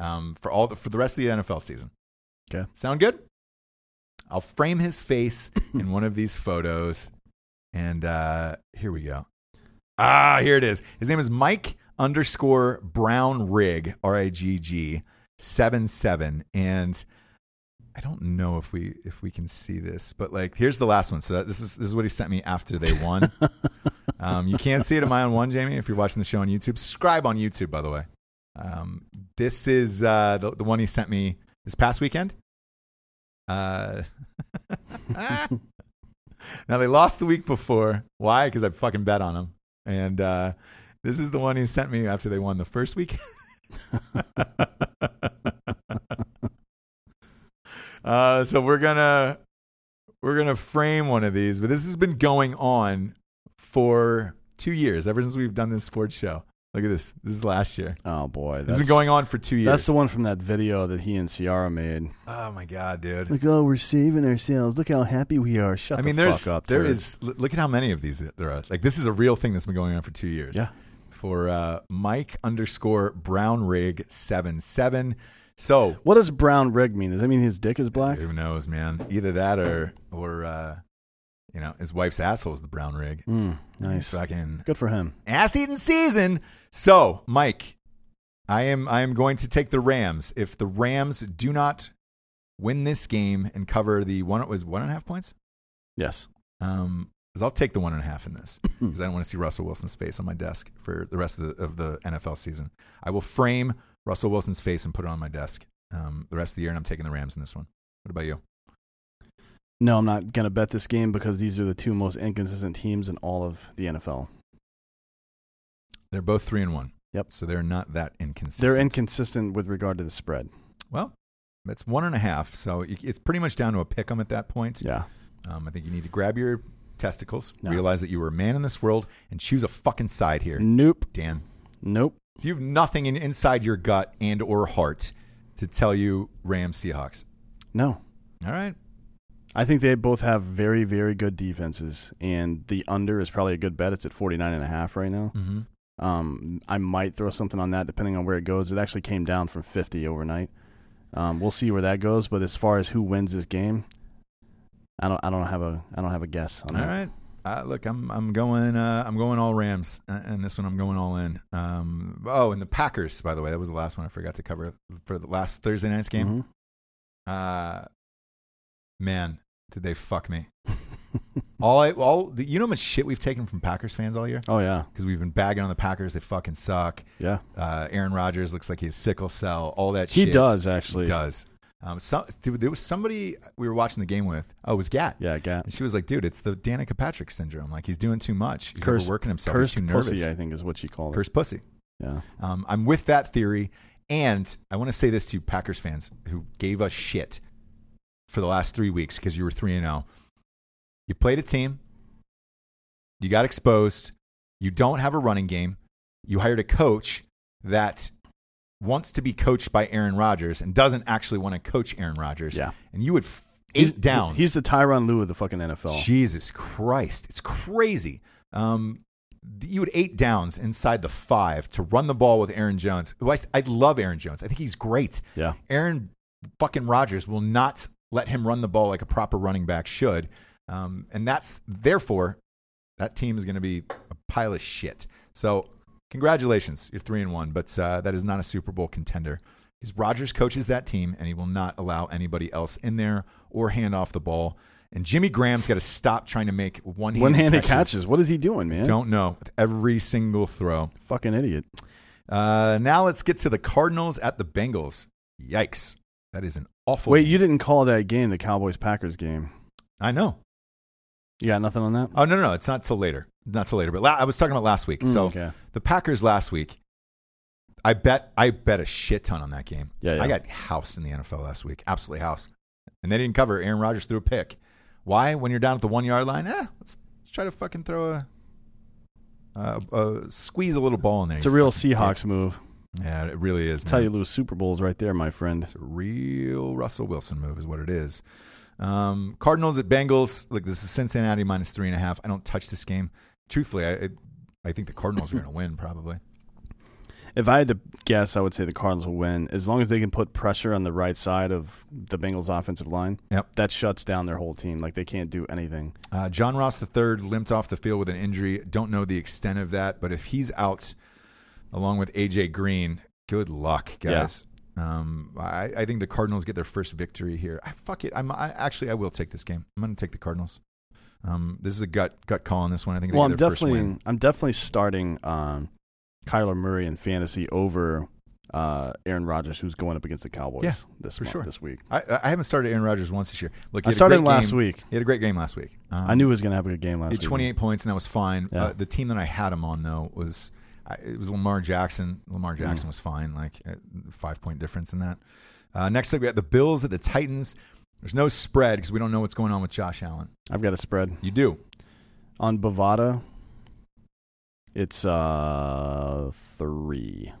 [SPEAKER 2] um, for all the, for the rest of the NFL season.
[SPEAKER 3] Okay.
[SPEAKER 2] Sound good? I'll frame his face in one of these photos. And uh, here we go. Ah, here it is. His name is Mike underscore Brown Rig R I G G seven seven. And I don't know if we if we can see this, but like here's the last one. So that, this is this is what he sent me after they won. um, you can't see it in my own one, Jamie. If you're watching the show on YouTube, subscribe on YouTube. By the way, um, this is uh, the the one he sent me this past weekend. Uh, now they lost the week before. Why? Because I fucking bet on them. And uh, this is the one he sent me after they won the first week. uh, so we're gonna we're gonna frame one of these, but this has been going on for two years ever since we've done this sports show. Look at this. This is last year.
[SPEAKER 3] Oh boy,
[SPEAKER 2] This has been going on for two years.
[SPEAKER 3] That's the one from that video that he and Ciara made.
[SPEAKER 2] oh my god, dude.
[SPEAKER 3] Look, oh, we're saving ourselves. Look how happy we are. Shut
[SPEAKER 2] I mean,
[SPEAKER 3] the
[SPEAKER 2] there's
[SPEAKER 3] fuck up.
[SPEAKER 2] there
[SPEAKER 3] turd.
[SPEAKER 2] is. l- Look at how many of these there are. Like this is a real thing that's been going on for two years.
[SPEAKER 3] Yeah.
[SPEAKER 2] For uh, Mike underscore Brown Rig seven seven. So
[SPEAKER 3] What does brown rig mean? Does that mean his dick is black?
[SPEAKER 2] who knows, man? Either that or or uh, you know his wife's asshole is the Brown Rig.
[SPEAKER 3] Mm, nice.
[SPEAKER 2] Fucking
[SPEAKER 3] Good for him.
[SPEAKER 2] ass eating season. So Mike, I am I am going to take the Rams. If the Rams do not win this game and cover the one it was one and a half points.
[SPEAKER 3] Yes.
[SPEAKER 2] Um, because I'll take the one and a half in this because I don't want to see Russell Wilson's face on my desk for the rest of the, of the NFL season. I will frame Russell Wilson's face and put it on my desk um, the rest of the year, and I'm taking the Rams in this one. What about you?
[SPEAKER 3] No, I'm not gonna bet this game because these are the two most inconsistent teams in all of the NFL.
[SPEAKER 2] They're both three and one.
[SPEAKER 3] Yep.
[SPEAKER 2] So they're not that inconsistent.
[SPEAKER 3] They're inconsistent with regard to the spread.
[SPEAKER 2] well, that's one and a half. So you- it's pretty much down to a pick 'em at that point.
[SPEAKER 3] Yeah.
[SPEAKER 2] Um, I think you need to grab your testicles,
[SPEAKER 3] No.
[SPEAKER 2] realize that you were a man in this world, and choose a fucking side here,
[SPEAKER 3] Nope.
[SPEAKER 2] Dan.
[SPEAKER 3] Nope.
[SPEAKER 2] So you have nothing in, inside your gut and or heart to tell you Rams Seahawks.
[SPEAKER 3] No.
[SPEAKER 2] All right.
[SPEAKER 3] I think they both have very, very good defenses, and the under is probably a good bet. It's at 49 and a half right now.
[SPEAKER 2] Mm-hmm.
[SPEAKER 3] Um, I might throw something on that depending on where it goes. It actually came down from 50 overnight. Um, we'll see where that goes. But as far as who wins this game, I don't. I don't have a. I don't have a guess on
[SPEAKER 2] All
[SPEAKER 3] that.
[SPEAKER 2] right. Uh, look, I'm I'm going uh, I'm going all Rams, uh, and this one I'm going all in. Um, oh, and the Packers, by the way, that was the last one I forgot to cover for the last Thursday night's game.
[SPEAKER 3] Mhm.
[SPEAKER 2] Uh, man, did they fuck me? all I all the, you know how much shit we've taken from Packers fans all year
[SPEAKER 3] Oh yeah,
[SPEAKER 2] because we've been bagging on the Packers. They fucking suck.
[SPEAKER 3] yeah.
[SPEAKER 2] Uh, Aaron Rodgers looks like he has sickle cell. All that
[SPEAKER 3] He
[SPEAKER 2] shit.
[SPEAKER 3] does
[SPEAKER 2] He
[SPEAKER 3] actually.
[SPEAKER 2] does. Um, some, dude, there was somebody we were watching the game with. Oh, it was Gat.
[SPEAKER 3] Yeah, Gat.
[SPEAKER 2] And she was like, "Dude, it's the Danica Patrick syndrome. Like he's doing too much. He's
[SPEAKER 3] Cursed-
[SPEAKER 2] overworking himself.
[SPEAKER 3] Cursed
[SPEAKER 2] he's too nervous.
[SPEAKER 3] pussy, I think, is what she called it.
[SPEAKER 2] Cursed pussy."
[SPEAKER 3] Yeah.
[SPEAKER 2] Um, I'm with that theory, and I want to say this to Packers fans who gave us shit for the last three weeks because you were three and zero. You played a team. You got exposed. You don't have a running game. You hired a coach that wants to be coached by Aaron Rodgers and doesn't actually want to coach Aaron Rodgers.
[SPEAKER 3] Yeah.
[SPEAKER 2] And you would f-
[SPEAKER 3] He's-
[SPEAKER 2] eight down.
[SPEAKER 3] He's the Tyron Lue of the fucking NFL.
[SPEAKER 2] Jesus Christ, it's crazy. Um, th- you had eight downs inside the five to run the ball with Aaron Jones. Who I, I love Aaron Jones. I think he's great.
[SPEAKER 3] yeah.
[SPEAKER 2] Aaron fucking Rodgers will not let him run the ball like a proper running back should. Um, and that's therefore that team is going to be a pile of shit. So congratulations, you're three and one, but uh, that is not a Super Bowl contender. Because Rodgers coaches that team, and he will not allow anybody else in there or hand off the ball. And Jimmy Graham's got to stop trying to make one-handed,
[SPEAKER 3] One-handed
[SPEAKER 2] catches.
[SPEAKER 3] catches. What is he doing, man?
[SPEAKER 2] Don't know with every single throw.
[SPEAKER 3] Fucking idiot.
[SPEAKER 2] Uh, now let's get to the Cardinals at the Bengals. Yikes. That is an awful
[SPEAKER 3] Wait,
[SPEAKER 2] game.
[SPEAKER 3] you didn't call that game the Cowboys Packers game.
[SPEAKER 2] I know.
[SPEAKER 3] You got nothing on that?
[SPEAKER 2] Oh no, no, no, it's not till later. Not till later. But la- I was talking about last week.
[SPEAKER 3] Mm,
[SPEAKER 2] so
[SPEAKER 3] okay.
[SPEAKER 2] the Packers last week. I bet I bet a shit ton on that game.
[SPEAKER 3] Yeah, yeah.
[SPEAKER 2] I got housed in the NFL last week. Absolutely housed. And they didn't cover. Aaron Rodgers threw a pick. Why? When you're down at the one yard line, eh? Let's try to fucking throw a. Uh, uh, squeeze a little ball in there.
[SPEAKER 3] It's a real Seahawks move.
[SPEAKER 2] Yeah, it really is.
[SPEAKER 3] That's how
[SPEAKER 2] man.
[SPEAKER 3] you lose Super Bowls right there, my friend.
[SPEAKER 2] It's a real Russell Wilson move, is what it is. Um, Cardinals at Bengals. Look, this is Cincinnati minus three and a half. I don't touch this game. Truthfully, I, I, I think the Cardinals are going to win probably.
[SPEAKER 3] If I had to guess, I would say the Cardinals will win as long as they can put pressure on the right side of the Bengals' offensive line.
[SPEAKER 2] Yep.
[SPEAKER 3] That shuts down their whole team. Like they can't do anything.
[SPEAKER 2] Uh, John Ross III limped off the field with an injury. Don't know the extent of that, but if he's out along with AJ Green, good luck,
[SPEAKER 3] Yeah.
[SPEAKER 2] guys. Um, I, I think the Cardinals get their first victory here. I, fuck it. I'm I, actually I will take this game. I'm going to take the Cardinals. Um, this is a gut gut call on this one. I think they
[SPEAKER 3] well,
[SPEAKER 2] get
[SPEAKER 3] I'm
[SPEAKER 2] their first win.
[SPEAKER 3] definitely I'm definitely starting um, Kyler Murray in fantasy over uh, Aaron Rodgers, who's going up against the Cowboys
[SPEAKER 2] Yeah,
[SPEAKER 3] this
[SPEAKER 2] for
[SPEAKER 3] month-
[SPEAKER 2] sure.
[SPEAKER 3] this week.
[SPEAKER 2] I, I haven't started Aaron Rodgers once this year. Look, he
[SPEAKER 3] I
[SPEAKER 2] had a
[SPEAKER 3] started
[SPEAKER 2] great
[SPEAKER 3] him last
[SPEAKER 2] game.
[SPEAKER 3] week.
[SPEAKER 2] He had a great game last week. Um,
[SPEAKER 3] I knew he was going to have a good game last
[SPEAKER 2] he had
[SPEAKER 3] week.
[SPEAKER 2] 28 points, and that was fine.
[SPEAKER 3] Yeah.
[SPEAKER 2] Uh, the team that I had him on though was I, it was Lamar Jackson. Lamar
[SPEAKER 3] Mm.
[SPEAKER 2] Jackson was fine, like uh, five point difference in that. Uh, next up, we got the Bills at the Titans. There's no spread because we don't know what's going on with Josh Allen.
[SPEAKER 3] I've got a spread
[SPEAKER 2] You do
[SPEAKER 3] on Bovada. It's uh three.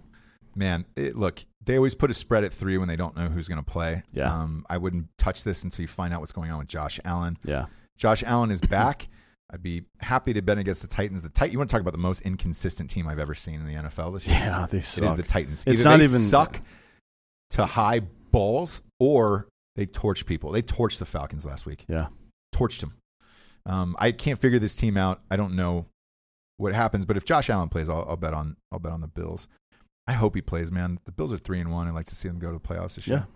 [SPEAKER 2] Man, it, look, they always put a spread at three when they don't know who's going to play.
[SPEAKER 3] Yeah.
[SPEAKER 2] Um, I wouldn't touch this until you find out what's going on with Josh Allen.
[SPEAKER 3] Yeah,
[SPEAKER 2] Josh Allen is back. I'd be happy to bet against the Titans. The Tit- you want to talk about the most inconsistent team I've ever seen in the NFL this year?
[SPEAKER 3] yeah, they
[SPEAKER 2] It is
[SPEAKER 3] suck.
[SPEAKER 2] the Titans.
[SPEAKER 3] It's
[SPEAKER 2] Either
[SPEAKER 3] not
[SPEAKER 2] they
[SPEAKER 3] even-
[SPEAKER 2] suck to high balls, or they torch people. They torched the Falcons last week.
[SPEAKER 3] yeah,
[SPEAKER 2] Torched them. Um, I can't figure this team out. I don't know what happens, but if Josh Allen plays, I'll, I'll bet on. I'll bet on the Bills. I hope he plays, man. The Bills are three and one. I'd like to see them go to the playoffs this
[SPEAKER 3] yeah.
[SPEAKER 2] year.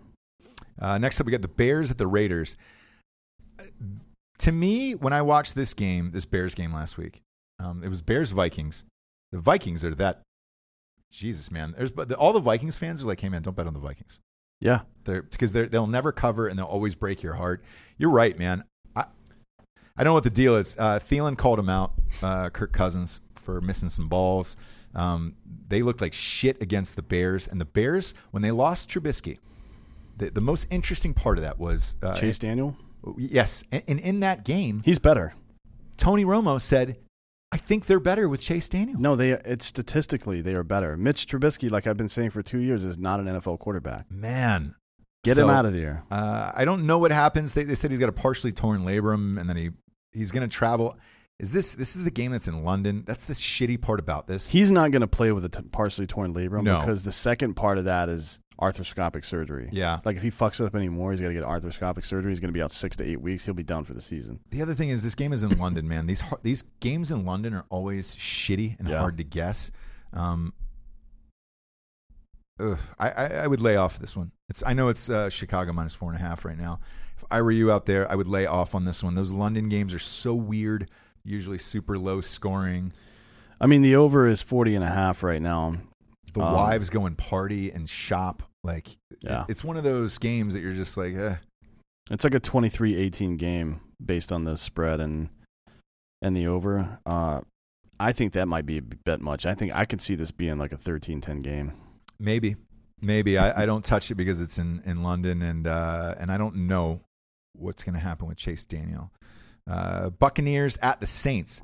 [SPEAKER 2] Uh, next up, we got the Bears at the Raiders. Uh, To me, when I watched this game, this Bears game last week, um, it was Bears Vikings. The Vikings are that. Jesus, man. There's but the, all the Vikings fans are like, hey, man, don't bet on the Vikings.
[SPEAKER 3] Yeah,
[SPEAKER 2] They're because they're, they'll never cover and they'll always break your heart. You're right, man. I I know what the deal is. Uh, Thielen called him out, uh, Kirk Cousins for missing some balls. Um, they looked like shit against the Bears, and the Bears when they lost Trubisky. The, the most interesting part of that was uh,
[SPEAKER 3] Chase Daniel,
[SPEAKER 2] Yes, and, and in that game,
[SPEAKER 3] he's better.
[SPEAKER 2] Tony Romo said, "I think they're better with Chase Daniel."
[SPEAKER 3] No, they it's statistically they are better. Mitch Trubisky, like I've been saying for two years, is not an NFL quarterback.
[SPEAKER 2] Man,
[SPEAKER 3] Get him
[SPEAKER 2] So-
[SPEAKER 3] out of there.
[SPEAKER 2] Uh, I don't know what happens. They, they said he's got a partially torn labrum, and then he he's going to travel. Is this this is the game that's in London? That's the shitty part about this.
[SPEAKER 3] He's not going to play with a t- partially torn labrum
[SPEAKER 2] No.
[SPEAKER 3] because the second part of that is arthroscopic surgery.
[SPEAKER 2] Yeah.
[SPEAKER 3] Like if he fucks it up anymore, he's got to get arthroscopic surgery. He's going to be out six to eight weeks. He'll be down for the season.
[SPEAKER 2] The other thing is this game is in London, man. These har- these games in London are always shitty and
[SPEAKER 3] Yeah.
[SPEAKER 2] hard to guess. Um, ugh, I, I I would lay off this one. It's I know it's uh, Chicago minus four and a half right now. If I were you out there, I would lay off on this one. Those London games are so weird. Usually super low scoring.
[SPEAKER 3] I mean, the over is 40 and a half right now.
[SPEAKER 2] The
[SPEAKER 3] Um,
[SPEAKER 2] wives go and party and shop. Like it-
[SPEAKER 3] Yeah.
[SPEAKER 2] it's one of those games that you're just like, eh.
[SPEAKER 3] It's like a 23-18 game based on the spread and and the over. Uh, I think that might be a bet much. I think I could see this being like a 13-10 game.
[SPEAKER 2] Maybe, maybe I, I don't touch it because it's in in London, and uh, and I don't know what's going to happen with Chase Daniel. Uh, Buccaneers at the Saints.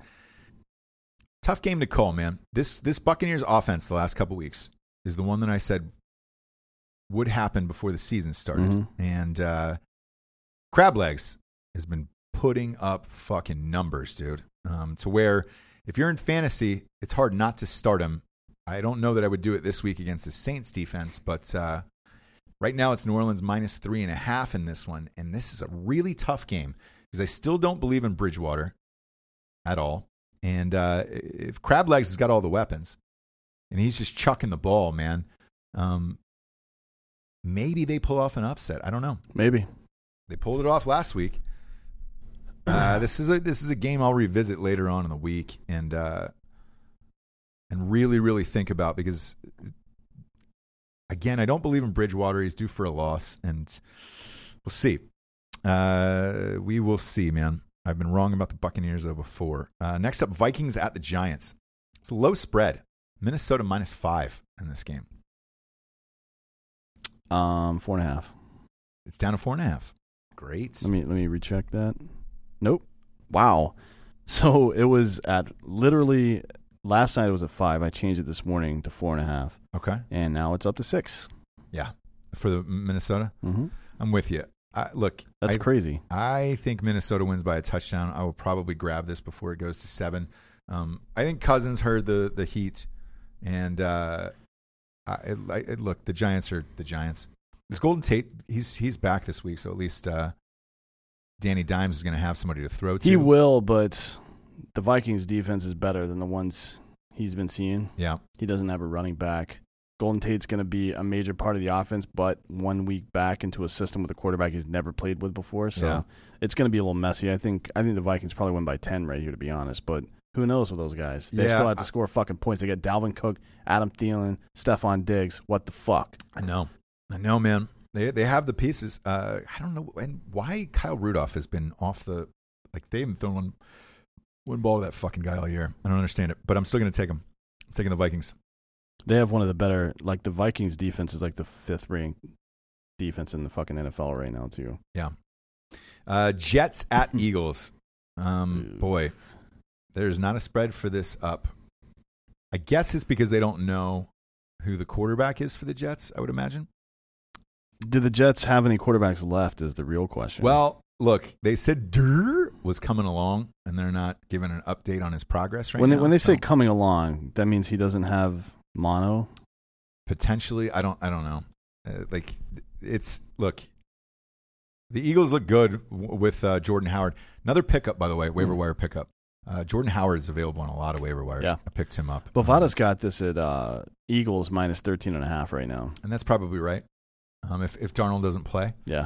[SPEAKER 2] Tough game to call, man. This this Buccaneers offense the last couple weeks is the one that I said would happen before the season started,
[SPEAKER 3] Mhm.
[SPEAKER 2] and uh, Crab Legs has been putting up fucking numbers, dude. Um, to where if you're in fantasy, it's hard not to start him. I don't know that I would do it this week against the Saints defense, but uh, right now it's New Orleans minus three and a half in this one, and this is a really tough game because I still don't believe in Bridgewater at all. And uh, if Crab Legs has got all the weapons, and he's just chucking the ball, man, um, maybe they pull off an upset. I don't know.
[SPEAKER 3] Maybe.
[SPEAKER 2] They pulled it off last week. Uh, this is a this is a game I'll revisit later on in the week and uh, and really really think about because again I don't believe in Bridgewater. He's due for a loss, and we'll see. Uh, we will see, man. I've been wrong about the Buccaneers though before. Uh, next up, Vikings at the Giants. It's a low spread. Minnesota minus five in this game.
[SPEAKER 3] Um, four and a half.
[SPEAKER 2] It's down to four and a half. Great.
[SPEAKER 3] Let me let me recheck that. Nope. Wow. So it was at literally last night. It was at five. I changed it this morning to four and a half,
[SPEAKER 2] Okay.
[SPEAKER 3] and now it's up to 6
[SPEAKER 2] Yeah. For the Minnesota.
[SPEAKER 3] Mm-hmm.
[SPEAKER 2] I'm with you. I, look,
[SPEAKER 3] That's
[SPEAKER 2] I,
[SPEAKER 3] crazy.
[SPEAKER 2] I think Minnesota wins by a touchdown. I will probably grab this before it goes to seven. Um, I think Cousins heard the the heat, and uh, I, I, I- look, the Giants are the Giants. This Golden Tate, he's he's back this week, so at least uh, Danny Dimes is going to have somebody to throw to.
[SPEAKER 3] He will, but the Vikings defense is better than the ones he's been seeing.
[SPEAKER 2] Yeah,
[SPEAKER 3] He doesn't have a running back. Golden Tate's going to be a major part of the offense, but one week back into a system with a quarterback he's never played with before, so
[SPEAKER 2] Yeah.
[SPEAKER 3] it's going to be a little messy. I think I think the Vikings probably win by ten right here, to be honest. But who knows with those guys? They
[SPEAKER 2] Yeah,
[SPEAKER 3] still have to
[SPEAKER 2] I-
[SPEAKER 3] score fucking points. They got Dalvin Cook, Adam Thielen, Stephon Diggs. What the fuck?
[SPEAKER 2] I know, I know, man. They they have the pieces. Uh, I don't know, and why Kyle Rudolph has been off the like they haven't thrown one, one ball to that fucking guy all year. I don't understand it, but I'm still going to take him. I'm taking the Vikings.
[SPEAKER 3] They have one of the better. Like the Vikings defense is like the fifth ranked defense in the fucking NFL right now too.
[SPEAKER 2] Uh, Jets at Eagles. Um,
[SPEAKER 3] Ooh.
[SPEAKER 2] boy, there's not a spread for this up. I guess it's because they don't know who the quarterback is for the Jets. I would imagine.
[SPEAKER 3] Do the Jets have any quarterbacks left? Is the real question.
[SPEAKER 2] Well, look, they said Durr was coming along, and they're not giving an update on his progress right
[SPEAKER 3] when
[SPEAKER 2] now.
[SPEAKER 3] they, when they
[SPEAKER 2] so
[SPEAKER 3] say coming along, that means he doesn't have mono.
[SPEAKER 2] potentially, I don't, I don't know. Uh, like, it's look. The Eagles look good w- with uh, Jordan Howard. Another pickup, by the way, waiver wire pickup. Uh, Jordan Howard is available on a lot of waiver wires.
[SPEAKER 3] Hmm. Yeah.
[SPEAKER 2] I picked him up.
[SPEAKER 3] Bovada's got this at uh, Eagles minus 13 and a half right now.
[SPEAKER 2] Uh, and that's probably right. Um, if if Darnold doesn't play,
[SPEAKER 3] Yeah.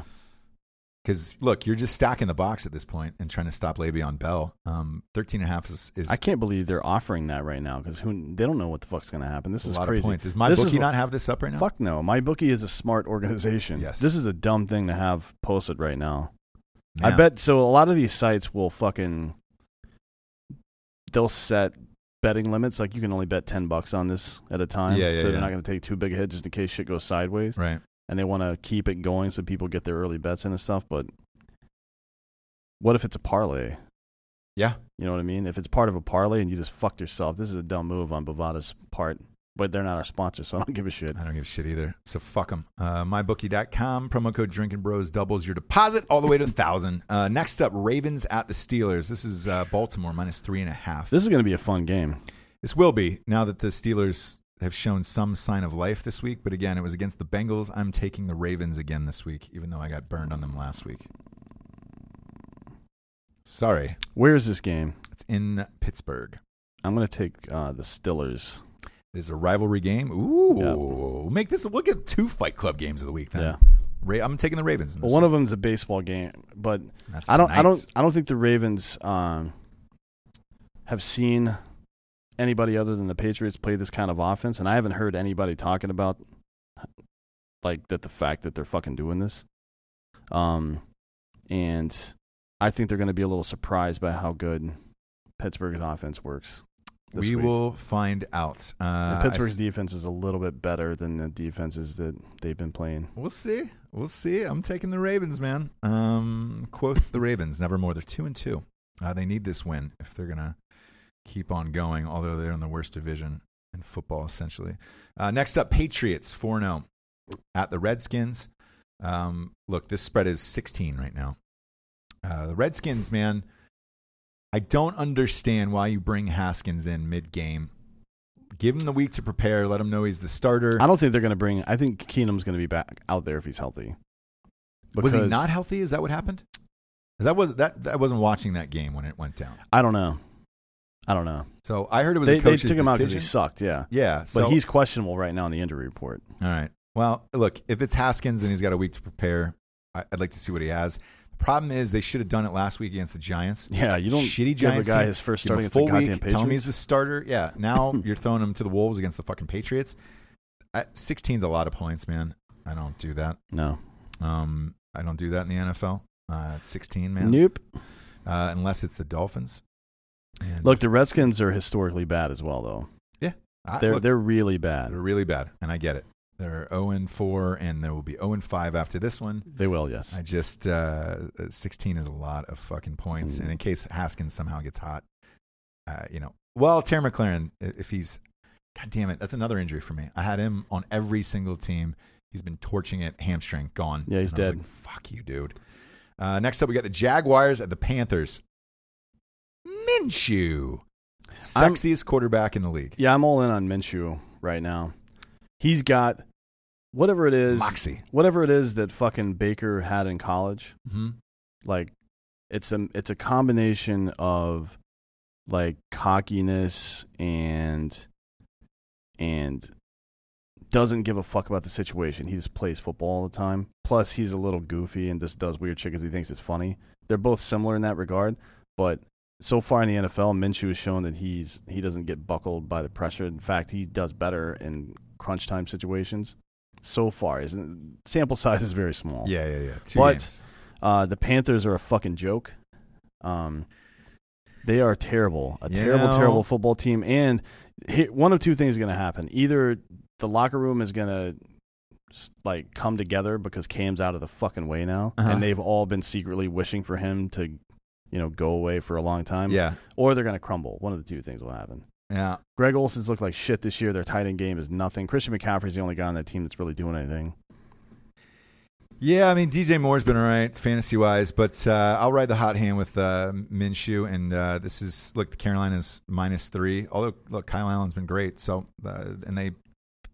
[SPEAKER 2] because look, you're just stacking the box at this point and trying to stop Le'Veon Bell. Um, thirteen and a half is, is
[SPEAKER 3] I can't believe they're offering that right now because who they don't know what the fuck's going to happen. This
[SPEAKER 2] a
[SPEAKER 3] is
[SPEAKER 2] lot
[SPEAKER 3] crazy.
[SPEAKER 2] of points. Is my
[SPEAKER 3] This
[SPEAKER 2] bookie
[SPEAKER 3] is-
[SPEAKER 2] not have this up right now?
[SPEAKER 3] Fuck no. My bookie is a smart organization.
[SPEAKER 2] Yes.
[SPEAKER 3] This is a dumb thing to have posted right now. I
[SPEAKER 2] Man.
[SPEAKER 3] bet so. A lot of these sites will fucking they'll set betting limits. Like you can only bet ten bucks on this at a time.
[SPEAKER 2] Yeah, yeah,
[SPEAKER 3] so they're
[SPEAKER 2] yeah.
[SPEAKER 3] not going to take too big a hit just in case shit goes sideways.
[SPEAKER 2] Right.
[SPEAKER 3] And they want to keep it going so people get their early bets in and stuff. But what if it's a parlay?
[SPEAKER 2] Yeah.
[SPEAKER 3] You know what I mean? If it's part of a parlay and you just fucked yourself, this is a dumb move on Bovada's part. but they're not our sponsor, so I don't give a shit.
[SPEAKER 2] I don't give a shit either. So fuck them. Uh, mybookie.com, promo code Drinking Bros doubles your deposit all the way to a thousand. Uh, next up, Ravens at the Steelers. This is uh, Baltimore minus three and a half.
[SPEAKER 3] This is going to be a fun game.
[SPEAKER 2] This will be now that the Steelers have shown some sign of life this week. But again, it was against the Bengals. I'm taking the Ravens again this week, even though I got burned on them last week. Sorry,
[SPEAKER 3] Where is this game?
[SPEAKER 2] it's in Pittsburgh.
[SPEAKER 3] I'm going to take uh, the Stillers.
[SPEAKER 2] It is a rivalry game. Ooh, make this. We'll get two Fight Club games of the week then.
[SPEAKER 3] Yeah.
[SPEAKER 2] Ra- I'm taking the Ravens. In
[SPEAKER 3] Well,
[SPEAKER 2] this
[SPEAKER 3] one
[SPEAKER 2] one.
[SPEAKER 3] of them's a baseball game, but
[SPEAKER 2] That's
[SPEAKER 3] I don't, I
[SPEAKER 2] tonight's.
[SPEAKER 3] don't, I don't think the Ravens um, have seen anybody other than the Patriots play this kind of offense, and I haven't heard anybody talking about like that the fact that they're fucking doing this. Um, and I think they're going to be a little surprised by how good Pittsburgh's offense works. this
[SPEAKER 2] We
[SPEAKER 3] week.
[SPEAKER 2] will find out. Uh,
[SPEAKER 3] And
[SPEAKER 2] I
[SPEAKER 3] Pittsburgh's
[SPEAKER 2] s-
[SPEAKER 3] defense is a little bit better than the defenses that they've been playing.
[SPEAKER 2] We'll see. We'll see. I'm taking the Ravens, man. Um, quoth the Ravens, never more. They're two and two. Uh, they need this win if they're gonna keep on going. Although they're in the worst division in football, essentially. Uh, next up, Patriots four zero at the Redskins. Um, look, this spread is 16 right now. Uh, the Redskins, man. I don't understand why you bring Haskins in mid game. Give him the week to prepare. Let him know he's the starter.
[SPEAKER 3] I don't think they're going to bring. I think Keenum's going to be back out there if he's healthy.
[SPEAKER 2] was he
[SPEAKER 3] Because-
[SPEAKER 2] not healthy? Is that what happened? 'Cause that was that, that I wasn't watching that game when it went down.
[SPEAKER 3] I don't know. I don't know.
[SPEAKER 2] So I heard it was
[SPEAKER 3] They,
[SPEAKER 2] a
[SPEAKER 3] they
[SPEAKER 2] coach's
[SPEAKER 3] took him out because he
[SPEAKER 2] decision.
[SPEAKER 3] sucked. Yeah,
[SPEAKER 2] yeah, so
[SPEAKER 3] but he's questionable right now in the injury report.
[SPEAKER 2] all right. Well, look, if it's Haskins and he's got a week to prepare, I, I'd like to see what he has. The problem is they should have done it last week against the Giants.
[SPEAKER 3] Yeah, you don't
[SPEAKER 2] shitty
[SPEAKER 3] give a
[SPEAKER 2] Giants
[SPEAKER 3] guy
[SPEAKER 2] team,
[SPEAKER 3] his first
[SPEAKER 2] give him a
[SPEAKER 3] starting against the
[SPEAKER 2] full
[SPEAKER 3] goddamn
[SPEAKER 2] week, tell him he's
[SPEAKER 3] Patriots.
[SPEAKER 2] the starter. Yeah, now you're throwing him to the wolves against the fucking Patriots. I- 16's a lot of points, man. I don't do that.
[SPEAKER 3] No,
[SPEAKER 2] Um, I don't do that in the NFL. Uh, it's 16, man.
[SPEAKER 3] nope.
[SPEAKER 2] Uh, unless it's the Dolphins. And
[SPEAKER 3] Look, the Redskins are historically bad as well, though.
[SPEAKER 2] I-
[SPEAKER 3] They're
[SPEAKER 2] look,
[SPEAKER 3] they're really bad.
[SPEAKER 2] They're really bad, and I get it. They're 0 and 4, and there will be 0 and 5 after this one.
[SPEAKER 3] They will, yes.
[SPEAKER 2] I just uh, 16 is a lot of fucking points, and in case Haskins somehow gets hot, uh, you know, well, Terry McLaren, i- if he's, god damn it, that's another injury for me. I had him on every single team. He's been torching it, hamstring gone.
[SPEAKER 3] Yeah, he's
[SPEAKER 2] And I was
[SPEAKER 3] dead.
[SPEAKER 2] like, Fuck you, dude. Uh, next up, we got the Jaguars at the Panthers. Minshew,
[SPEAKER 3] I'm-
[SPEAKER 2] sexiest quarterback in the league.
[SPEAKER 3] Yeah, I'm all in on Minshew right now. He's got whatever it is,
[SPEAKER 2] Moxie.
[SPEAKER 3] whatever it is that fucking Baker had in college.
[SPEAKER 2] hmm
[SPEAKER 3] like it's a it's a combination of like cockiness and and doesn't give a fuck about the situation. He just plays football all the time. Plus, he's a little goofy and just does weird shit because he thinks it's funny. They're both similar in that regard, but so far in the NFL, Minshew has shown that he's he doesn't get buckled by the pressure. In fact, he does better in crunch time situations. So far, isn't sample size is very small.
[SPEAKER 2] Yeah, yeah, yeah. Two
[SPEAKER 3] But-
[SPEAKER 2] games.
[SPEAKER 3] Uh, the Panthers are a fucking joke. Um, they are terrible, a
[SPEAKER 2] You
[SPEAKER 3] terrible,
[SPEAKER 2] know-
[SPEAKER 3] terrible football team. And he, one of two things is going to happen: either the locker room is going to like come together because Cam's out of the fucking way now,
[SPEAKER 2] Uh-huh.
[SPEAKER 3] and they've all been secretly wishing for him to, you know, go away for a long time.
[SPEAKER 2] Yeah,
[SPEAKER 3] Or they're going to crumble. One of the two things will happen.
[SPEAKER 2] yeah.
[SPEAKER 3] Greg Olson's looked like shit this year. Their tight end game is nothing. Christian McCaffrey's the only guy on that team that's really doing anything.
[SPEAKER 2] Yeah, I mean DJ Moore's been all right fantasy wise, but uh, I'll ride the hot hand with uh, Minshew, and uh, this is look the Carolina's minus three. Although look, Kyle Allen's been great, so uh, and they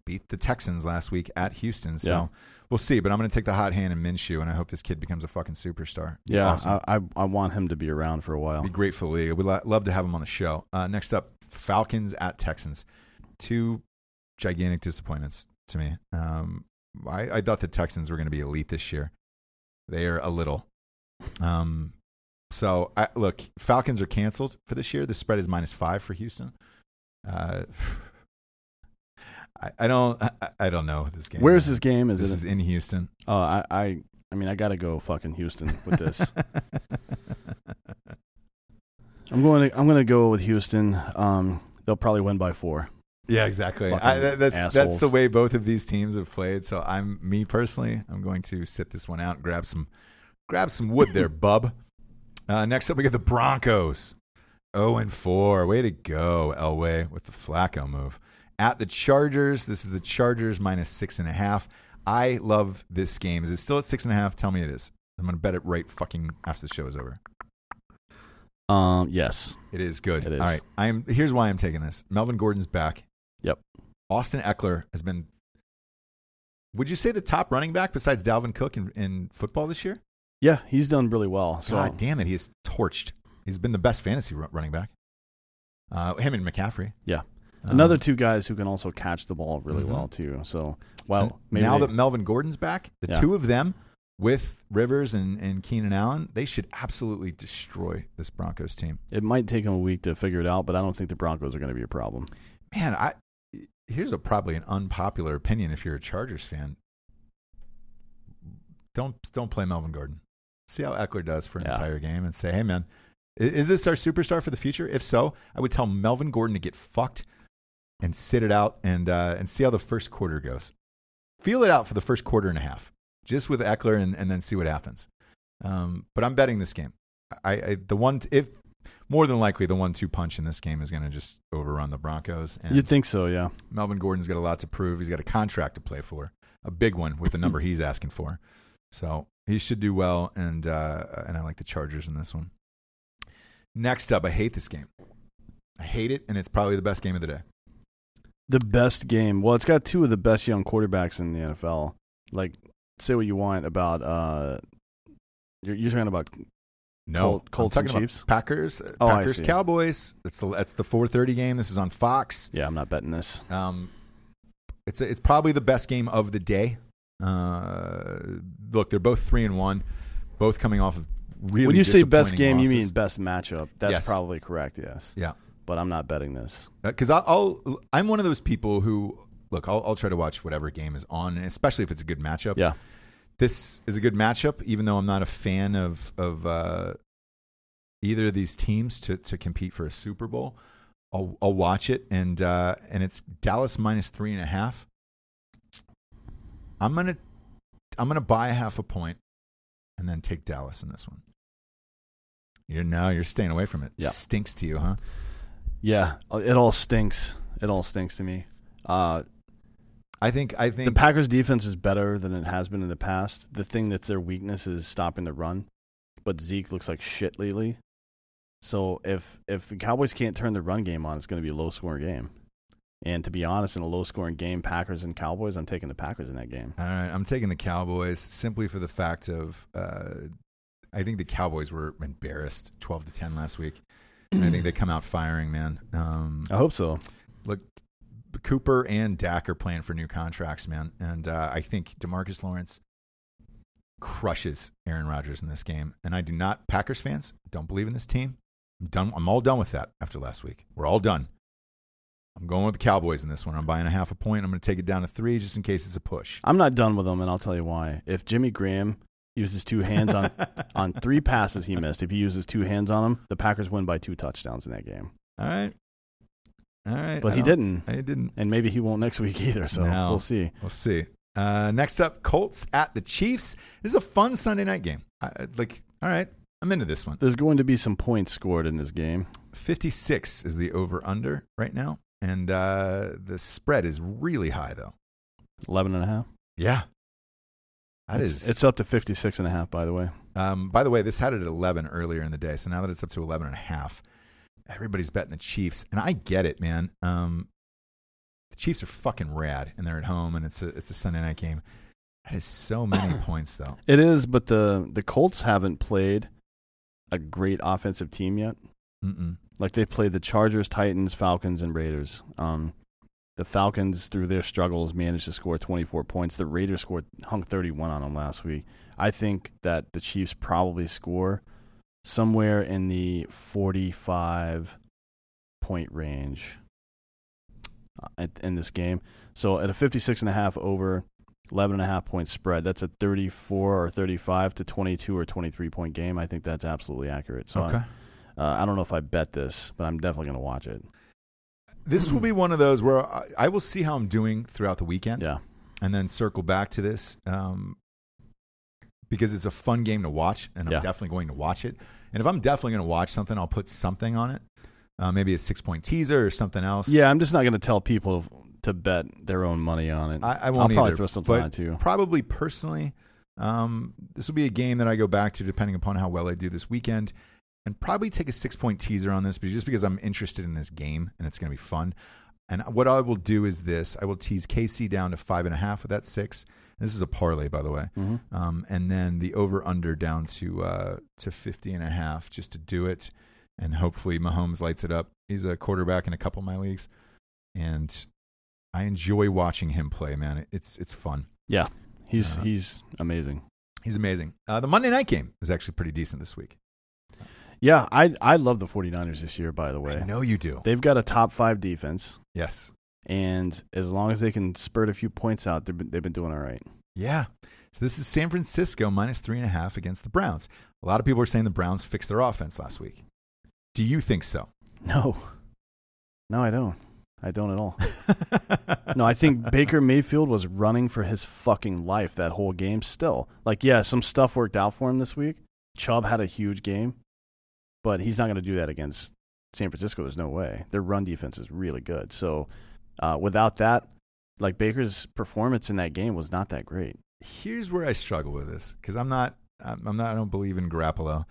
[SPEAKER 2] beat the Texans last week at Houston, so
[SPEAKER 3] Yeah.
[SPEAKER 2] we'll see. But I'm going to take the hot hand and Minshew, and I hope this kid becomes a fucking superstar.
[SPEAKER 3] Yeah,
[SPEAKER 2] awesome.
[SPEAKER 3] I, I I want him to be around for a while.
[SPEAKER 2] Be great for the league. We'd lo- love to have him on the show. Uh, next up, Falcons at Texans. Two gigantic disappointments to me. Um, I, I thought the Texans were going to be elite this year. They are a little. Um, so I, look, Falcons are canceled for this year. The spread is minus five for Houston. Uh, I, I don't. I, I don't know this game.
[SPEAKER 3] Where's
[SPEAKER 2] man.
[SPEAKER 3] this game? Is
[SPEAKER 2] This
[SPEAKER 3] it
[SPEAKER 2] is in Houston.
[SPEAKER 3] Oh, I, I, I mean, I gotta go fucking Houston with this. I'm going. To, I'm going to go with Houston. Um, they'll probably win by four.
[SPEAKER 2] Yeah, exactly.
[SPEAKER 3] Fucking
[SPEAKER 2] I, that, that's that's
[SPEAKER 3] assholes.
[SPEAKER 2] the way both of these teams have played. So I'm me personally, I'm going to sit this one out and grab some grab some wood there, bub. Uh, next up, we got the Oh Broncos. 0 and 4. Way to go, Elway, with the Flacco move. at the Chargers. This is the Chargers minus six and a half. I love this game. Is it still at six and a half? Tell me it is. I'm going to bet it right fucking after the show is over.
[SPEAKER 3] Um, yes.
[SPEAKER 2] It is good.
[SPEAKER 3] It is.
[SPEAKER 2] All right. I'm here's why I'm taking this. Melvin Gordon's back.
[SPEAKER 3] Yep.
[SPEAKER 2] Austin Eckler has been would you say the top running back besides Dalvin Cook in, in football this year?
[SPEAKER 3] Yeah, he's done really well. So
[SPEAKER 2] God damn it, he is torched. He's been the best fantasy ru- running back. Uh, him and McCaffrey.
[SPEAKER 3] yeah,
[SPEAKER 2] Um,
[SPEAKER 3] another two guys who can also catch the ball really
[SPEAKER 2] Mhm.
[SPEAKER 3] well too. So well,
[SPEAKER 2] so
[SPEAKER 3] maybe
[SPEAKER 2] now
[SPEAKER 3] they-
[SPEAKER 2] that Melvin Gordon's back, the
[SPEAKER 3] Yeah.
[SPEAKER 2] two of them with Rivers and, and Keenan Allen, they should absolutely destroy this Broncos team.
[SPEAKER 3] it might take him a week to figure it out, but I don't think the Broncos are going to be a problem.
[SPEAKER 2] Man, I here's a probably an unpopular opinion if you're a Chargers fan. Don't don't play Melvin Gordon. See how Eckler does for an
[SPEAKER 3] Yeah.
[SPEAKER 2] entire game and say, "Hey man, i- is this our superstar for the future?" If so, I would tell Melvin Gordon to get fucked and sit it out and uh, and see how the first quarter goes. Feel it out for the first quarter and a half, just with Eckler, and, and then see what happens. Um, but I'm betting this game. I, I the one if more than likely the one two punch in this game is going to just overrun the Broncos. And
[SPEAKER 3] You'd think so, yeah.
[SPEAKER 2] Melvin Gordon's got a lot to prove. He's got a contract to play for, a big one with the number he's asking for. So he should do well, and uh, and I like the Chargers in this one. Next up, I hate this game. I hate it, and it's probably the best game of the day.
[SPEAKER 3] The best game. Well, it's got two of the best young quarterbacks in the NFL. Like, say what you want about uh, you're, you're talking about Col-
[SPEAKER 2] I'm
[SPEAKER 3] Colts and
[SPEAKER 2] talking about
[SPEAKER 3] Chiefs?
[SPEAKER 2] Packers, uh,
[SPEAKER 3] Oh, I
[SPEAKER 2] Packers,
[SPEAKER 3] see.
[SPEAKER 2] Cowboys. That's the that's the 4:30 game. This is on Fox.
[SPEAKER 3] yeah. I'm not betting this.
[SPEAKER 2] Um, it's it's probably the best game of the day. Uh, look, they're both three and one, both coming off of really.
[SPEAKER 3] when you say best
[SPEAKER 2] disappointing
[SPEAKER 3] game, you
[SPEAKER 2] losses.
[SPEAKER 3] mean best matchup. That's
[SPEAKER 2] Yes.
[SPEAKER 3] probably correct. Yes.
[SPEAKER 2] Yeah.
[SPEAKER 3] But I'm not betting this.
[SPEAKER 2] because I'll, Uh, I'll I'm one of those people who look I'll, I'll try to watch whatever game is on, and especially if it's a good matchup.
[SPEAKER 3] Yeah.
[SPEAKER 2] This is a good matchup, even though I'm not a fan of of uh, either of these teams to to compete for a Super Bowl. I'll, I'll watch it, and uh, and it's Dallas minus three and a half. I'm gonna I'm gonna buy a half a point, and then take Dallas in this one. You're no, you're staying away from it.
[SPEAKER 3] Yeah.
[SPEAKER 2] Stinks to you, huh?
[SPEAKER 3] Yeah. uh, It all stinks. It all stinks to me. Uh,
[SPEAKER 2] I think I think
[SPEAKER 3] the Packers defense is better than it has been in the past. The thing that's their weakness is stopping the run, but Zeke looks like shit lately. So if if the Cowboys can't turn the run game on, it's going to be a low scoring game. And to be honest, in a low scoring game, Packers and Cowboys, I'm taking the Packers in that game.
[SPEAKER 2] All right, I'm taking the Cowboys simply for the fact of uh, I think the Cowboys were embarrassed 12 to 10 last week. And I think they come out firing, man. Um,
[SPEAKER 3] I hope so.
[SPEAKER 2] look, Cooper and Dak are playing for new contracts, man, and uh, I think Demarcus Lawrence crushes Aaron Rodgers in this game. And I do not Packers fans don't believe in this team. I'm done. I'm all done with that after last week. We're all done. I'm going with the Cowboys in this one. I'm buying a half a point. I'm going to take it down to three just in case it's a push.
[SPEAKER 3] I'm not done with them, and I'll tell you why. If Jimmy Graham uses two hands on on three passes he missed, if he uses two hands on them, the Packers win by two touchdowns in that game.
[SPEAKER 2] All right. All right.
[SPEAKER 3] But
[SPEAKER 2] I
[SPEAKER 3] he
[SPEAKER 2] don't-
[SPEAKER 3] didn't,
[SPEAKER 2] I didn't.
[SPEAKER 3] and maybe he won't next week either. So
[SPEAKER 2] No.
[SPEAKER 3] we'll see.
[SPEAKER 2] We'll see. Uh, next up, Colts at the Chiefs. This is a fun Sunday night game. I, I- like, all right, I'm into this one.
[SPEAKER 3] There's going to be some points scored in this game.
[SPEAKER 2] 56 is the over under right now. And uh, the spread is really high, though.
[SPEAKER 3] 11 and a half.
[SPEAKER 2] Yeah. that is.
[SPEAKER 3] it's, It's up to 56 and a half, by the way.
[SPEAKER 2] Um, by the way, this had it at 11 earlier in the day. So now that it's up to 11 and a half, everybody's betting the Chiefs. And I get it, man. Um, the Chiefs are fucking rad and they're at home and it's a, it's a Sunday night game. That is so many points, though.
[SPEAKER 3] It is, but the, the Colts haven't played a great offensive team yet.
[SPEAKER 2] Mm-mm.
[SPEAKER 3] Like they played the Chargers, Titans, Falcons, and Raiders. Um, the Falcons, through their struggles, managed to score 24 points. The Raiders scored hung 31 on them last week. I think that the Chiefs probably score somewhere in the 45 point range uh, at- in this game. So at a 56 and a half over 11 and a half point spread, that's a 34 or 35 to 22 or 23 point game. I think that's absolutely accurate. So I'm-
[SPEAKER 2] Okay.
[SPEAKER 3] uh, I don't know if I bet this, but I'm definitely going to watch it.
[SPEAKER 2] This will be one of those where I, I will see how I'm doing throughout the weekend
[SPEAKER 3] Yeah.
[SPEAKER 2] and then circle back to this um, because it's a fun game to watch and I'm
[SPEAKER 3] Yeah.
[SPEAKER 2] definitely going to watch it. And if I'm definitely going to watch something, I'll put something on it. Uh, maybe a six point teaser or something else.
[SPEAKER 3] Yeah, I'm just not going to tell people to bet their own money on it.
[SPEAKER 2] I, I
[SPEAKER 3] will
[SPEAKER 2] won't
[SPEAKER 3] probably
[SPEAKER 2] either,
[SPEAKER 3] throw something
[SPEAKER 2] but
[SPEAKER 3] on it too.
[SPEAKER 2] Probably personally, um, this will be a game that I go back to depending upon how well I do this weekend, and probably take a six point teaser on this, but just because I'm interested in this game and it's going to be fun. And what I will do is this: I will tease KC down to five and a half with that six. This is a parlay, by the way,
[SPEAKER 3] Mm-hmm.
[SPEAKER 2] um, and then the over under down to uh, to fifty and a half just to do it, and hopefully Mahomes lights it up. He's a quarterback in a couple of my leagues, and I enjoy watching him play, man. It's it's fun.
[SPEAKER 3] Yeah, he's he's amazing.
[SPEAKER 2] He's amazing. Uh, the Monday night game is actually pretty decent this week.
[SPEAKER 3] Yeah, I I love the 49ers this year. By the way,
[SPEAKER 2] I know you do.
[SPEAKER 3] they've got a top five defense,
[SPEAKER 2] Yes.
[SPEAKER 3] and as long as they can spurt a few points out, they've been, they've been doing all right.
[SPEAKER 2] Yeah. So this is San Francisco minus three and a half against the Browns. A lot of people are saying the Browns fixed their offense last week. Do you think so?
[SPEAKER 3] No, no, I don't. I don't at all. No, I think Baker Mayfield was running for his fucking life that whole game still. Like, yeah, some stuff worked out for him this week. Chubb had a huge game, but he's not going to do that against San Francisco. There's no way. Their run defense is really good. So, uh, without that, like, Baker's performance in that game was not that great.
[SPEAKER 2] Here's where I struggle with this because I'm not, I'm I'm not, I don't believe in Garoppolo.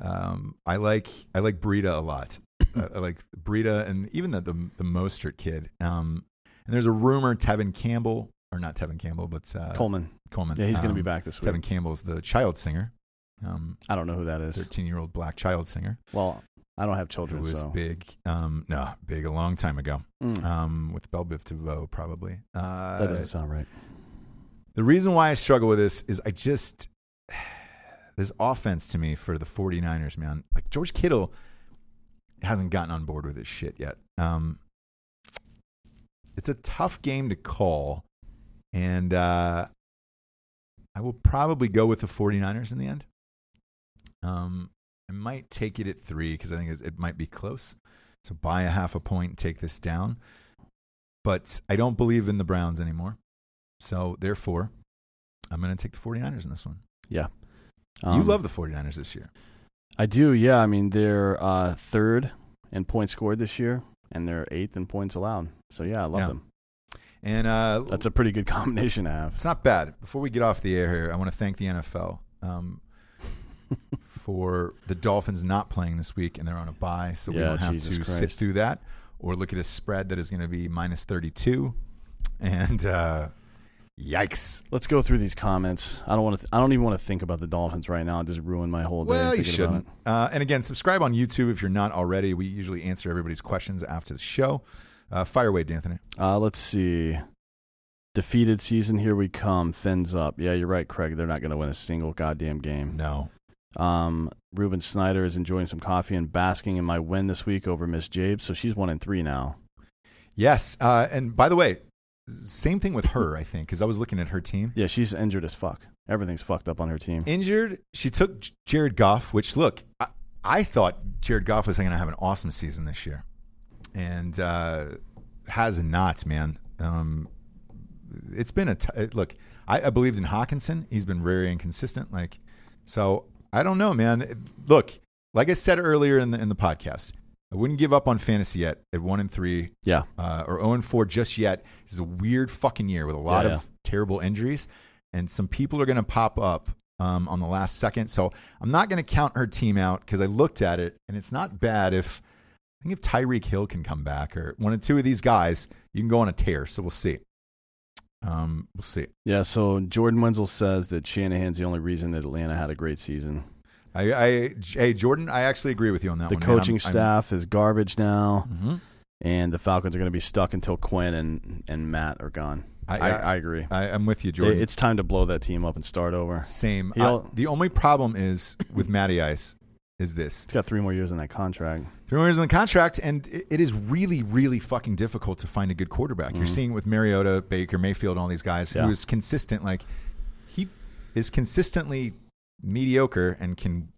[SPEAKER 2] Um, I like, I like Breida a lot. I I like Breida and even the, the, the Mostert kid. Um, and there's a rumor Tevin Campbell, or not Tevin Campbell, but uh,
[SPEAKER 3] Coleman.
[SPEAKER 2] Coleman.
[SPEAKER 3] Yeah, he's going to be
[SPEAKER 2] um,
[SPEAKER 3] back this week.
[SPEAKER 2] Tevin Campbell's the child singer, um,
[SPEAKER 3] I don't know who that is.
[SPEAKER 2] thirteen-year-old black child singer
[SPEAKER 3] Well, I don't have
[SPEAKER 2] who
[SPEAKER 3] children,
[SPEAKER 2] was
[SPEAKER 3] so.
[SPEAKER 2] big, um, no, big a long time ago,
[SPEAKER 3] Mm,
[SPEAKER 2] um, with Belle Biv DeVoe probably. Uh,
[SPEAKER 3] that doesn't sound right.
[SPEAKER 2] the reason why I struggle with this is I just this offense to me for the 49ers, man. Like George Kittle hasn't gotten on board with this shit yet. Um, it's a tough game to call, and uh, I will probably go with the 49ers in the end. Um, I might take it at three because I think it's- it might be close. So buy a half a point and take this down. But I don't believe in the Browns anymore. So therefore, I'm going to take the 49ers in this one. you
[SPEAKER 3] Um,
[SPEAKER 2] love the 49ers this year.
[SPEAKER 3] I do, yeah. I mean, they're uh, third in points scored this year, and they're eighth in points allowed. So yeah, I love
[SPEAKER 2] Yeah.
[SPEAKER 3] them.
[SPEAKER 2] And uh,
[SPEAKER 3] That's a pretty good combination to have.
[SPEAKER 2] it's not bad. Before we get off the air here, I want to thank the NFL um, for the Dolphins not playing this week and they're on a bye, so we
[SPEAKER 3] Yeah,
[SPEAKER 2] don't have
[SPEAKER 3] Jesus
[SPEAKER 2] to sit
[SPEAKER 3] Christ.
[SPEAKER 2] through that or look at a spread that is going to be minus 32. And uh, yikes.
[SPEAKER 3] Let's go through these comments. I don't want to. I don't even want to think about the Dolphins right now. It just ruined my whole day.
[SPEAKER 2] Well, you
[SPEAKER 3] thinking
[SPEAKER 2] shouldn't.
[SPEAKER 3] About
[SPEAKER 2] Uh, and again, subscribe on YouTube if you're not already. We usually answer everybody's questions after the show. Uh, fire away, D'Anthony.
[SPEAKER 3] it. Uh, let's see. Defeated season, here we come. Fins up. Yeah, you're right, Craig. They're not going to win a single goddamn game.
[SPEAKER 2] No.
[SPEAKER 3] Um, Ruben Snyder is enjoying some coffee and basking in my win this week over Miss Jabe. So she's one in three now.
[SPEAKER 2] Yes. Uh, and by the way, same thing with her, I think, because I was looking at her team.
[SPEAKER 3] Yeah, she's injured as fuck. Everything's fucked up on her team.
[SPEAKER 2] Injured, she took J- Jared Goff, which, look, I, I thought Jared Goff was going to have an awesome season this year and uh, has not, man. Um, it's been a t- it- look, I, I believed in Hawkinson. He's been very inconsistent. Like, so I don't know, man. It- Look, like I said earlier in the, in the podcast, I wouldn't give up on fantasy yet at one and three
[SPEAKER 3] Yeah.
[SPEAKER 2] uh, or 0 and 4 just yet. This is a weird fucking year with a lot
[SPEAKER 3] Yeah,
[SPEAKER 2] of terrible injuries, and some people are going to pop up um, on the last second. So I'm not going to count her team out because I looked at it, and it's not bad if I think if Tyreek Hill can come back or one or two of these guys, you can go on a tear. So we'll see. Um, we'll see.
[SPEAKER 3] Yeah, so Jordan Wenzel says that Shanahan's the only reason that Atlanta had a great season.
[SPEAKER 2] I, I, hey Jordan, I actually agree with you on that
[SPEAKER 3] The
[SPEAKER 2] one. Oh, man.
[SPEAKER 3] coaching
[SPEAKER 2] I'm- I'm-
[SPEAKER 3] staff is garbage now,
[SPEAKER 2] Mhm.
[SPEAKER 3] and the Falcons are going to be stuck until Quinn and, and Matt are gone.
[SPEAKER 2] I-
[SPEAKER 3] I, I,
[SPEAKER 2] I-
[SPEAKER 3] agree.
[SPEAKER 2] I, I'm with you,
[SPEAKER 3] It-
[SPEAKER 2] Jordan.
[SPEAKER 3] It's time to blow that team up and start over.
[SPEAKER 2] Same.
[SPEAKER 3] He al-
[SPEAKER 2] I- the only problem is with Matty Ice is this.
[SPEAKER 3] He's got three more years in that contract.
[SPEAKER 2] Three winners in the contract, and it- it is really, really fucking difficult to find a good quarterback. You're seeing it with Mariota, Baker, Mayfield, and all these guys
[SPEAKER 3] Mm-hmm. Yeah.
[SPEAKER 2] who is consistent. Like he is consistently mediocre and can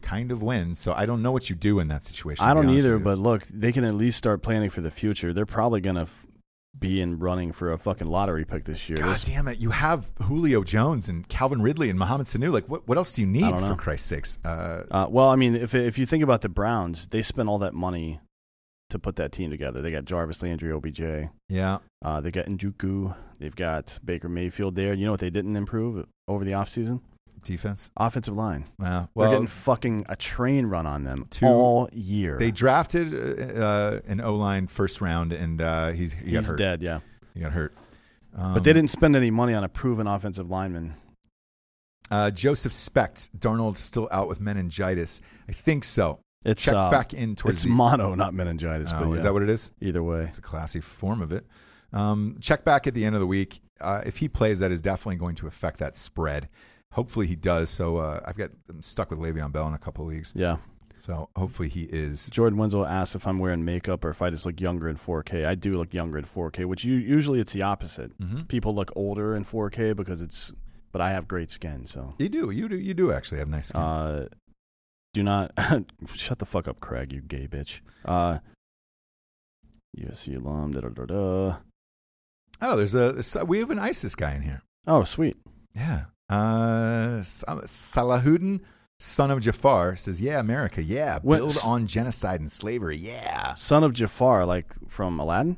[SPEAKER 2] kind of win. So I don't know what you do in that situation.
[SPEAKER 3] I
[SPEAKER 2] to be
[SPEAKER 3] don't
[SPEAKER 2] honest
[SPEAKER 3] either,
[SPEAKER 2] with you.
[SPEAKER 3] but look, they can at least start planning for the future. They're probably going to f- be in running for a fucking lottery pick this year.
[SPEAKER 2] God
[SPEAKER 3] There's-
[SPEAKER 2] damn it! You have Julio Jones and Calvin Ridley and Mohamed Sanu. Like what? What else do you need
[SPEAKER 3] don't
[SPEAKER 2] for
[SPEAKER 3] know.
[SPEAKER 2] Christ's sakes? Uh,
[SPEAKER 3] Uh, well, I mean, if if you think about the Browns, they spent all that money to put that team together. They got Jarvis Landry, OBJ.
[SPEAKER 2] Yeah.
[SPEAKER 3] Uh, they got Njuku. They've got Baker Mayfield there. You know what they didn't improve over the offseason?
[SPEAKER 2] Defense.
[SPEAKER 3] Offensive line.
[SPEAKER 2] Uh,
[SPEAKER 3] They're
[SPEAKER 2] well,
[SPEAKER 3] getting fucking a train run on them
[SPEAKER 2] Two-
[SPEAKER 3] all year.
[SPEAKER 2] they drafted uh, uh, an O line first round, and uh, he's, he got
[SPEAKER 3] He's
[SPEAKER 2] hurt.
[SPEAKER 3] dead, yeah.
[SPEAKER 2] He got hurt. Um,
[SPEAKER 3] But they didn't spend any money on a proven offensive lineman.
[SPEAKER 2] Uh, Joseph Specht. Darnold's still out with meningitis. I think so.
[SPEAKER 3] It's
[SPEAKER 2] Check
[SPEAKER 3] uh,
[SPEAKER 2] back in towards
[SPEAKER 3] It's
[SPEAKER 2] the.
[SPEAKER 3] mono, not meningitis.
[SPEAKER 2] Oh,
[SPEAKER 3] but
[SPEAKER 2] Is
[SPEAKER 3] yeah,
[SPEAKER 2] that what it is?
[SPEAKER 3] Either way,
[SPEAKER 2] It's a classy form of it. Um, check back at the end of the week. Uh, if he plays, that is definitely going to affect that spread. Hopefully he does. So uh, I've got I'm stuck with Le'Veon Bell in a couple leagues.
[SPEAKER 3] yeah.
[SPEAKER 2] So hopefully he is.
[SPEAKER 3] Jordan Wenzel asks if I'm wearing makeup or if I just look younger in 4K. I do look younger in 4K, which you, usually it's the opposite. People look older in 4K because it's, but I have great skin, so
[SPEAKER 2] You do. You do. You do actually have nice. Skin.
[SPEAKER 3] uh, do not shut the fuck up, Craig, you gay bitch. Uh, USC alum, da da da da.
[SPEAKER 2] oh, there's a so- we have an ISIS guy in here.
[SPEAKER 3] Oh, sweet.
[SPEAKER 2] Yeah. Uh, Sa- Salahuddin, son of Jafar, says, "Yeah, America. Yeah,
[SPEAKER 3] What-
[SPEAKER 2] build on genocide and slavery. Yeah.
[SPEAKER 3] Son of Jafar, like from Aladdin,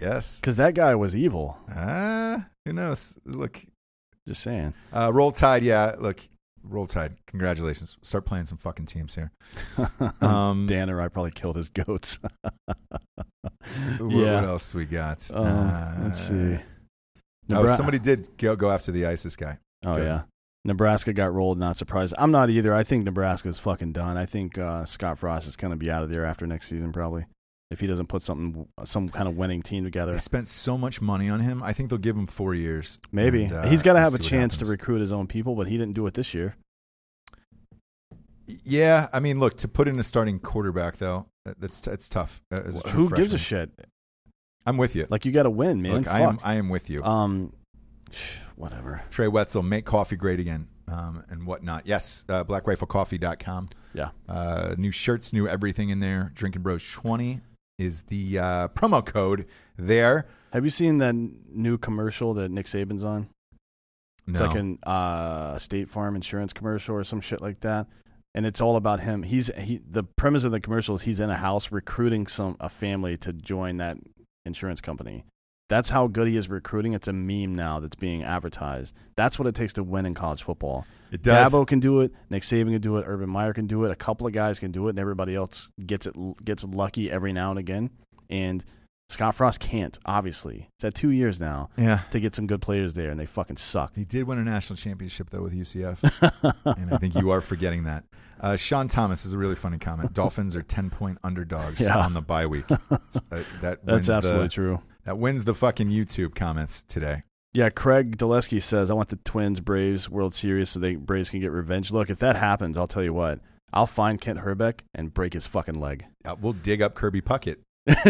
[SPEAKER 2] Yes.
[SPEAKER 3] because that guy was evil.
[SPEAKER 2] Uh, who knows? Look,
[SPEAKER 3] Just saying.
[SPEAKER 2] Uh, roll Tide, yeah. Look, Roll Tide. Congratulations. Start playing some fucking teams here. Um,
[SPEAKER 3] Danner, I probably killed his goats.
[SPEAKER 2] What,
[SPEAKER 3] Yeah.
[SPEAKER 2] what else we got?
[SPEAKER 3] Uh, let's see.
[SPEAKER 2] Oh,
[SPEAKER 3] Nebra-
[SPEAKER 2] somebody did go, go after the ISIS guy.
[SPEAKER 3] Oh
[SPEAKER 2] Good.
[SPEAKER 3] yeah. Nebraska got rolled, not surprised. I'm not either. I think Nebraska's fucking done. I think uh, Scott Frost is going to be out of there after next season probably. If he doesn't put something some kind of winning team
[SPEAKER 2] They
[SPEAKER 3] together.
[SPEAKER 2] spent so much money on him. I think they'll give him four years.
[SPEAKER 3] Maybe.
[SPEAKER 2] And, uh,
[SPEAKER 3] He's got to
[SPEAKER 2] we'll
[SPEAKER 3] have
[SPEAKER 2] see
[SPEAKER 3] a
[SPEAKER 2] what
[SPEAKER 3] chance to
[SPEAKER 2] happens.
[SPEAKER 3] recruit his own people, but he didn't do it this year.
[SPEAKER 2] yeah, I mean, look, to put in a starting quarterback, though, that- that's it's tough. uh, As a
[SPEAKER 3] Wh-
[SPEAKER 2] true
[SPEAKER 3] Who gives a
[SPEAKER 2] freshman.
[SPEAKER 3] shit?
[SPEAKER 2] I'm with you.
[SPEAKER 3] Like you got to win, man.
[SPEAKER 2] look,
[SPEAKER 3] Fuck.
[SPEAKER 2] I am, I am with you.
[SPEAKER 3] um psh, whatever.
[SPEAKER 2] Trey Wetzel, make coffee great again um, and whatnot. Yes, uh, blackriflecoffee.com.
[SPEAKER 3] Yeah.
[SPEAKER 2] Uh, new shirts, new everything in there. Drinking Bros 20 is the uh, promo code there.
[SPEAKER 3] Have you seen that new commercial that Nick Saban's on? It's like an uh, State Farm insurance commercial or some shit like that. And it's all about him. He's he. The premise of the commercial is he's in a house recruiting some a family to join that insurance company. That's how good he is recruiting. It's a meme now that's being advertised. That's what it takes to win in college football.
[SPEAKER 2] it does.
[SPEAKER 3] Dabo can do it. Nick Saban can do it. Urban Meyer can do it. A couple of guys can do it, and everybody else gets it gets lucky every now and again. And Scott Frost can't. Obviously, it's at two years now
[SPEAKER 2] Yeah.
[SPEAKER 3] to get some good players there, and they fucking suck.
[SPEAKER 2] He did win a national championship, though, with UCF. and I think you are forgetting that. Uh, Sean Thomas is a really funny comment. Dolphins are 10 point underdogs
[SPEAKER 3] Yeah.
[SPEAKER 2] on the bye week. Uh, that, wins
[SPEAKER 3] That's
[SPEAKER 2] the,
[SPEAKER 3] absolutely true.
[SPEAKER 2] That wins the fucking YouTube comments today.
[SPEAKER 3] Yeah, Craig Dulesky says, I want the Twins Braves World Series so they Braves can get revenge. Look, if that happens, I'll tell you what. I'll find Kent Herbeck and break his fucking leg.
[SPEAKER 2] Uh, we'll dig up Kirby Puckett.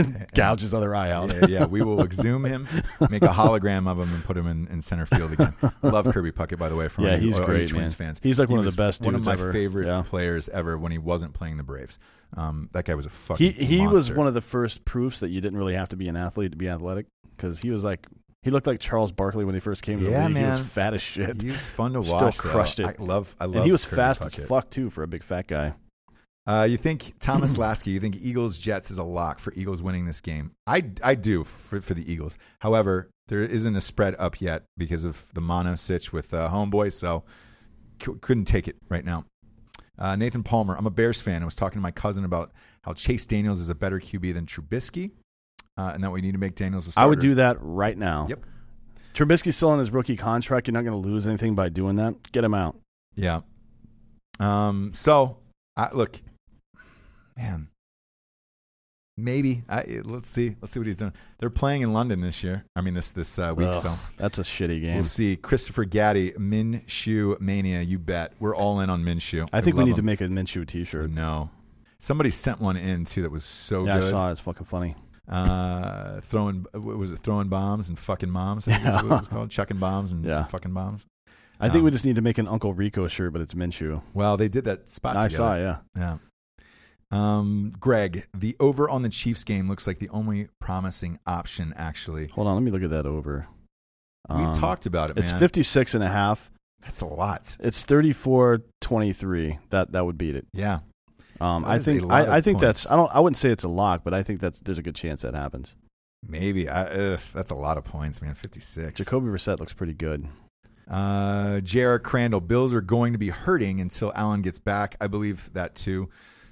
[SPEAKER 3] Gouge his other eye out.
[SPEAKER 2] Yeah, yeah, we will exhume him, make a hologram of him, and put him in, in center field again. Love Kirby Puckett, by the way. From
[SPEAKER 3] Yeah, he's great,
[SPEAKER 2] Twins
[SPEAKER 3] man.
[SPEAKER 2] fans.
[SPEAKER 3] He's like one of the
[SPEAKER 2] was
[SPEAKER 3] best
[SPEAKER 2] One of
[SPEAKER 3] dudes
[SPEAKER 2] my
[SPEAKER 3] ever.
[SPEAKER 2] favorite
[SPEAKER 3] Yeah.
[SPEAKER 2] players ever when he wasn't playing the Braves. Um, that guy was a
[SPEAKER 3] He
[SPEAKER 2] fucking.
[SPEAKER 3] he was one of the first proofs that you didn't really have to be an athlete to be athletic because he was like he looked like Charles Barkley when he first came to
[SPEAKER 2] Yeah,
[SPEAKER 3] the league. He
[SPEAKER 2] man.
[SPEAKER 3] was fat as shit.
[SPEAKER 2] He was fun to
[SPEAKER 3] Still
[SPEAKER 2] watch. though.
[SPEAKER 3] crushed it.
[SPEAKER 2] I love. I love.
[SPEAKER 3] and he was
[SPEAKER 2] Kirby
[SPEAKER 3] fast
[SPEAKER 2] Puckett.
[SPEAKER 3] as fuck too for a big fat guy.
[SPEAKER 2] Uh, you think Thomas Lasky? You think Eagles Jets is a lock for Eagles winning this game? I I do for for the Eagles. However, there isn't a spread up yet because of the mono sitch with uh, homeboy, so c- couldn't take it right now. Uh, Nathan Palmer, I'm a Bears fan. I was talking to my cousin about how Chase Daniels is a better QB than Trubisky, uh, and that we need to make Daniels a starter.
[SPEAKER 3] I would do that right now.
[SPEAKER 2] Yep.
[SPEAKER 3] Trubisky's still on his rookie contract. You're not going to lose anything by doing that. Get him out.
[SPEAKER 2] Yeah. Um. So, I look, man. Maybe I let's see. Let's see what he's doing. They're playing in London this year. I mean, this this uh, week.
[SPEAKER 3] Ugh,
[SPEAKER 2] So
[SPEAKER 3] That's a shitty game.
[SPEAKER 2] we'll see. Christopher Gaddy, Minshew mania. You bet. We're all in on Minshew.
[SPEAKER 3] I think we
[SPEAKER 2] love
[SPEAKER 3] need to
[SPEAKER 2] him.
[SPEAKER 3] make a Minshew T-shirt.
[SPEAKER 2] No. Somebody sent one in too that was so
[SPEAKER 3] yeah, I
[SPEAKER 2] good.
[SPEAKER 3] saw it. It's fucking funny.
[SPEAKER 2] Uh, throwing what was it? Throwing bombs and fucking moms. I think that's what it was called. Chucking bombs and
[SPEAKER 3] Yeah.
[SPEAKER 2] fucking bombs.
[SPEAKER 3] I think we
[SPEAKER 2] Um,
[SPEAKER 3] just need to make an Uncle Rico shirt, but it's Minshew.
[SPEAKER 2] Well, they did that spot.
[SPEAKER 3] I
[SPEAKER 2] together.
[SPEAKER 3] saw, it, yeah.
[SPEAKER 2] Yeah. Um, Greg, the over on the Chiefs game looks like the only promising option. Actually,
[SPEAKER 3] Hold on, let me look at that over.
[SPEAKER 2] we
[SPEAKER 3] Um,
[SPEAKER 2] talked about it.
[SPEAKER 3] It's
[SPEAKER 2] man.
[SPEAKER 3] 56 and a half.
[SPEAKER 2] That's a lot.
[SPEAKER 3] It's 34-23. That that would beat it.
[SPEAKER 2] Yeah.
[SPEAKER 3] Um,
[SPEAKER 2] That
[SPEAKER 3] I
[SPEAKER 2] is a
[SPEAKER 3] think
[SPEAKER 2] lot of
[SPEAKER 3] I, I think
[SPEAKER 2] points.
[SPEAKER 3] that's I don't I wouldn't say it's a lock, but I think that's there's a good chance that happens.
[SPEAKER 2] Maybe. I, ugh, that's a lot of points, man. 56.
[SPEAKER 3] Jacoby Brissett looks pretty good.
[SPEAKER 2] Uh, Jared Crandall, Bills are going to be hurting until Allen gets back. I believe that too,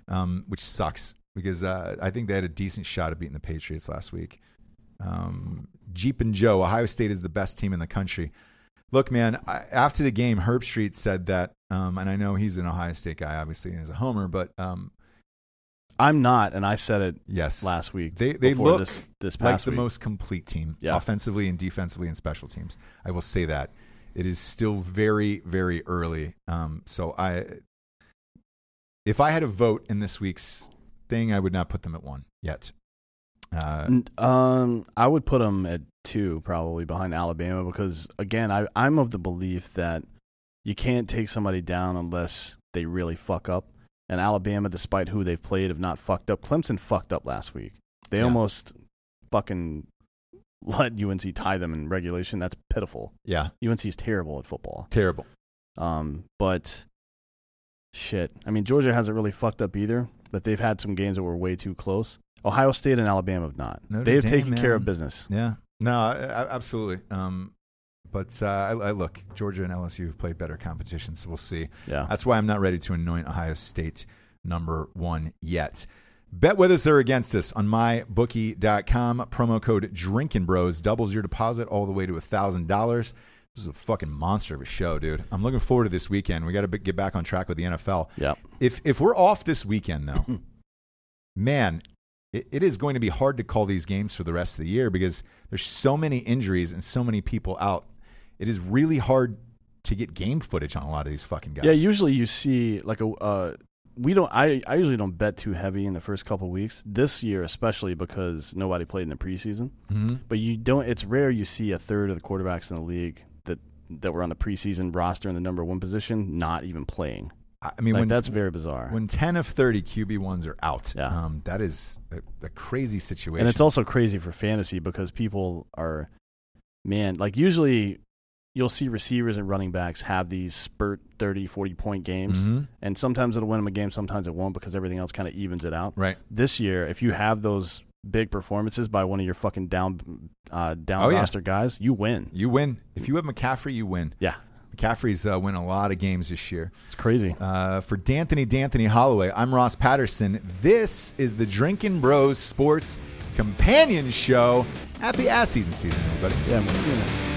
[SPEAKER 2] um, which sucks because uh, I think they had a decent shot at beating the Patriots last week. Um, Jeep and Joe, Ohio State is the best team in the country. Look, man, I, after the game, Herb Street said that, um, and I know he's an Ohio State guy, obviously, and he's a homer, but um,
[SPEAKER 3] I'm not, and I said it
[SPEAKER 2] yes,
[SPEAKER 3] last week.
[SPEAKER 2] They- they
[SPEAKER 3] before
[SPEAKER 2] look
[SPEAKER 3] this, this
[SPEAKER 2] like
[SPEAKER 3] past
[SPEAKER 2] the
[SPEAKER 3] week.
[SPEAKER 2] most complete team,
[SPEAKER 3] Yeah.
[SPEAKER 2] offensively and defensively and special teams. I will say that it is still very, very early. Um, so I, if I had a vote in this week's thing, I would not put them at one yet. Uh,
[SPEAKER 3] N- Um, I would put them at two, probably behind Alabama, because again, I, I'm of the belief that you can't take somebody down unless they really fuck up. And Alabama, despite who they've played, have not fucked up. Clemson fucked up last week. They
[SPEAKER 2] Yeah.
[SPEAKER 3] almost fucking let UNC tie them in regulation. That's pitiful.
[SPEAKER 2] yeah,
[SPEAKER 3] UNC is terrible at football.
[SPEAKER 2] terrible.
[SPEAKER 3] Um, but shit, I mean Georgia hasn't really fucked up either, but they've had some games that were way too close. Ohio State and Alabama have not.
[SPEAKER 2] Notre
[SPEAKER 3] they've
[SPEAKER 2] Dame,
[SPEAKER 3] taken care
[SPEAKER 2] man.
[SPEAKER 3] of business.
[SPEAKER 2] Yeah, no, I, I, absolutely. Um, but uh, I, I look, Georgia and LSU have played better competition, so we'll see.
[SPEAKER 3] Yeah.
[SPEAKER 2] That's why I'm not ready to anoint Ohio State number one yet. Bet with us or against us on mybookie.com. Promo code Drinking Bros doubles your deposit all the way to $1,000. This is a fucking monster of a show, dude. I'm looking forward to this weekend. We got to get back on track with the NFL.
[SPEAKER 3] yeah.
[SPEAKER 2] If, if we're off this weekend, though, man, it, it is going to be hard to call these games for the rest of the year because there's so many injuries and so many people out. It is really hard to get game footage on a lot of these fucking guys.
[SPEAKER 3] Yeah, usually you see like a uh we don't I, I usually don't bet too heavy in the first couple weeks. This year especially because nobody played in the preseason.
[SPEAKER 2] Mhm.
[SPEAKER 3] But you don't it's rare you see a third of the quarterbacks in the league that that were on the preseason roster in the number 1 position not even playing.
[SPEAKER 2] I mean,
[SPEAKER 3] Like,
[SPEAKER 2] when
[SPEAKER 3] that's very bizarre.
[SPEAKER 2] when ten of thirty QB ones are out,
[SPEAKER 3] Yeah.
[SPEAKER 2] um, that is a, a crazy situation.
[SPEAKER 3] And it's also crazy for fantasy because people are, man, like usually you'll see receivers and running backs have these spurt 30, 40 point games.
[SPEAKER 2] Mhm.
[SPEAKER 3] And sometimes it'll win them a game, sometimes it won't because everything else kind of evens it out.
[SPEAKER 2] right.
[SPEAKER 3] This year, if you have those big performances by one of your fucking down, uh, down
[SPEAKER 2] Oh, yeah.
[SPEAKER 3] roster guys, you win.
[SPEAKER 2] You win if you have McCaffrey. You win.
[SPEAKER 3] Yeah.
[SPEAKER 2] McCaffrey's uh, win a lot of games this year.
[SPEAKER 3] It's crazy.
[SPEAKER 2] Uh, for D'Anthony D'Anthony Holloway, I'm Ross Patterson. This is the Drinking Bros Sports Companion Show. Happy ass eating season, everybody.
[SPEAKER 3] Yeah, we'll see you next.